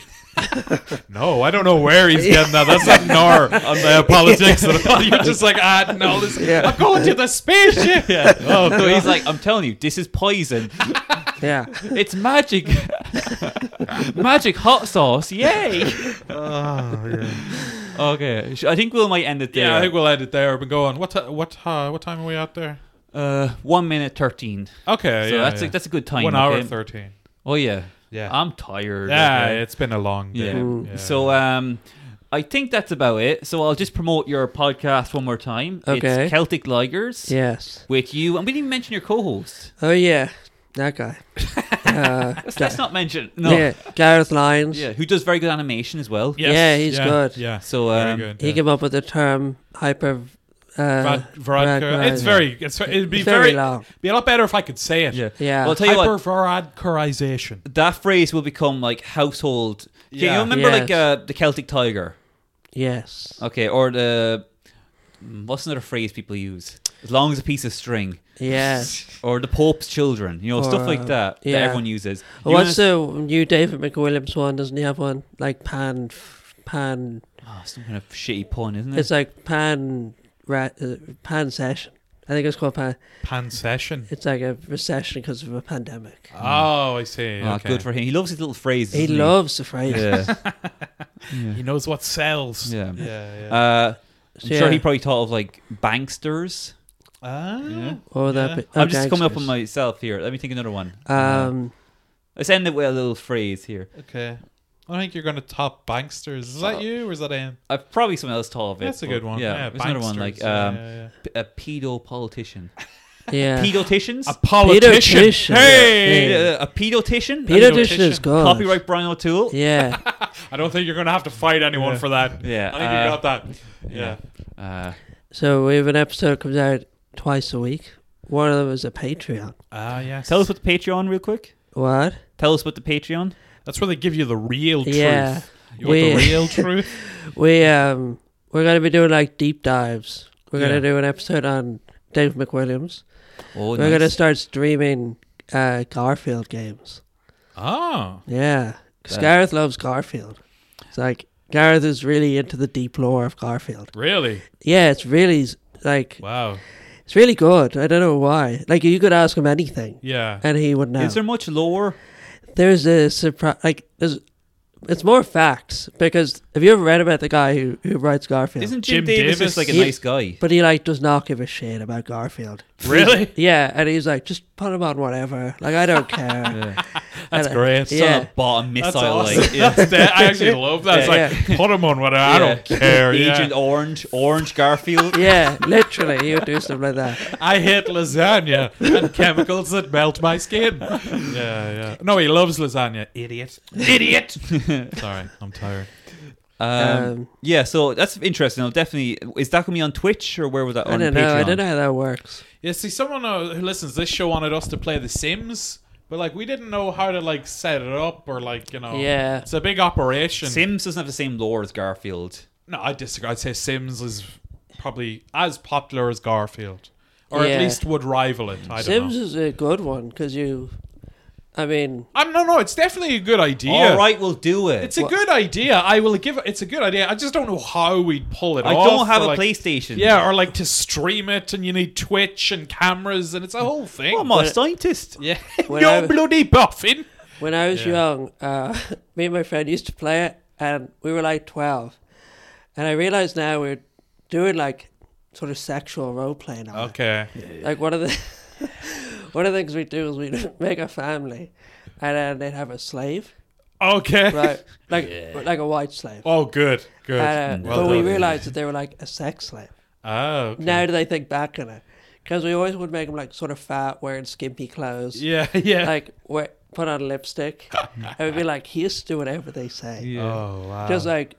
Speaker 1: No, I don't know where he's getting that. That's not NAR on the politics at all. You're just like adding all this.
Speaker 3: Yeah.
Speaker 1: I'm going to the spaceship. Yeah. Oh,
Speaker 2: So
Speaker 1: God.
Speaker 2: he's like, I'm telling you, this is poison.
Speaker 3: yeah.
Speaker 2: It's magic. magic hot sauce. Yay. Okay. sh- I think we might end it there.
Speaker 1: yeah, I think we'll end it there. We're going. What ti what uh, what time are we out there?
Speaker 2: uh, one minute 13.
Speaker 1: Okay,
Speaker 2: So
Speaker 1: yeah,
Speaker 2: that's,
Speaker 1: yeah.
Speaker 2: A, that's a good time.
Speaker 1: one hour
Speaker 2: okay?
Speaker 1: thirteen.
Speaker 2: Oh, yeah.
Speaker 1: Yeah,
Speaker 2: I'm tired.
Speaker 1: yeah.
Speaker 2: okay?
Speaker 1: It's been a long day.
Speaker 2: Yeah. So, um, I think that's about it. So I'll just promote your podcast one more time.
Speaker 3: Okay.
Speaker 2: It's Celtic Ligers
Speaker 3: Yes.
Speaker 2: with you, and we didn't even mention your co-host.
Speaker 3: Oh yeah, that guy. Uh,
Speaker 2: Let's,
Speaker 3: Ga-
Speaker 2: let's not mention. No.
Speaker 3: Yeah, Gareth Lyons.
Speaker 2: Yeah, who does very good animation as well.
Speaker 1: Yes,
Speaker 3: Yeah, he's
Speaker 1: yeah,
Speaker 3: good.
Speaker 1: Yeah,
Speaker 2: So
Speaker 1: very
Speaker 2: um,
Speaker 1: good.
Speaker 3: He
Speaker 1: yeah.
Speaker 3: came up with the term hyper. Uh,
Speaker 1: Var- Varadkar.
Speaker 3: Varadkar,
Speaker 1: It's
Speaker 3: yeah.
Speaker 1: very. It's, it'd be
Speaker 3: it's
Speaker 1: very.
Speaker 3: very long.
Speaker 1: be a lot better if I could say it.
Speaker 2: yeah.
Speaker 3: Yeah.
Speaker 2: Well, I'll tell you what.
Speaker 1: Hypervaradkarization.
Speaker 2: That phrase will become like household. Can
Speaker 1: Yeah.
Speaker 2: you remember
Speaker 3: Yes.
Speaker 2: like uh, the Celtic tiger?
Speaker 3: Yes.
Speaker 2: Okay, or the mm, what's another phrase people use? As long as a piece of string,
Speaker 3: Yes.
Speaker 2: or the Pope's children, you know,
Speaker 3: Or,
Speaker 2: stuff like
Speaker 3: uh,
Speaker 2: that
Speaker 3: yeah.
Speaker 2: that everyone uses. You
Speaker 3: What's
Speaker 2: wanna-
Speaker 3: the new David McWilliams one? Doesn't he have one like pan, pan?
Speaker 2: Oh, some kind of shitty pun, isn't it?
Speaker 3: It's like pan, ra, uh, pan session. I think it's called pan.
Speaker 1: Pan session.
Speaker 3: It's like a recession because of a pandemic.
Speaker 1: Oh, I see.
Speaker 2: Ah,
Speaker 1: okay.
Speaker 2: Good for him. He loves his little phrases.
Speaker 3: He
Speaker 2: doesn't
Speaker 3: loves the phrase.
Speaker 2: Yeah.
Speaker 1: He knows what sells.
Speaker 2: Yeah.
Speaker 1: Yeah. yeah.
Speaker 2: Uh, I'm
Speaker 3: So,
Speaker 2: sure he
Speaker 3: yeah.
Speaker 2: probably thought of like banksters.
Speaker 1: Ah.
Speaker 2: Yeah.
Speaker 3: Or
Speaker 1: Yeah.
Speaker 3: that. bit-
Speaker 2: I'm
Speaker 3: oh,
Speaker 2: just coming up
Speaker 3: gangsters.
Speaker 2: with myself here. Let me think of another one.
Speaker 3: Um,
Speaker 2: let's end it with a little phrase here.
Speaker 1: Okay. I don't think you're going to top Banksters. Is that you or is that him?
Speaker 2: I've probably someone else thought of it.
Speaker 1: That's a
Speaker 2: but
Speaker 1: good one.
Speaker 2: Yeah,
Speaker 1: Yeah,
Speaker 2: there's another one
Speaker 1: Banksters.
Speaker 2: like
Speaker 1: Yeah,
Speaker 2: um,
Speaker 1: yeah, yeah.
Speaker 2: p- a pedo politician.
Speaker 3: yeah.
Speaker 2: Pedoticians?
Speaker 1: a politician.
Speaker 3: Pedotician.
Speaker 1: Hey,
Speaker 3: Yeah.
Speaker 2: Uh, a pedotician?
Speaker 3: Pedotician is good.
Speaker 2: Copyright Brian O'Toole.
Speaker 3: Yeah.
Speaker 1: I don't think you're going to have to fight anyone
Speaker 2: Yeah.
Speaker 1: for that.
Speaker 2: Yeah,
Speaker 1: I think you
Speaker 2: uh,
Speaker 1: got that. Yeah.
Speaker 2: Uh,
Speaker 3: so we have an episode that comes out twice a week. One of them is a Patreon.
Speaker 1: Ah, yes.
Speaker 2: tell us what the Patreon real quick.
Speaker 3: What?
Speaker 2: Tell us what the Patreon.
Speaker 1: That's where they give you the real truth.
Speaker 3: Yeah.
Speaker 1: You want the
Speaker 3: We-
Speaker 1: real truth?
Speaker 3: We um we're gonna be doing like deep dives. We're
Speaker 1: Yeah.
Speaker 3: gonna do an episode on Dave McWilliams.
Speaker 2: Oh,
Speaker 3: we're gonna start streaming uh Garfield games.
Speaker 1: Oh.
Speaker 3: Yeah, 'Cause
Speaker 2: That-
Speaker 3: Gareth loves Garfield. It's like Gareth is really into the deep lore of Garfield.
Speaker 1: Really?
Speaker 3: Yeah, it's really s- like
Speaker 1: Wow.
Speaker 3: it's really good. I don't know why. Like you could ask him anything,
Speaker 1: Yeah.
Speaker 2: Uh,
Speaker 3: and he would know.
Speaker 2: Is there much lore?
Speaker 3: there's a surprise. Like there's, it's more facts because have you ever read about the guy who who writes Garfield?
Speaker 2: Isn't
Speaker 1: Jim
Speaker 2: Jim, Davis,
Speaker 1: Davis?
Speaker 2: just like a
Speaker 3: He-
Speaker 2: nice guy?
Speaker 3: but he like does not give a shit about Garfield.
Speaker 1: Really?
Speaker 3: Yeah, and he's like, just put him on whatever. Like I don't care.
Speaker 1: That's
Speaker 3: And, uh,
Speaker 1: great.
Speaker 2: Son
Speaker 3: Yeah.
Speaker 2: of a bottom missile.
Speaker 1: That's awesome.
Speaker 2: Like, yeah.
Speaker 1: That's de- I actually love that. It's
Speaker 3: Yeah.
Speaker 1: like, put him on whatever. I don't
Speaker 2: Yeah.
Speaker 1: care. yeah.
Speaker 2: Agent Orange, Orange Garfield.
Speaker 3: Yeah, literally, he would do stuff like that.
Speaker 1: I hate lasagna and chemicals that melt my skin. Yeah, yeah. No, he loves lasagna. Idiot. Idiot. Sorry, I'm tired.
Speaker 2: Um,
Speaker 3: Um,
Speaker 2: yeah, so that's interesting. I'll definitely. Is that going to be on Twitch or where was that
Speaker 3: I
Speaker 2: on
Speaker 3: don't
Speaker 2: Patreon?
Speaker 3: know. I don't know how that works.
Speaker 1: Yeah, see, someone uh, who listens to this show wanted us to play The Sims, but like we didn't know how to like set it up or like you know.
Speaker 3: Yeah.
Speaker 1: It's a big operation.
Speaker 2: Sims doesn't have the same lore as Garfield.
Speaker 1: no, I disagree. I'd say Sims is probably as popular as Garfield, or
Speaker 3: Yeah.
Speaker 1: at least would rival it. I don't
Speaker 3: Sims
Speaker 1: know.
Speaker 3: is a good one because you, I mean,
Speaker 1: I no, no. It's definitely a good idea.
Speaker 2: All right, we'll do it.
Speaker 1: It's a good idea. I will give. It's a good idea. I just don't know how we'd pull it
Speaker 2: I
Speaker 1: off.
Speaker 2: don't have
Speaker 1: or,
Speaker 2: a
Speaker 1: like,
Speaker 2: PlayStation.
Speaker 1: Yeah, or like to stream it, and you need Twitch and cameras, and it's a whole thing.
Speaker 2: Oh, I'm a
Speaker 3: But-
Speaker 2: scientist.
Speaker 1: yeah,
Speaker 3: When
Speaker 1: you're
Speaker 3: I-
Speaker 1: bloody buffing.
Speaker 3: when I was
Speaker 1: Yeah.
Speaker 3: young, uh, me and my friend used to play it, and we were like twelve, and I realized now we're doing like sort of sexual role playing. on it.
Speaker 1: Okay.
Speaker 3: Like one of the one of the things we do is we make a family, and then they'd have a slave,
Speaker 1: Okay.
Speaker 3: right? Like like a white slave.
Speaker 1: Oh, good. Good.
Speaker 3: Uh,
Speaker 1: well
Speaker 3: but we
Speaker 1: done.
Speaker 3: realized that they were like a sex slave.
Speaker 1: oh. okay.
Speaker 3: Now do they think back on it? Because we always would make them like sort of fat, wearing skimpy clothes,
Speaker 1: Yeah. Yeah.
Speaker 3: like we- put on lipstick, and we'd be like, "He used to do whatever they say."
Speaker 1: Oh wow.
Speaker 3: Just like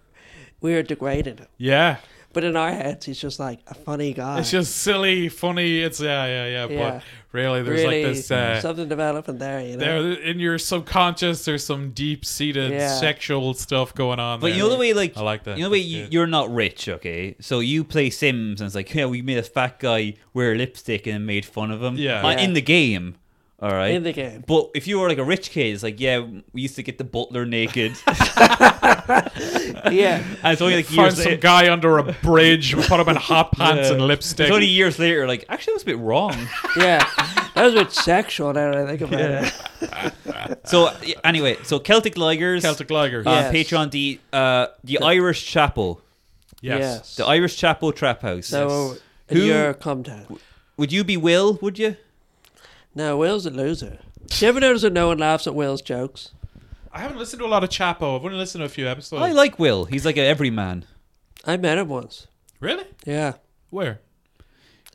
Speaker 3: we were degrading him,
Speaker 1: yeah.
Speaker 3: but in our heads, he's just like a funny guy.
Speaker 1: It's just silly, funny. It's yeah, yeah, yeah.
Speaker 3: Yeah.
Speaker 1: But really, there's
Speaker 3: really
Speaker 1: like this. Uh,
Speaker 3: something developing there, you know.
Speaker 1: there in your subconscious, there's some deep-seated
Speaker 3: Yeah.
Speaker 1: sexual stuff going on.
Speaker 2: But
Speaker 1: there.
Speaker 2: you know the way, like,
Speaker 1: I like that.
Speaker 2: You know the way
Speaker 1: That's
Speaker 2: you,
Speaker 1: good.
Speaker 2: you're not rich, okay? So you play Sims, and it's like, yeah, we made a fat guy wear lipstick and made fun of him.
Speaker 1: Yeah.
Speaker 2: Uh,
Speaker 3: Yeah.
Speaker 2: in the game. All right.
Speaker 3: In the game.
Speaker 2: But if you were like a rich kid, it's like, yeah, we used to get the butler naked,
Speaker 3: yeah,
Speaker 2: and it's only like
Speaker 1: Found
Speaker 2: years.
Speaker 1: some
Speaker 2: later.
Speaker 1: guy under a bridge. We put him in hot pants and lipstick.
Speaker 2: It's only years later, like actually, that was a bit wrong.
Speaker 3: yeah. That was a bit sexual now that I think about it.
Speaker 2: so uh, yeah, anyway, so Celtic Ligers,
Speaker 1: Celtic Lager.
Speaker 2: uh,
Speaker 3: Yes.
Speaker 2: Patreon, the uh, the Irish Chapel,
Speaker 1: yes.
Speaker 2: the Irish Chapel Trap House.
Speaker 3: So uh,
Speaker 2: Who-
Speaker 3: you're a cum town.
Speaker 2: would you be Will? Would you?
Speaker 3: No, Will's a loser. Do you ever notice that no one laughs at Will's jokes?
Speaker 1: I haven't listened to a lot of Chapo. I've only listened to a few
Speaker 3: Oh.
Speaker 1: episodes.
Speaker 2: I like Will. He's like a everyman.
Speaker 3: I met him once.
Speaker 1: really?
Speaker 3: Yeah,
Speaker 1: Where?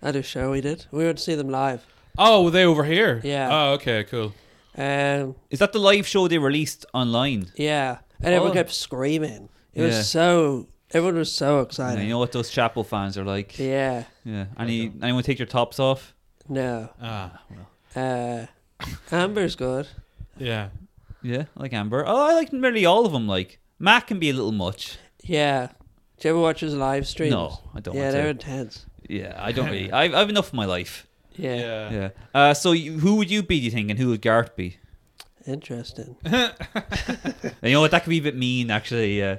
Speaker 3: at a show we did. We went to see them live.
Speaker 1: Oh, were they over here?
Speaker 3: Yeah.
Speaker 1: Oh, okay, cool.
Speaker 3: Um,
Speaker 2: Is that the live show they released online?
Speaker 3: yeah, and everyone
Speaker 2: Oh.
Speaker 3: kept screaming. It
Speaker 2: Yeah.
Speaker 3: was so. Everyone was so
Speaker 2: And
Speaker 3: excited.
Speaker 2: you know what those Chapel fans are like. Yeah.
Speaker 3: yeah.
Speaker 2: Any anyone take your tops off?
Speaker 3: No.
Speaker 1: Ah,
Speaker 3: Uh, Amber's good.
Speaker 1: yeah.
Speaker 2: Yeah, I like Amber. Oh, I like nearly all of them. Like Matt can be a little much.
Speaker 3: Yeah. Do you ever watch his live streams?
Speaker 2: No, I don't.
Speaker 3: yeah,
Speaker 2: want
Speaker 3: they're
Speaker 2: to.
Speaker 3: intense.
Speaker 2: Yeah, I don't really. I've, I've enough of my life.
Speaker 3: Yeah.
Speaker 1: Yeah.
Speaker 2: Yeah. Uh, so you, who would you be? Do you think, and who would Garth be?
Speaker 3: Interesting.
Speaker 2: And you know what? That could be a bit mean, actually. Uh,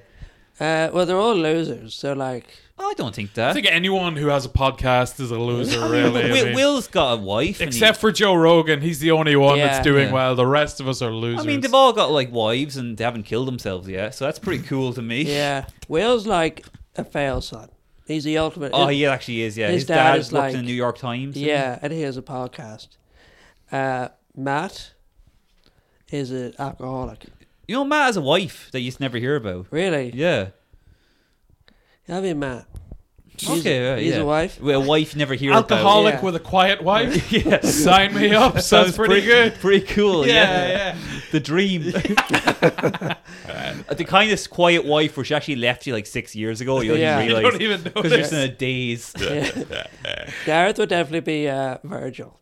Speaker 3: Uh, well, they're all losers, so like,
Speaker 2: I don't think
Speaker 1: I
Speaker 2: that.
Speaker 1: think anyone who has a podcast is a loser, really. I
Speaker 2: Will,
Speaker 1: mean,
Speaker 2: Will's got a wife. and
Speaker 1: except for Joe Rogan, he's the only one
Speaker 3: Yeah.
Speaker 1: that's doing
Speaker 2: Yeah.
Speaker 1: well. The rest of us are
Speaker 2: he,
Speaker 1: losers.
Speaker 2: I mean, they've all got like wives and they haven't killed themselves yet, so that's pretty cool to me.
Speaker 3: yeah, Will's like a fail son. He's the ultimate.
Speaker 2: Oh, he actually is. Yeah, his,
Speaker 3: His dad
Speaker 2: dad,
Speaker 3: is
Speaker 2: worked
Speaker 3: like-
Speaker 2: in the New York Times. didn't he?
Speaker 3: yeah, and he has a podcast. Uh, Matt is an alcoholic.
Speaker 2: You know, Matt has a wife that you just never hear about.
Speaker 3: Really?
Speaker 2: Yeah.
Speaker 3: I mean, Matt. He's,
Speaker 2: Okay. yeah,
Speaker 3: He's
Speaker 2: yeah.
Speaker 3: a wife.
Speaker 2: Well, a wife you never hear about.
Speaker 1: Alcoholic
Speaker 3: Yeah.
Speaker 1: with a quiet wife.
Speaker 2: yeah.
Speaker 1: Sign me up. Sounds, pretty, good.
Speaker 2: Pretty cool. Yeah.
Speaker 1: yeah,
Speaker 2: The dream. Uh, the kind of quiet wife where she actually left you like six years ago. You don't
Speaker 3: Yeah.
Speaker 2: even
Speaker 3: You
Speaker 1: You
Speaker 2: realize.
Speaker 1: don't even know
Speaker 2: because you're just
Speaker 1: this.
Speaker 2: in a daze.
Speaker 3: Yeah. Gareth would definitely be uh, Virgil,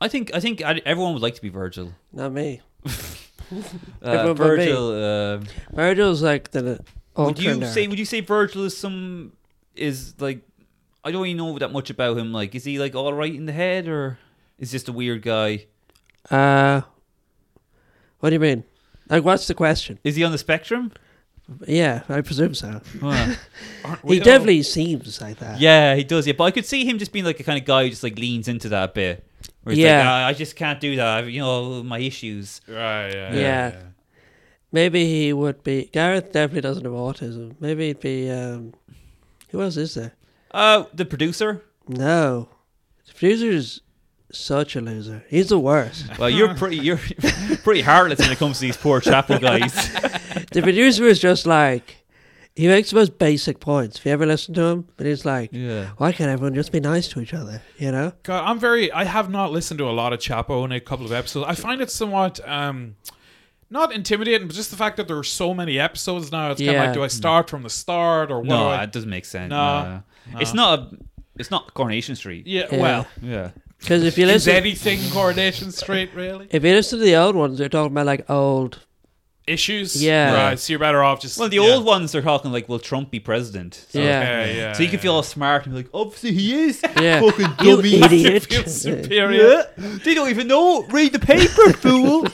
Speaker 2: I think I think I, everyone would like to be Virgil.
Speaker 3: not me.
Speaker 2: Uh,
Speaker 3: Everyone but me.
Speaker 2: Virgil. Uh,
Speaker 3: Virgil's like the
Speaker 2: would
Speaker 3: ultra
Speaker 2: you
Speaker 3: nerd.
Speaker 2: say Would you say Virgil is some is like? I don't even know that much about him. Like, is he like all right in the head, or is just a weird guy?
Speaker 3: Uh, what do you mean? Like, what's the question?
Speaker 2: Is he on the spectrum?
Speaker 3: Yeah, I presume so.
Speaker 2: Huh.
Speaker 1: Aren't we
Speaker 3: He
Speaker 1: all?
Speaker 3: definitely seems like that.
Speaker 2: yeah, he does. Yeah, but I could see him just being like a kind of guy who just like leans into that bit. Where he's
Speaker 3: Yeah.
Speaker 2: like, "Ah, I just can't do that. I've, you know, my issues.
Speaker 1: Right, yeah,
Speaker 3: Yeah. Maybe he would be. Gareth definitely doesn't have autism. Maybe he'd be. Um, who else is there?
Speaker 2: Uh, the producer.
Speaker 3: No. The producer's such a loser. He's the worst.
Speaker 2: Well, you're pretty, you're pretty heartless when it comes to these poor chapel guys.
Speaker 3: the producer is just like. He makes the most basic points. If you ever listen to him, but he's like,
Speaker 2: yeah.
Speaker 3: why can't everyone just be nice to each other? You know?
Speaker 1: God, I'm very. I have not listened to a lot of Chapo in a couple of episodes. I find it somewhat. um not intimidating, but just the fact that there are so many episodes now, it's kind
Speaker 3: Yeah.
Speaker 1: of like, do I start from the start or what? do
Speaker 2: No,
Speaker 1: I,
Speaker 2: it doesn't make sense.
Speaker 1: No,
Speaker 2: No, it's not a, it's not Coronation Street.
Speaker 1: yeah,
Speaker 3: Yeah.
Speaker 1: well,
Speaker 2: Yeah,
Speaker 3: Because if you
Speaker 1: is
Speaker 3: listen,
Speaker 1: anything Coronation Street really?
Speaker 3: if you listen to the old ones, they're talking about like old.
Speaker 1: Issues?
Speaker 3: Yeah.
Speaker 1: Right, so you're better off just.
Speaker 2: Well, the
Speaker 1: yeah.
Speaker 2: old ones are talking like, "Will Trump be president?" So,
Speaker 3: Yeah.
Speaker 1: Okay, yeah.
Speaker 2: so you can
Speaker 1: yeah.
Speaker 2: feel all smart and be like, "Obviously he is."
Speaker 3: Yeah.
Speaker 2: Fucking
Speaker 3: you
Speaker 2: dummy.
Speaker 3: idiot.
Speaker 1: feel superior.
Speaker 2: Yeah. They don't even know. Read the paper, fool.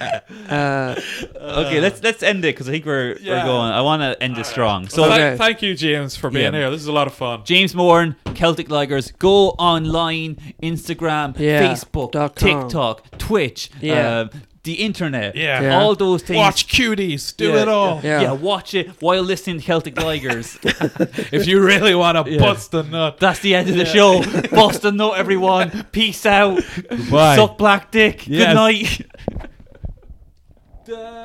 Speaker 3: Uh,
Speaker 2: okay, let's let's end it because I think we're we're
Speaker 1: Yeah.
Speaker 2: going. I want to end it strong. So.
Speaker 1: Well,
Speaker 3: Okay.
Speaker 1: thank, thank you, James, for being
Speaker 2: Yeah.
Speaker 1: here. This is a lot of fun.
Speaker 2: James Morn, Celtic Ligers, go online, Instagram,
Speaker 3: Yeah,
Speaker 2: Facebook,
Speaker 3: dot com.
Speaker 2: TikTok, Twitch,
Speaker 3: Yeah.
Speaker 2: um, the internet,
Speaker 1: Yeah.
Speaker 3: Yeah.
Speaker 2: all those things.
Speaker 1: Watch cuties, do
Speaker 2: Yeah.
Speaker 1: it all.
Speaker 3: Yeah.
Speaker 2: Yeah. watch it while listening to Celtic Ligers.
Speaker 1: If you really want to
Speaker 2: Yeah.
Speaker 1: bust a nut,
Speaker 2: That's the end of the show. Boston, note everyone. Peace out.
Speaker 1: Goodbye.
Speaker 2: Suck black dick.
Speaker 1: Yes.
Speaker 2: Good night.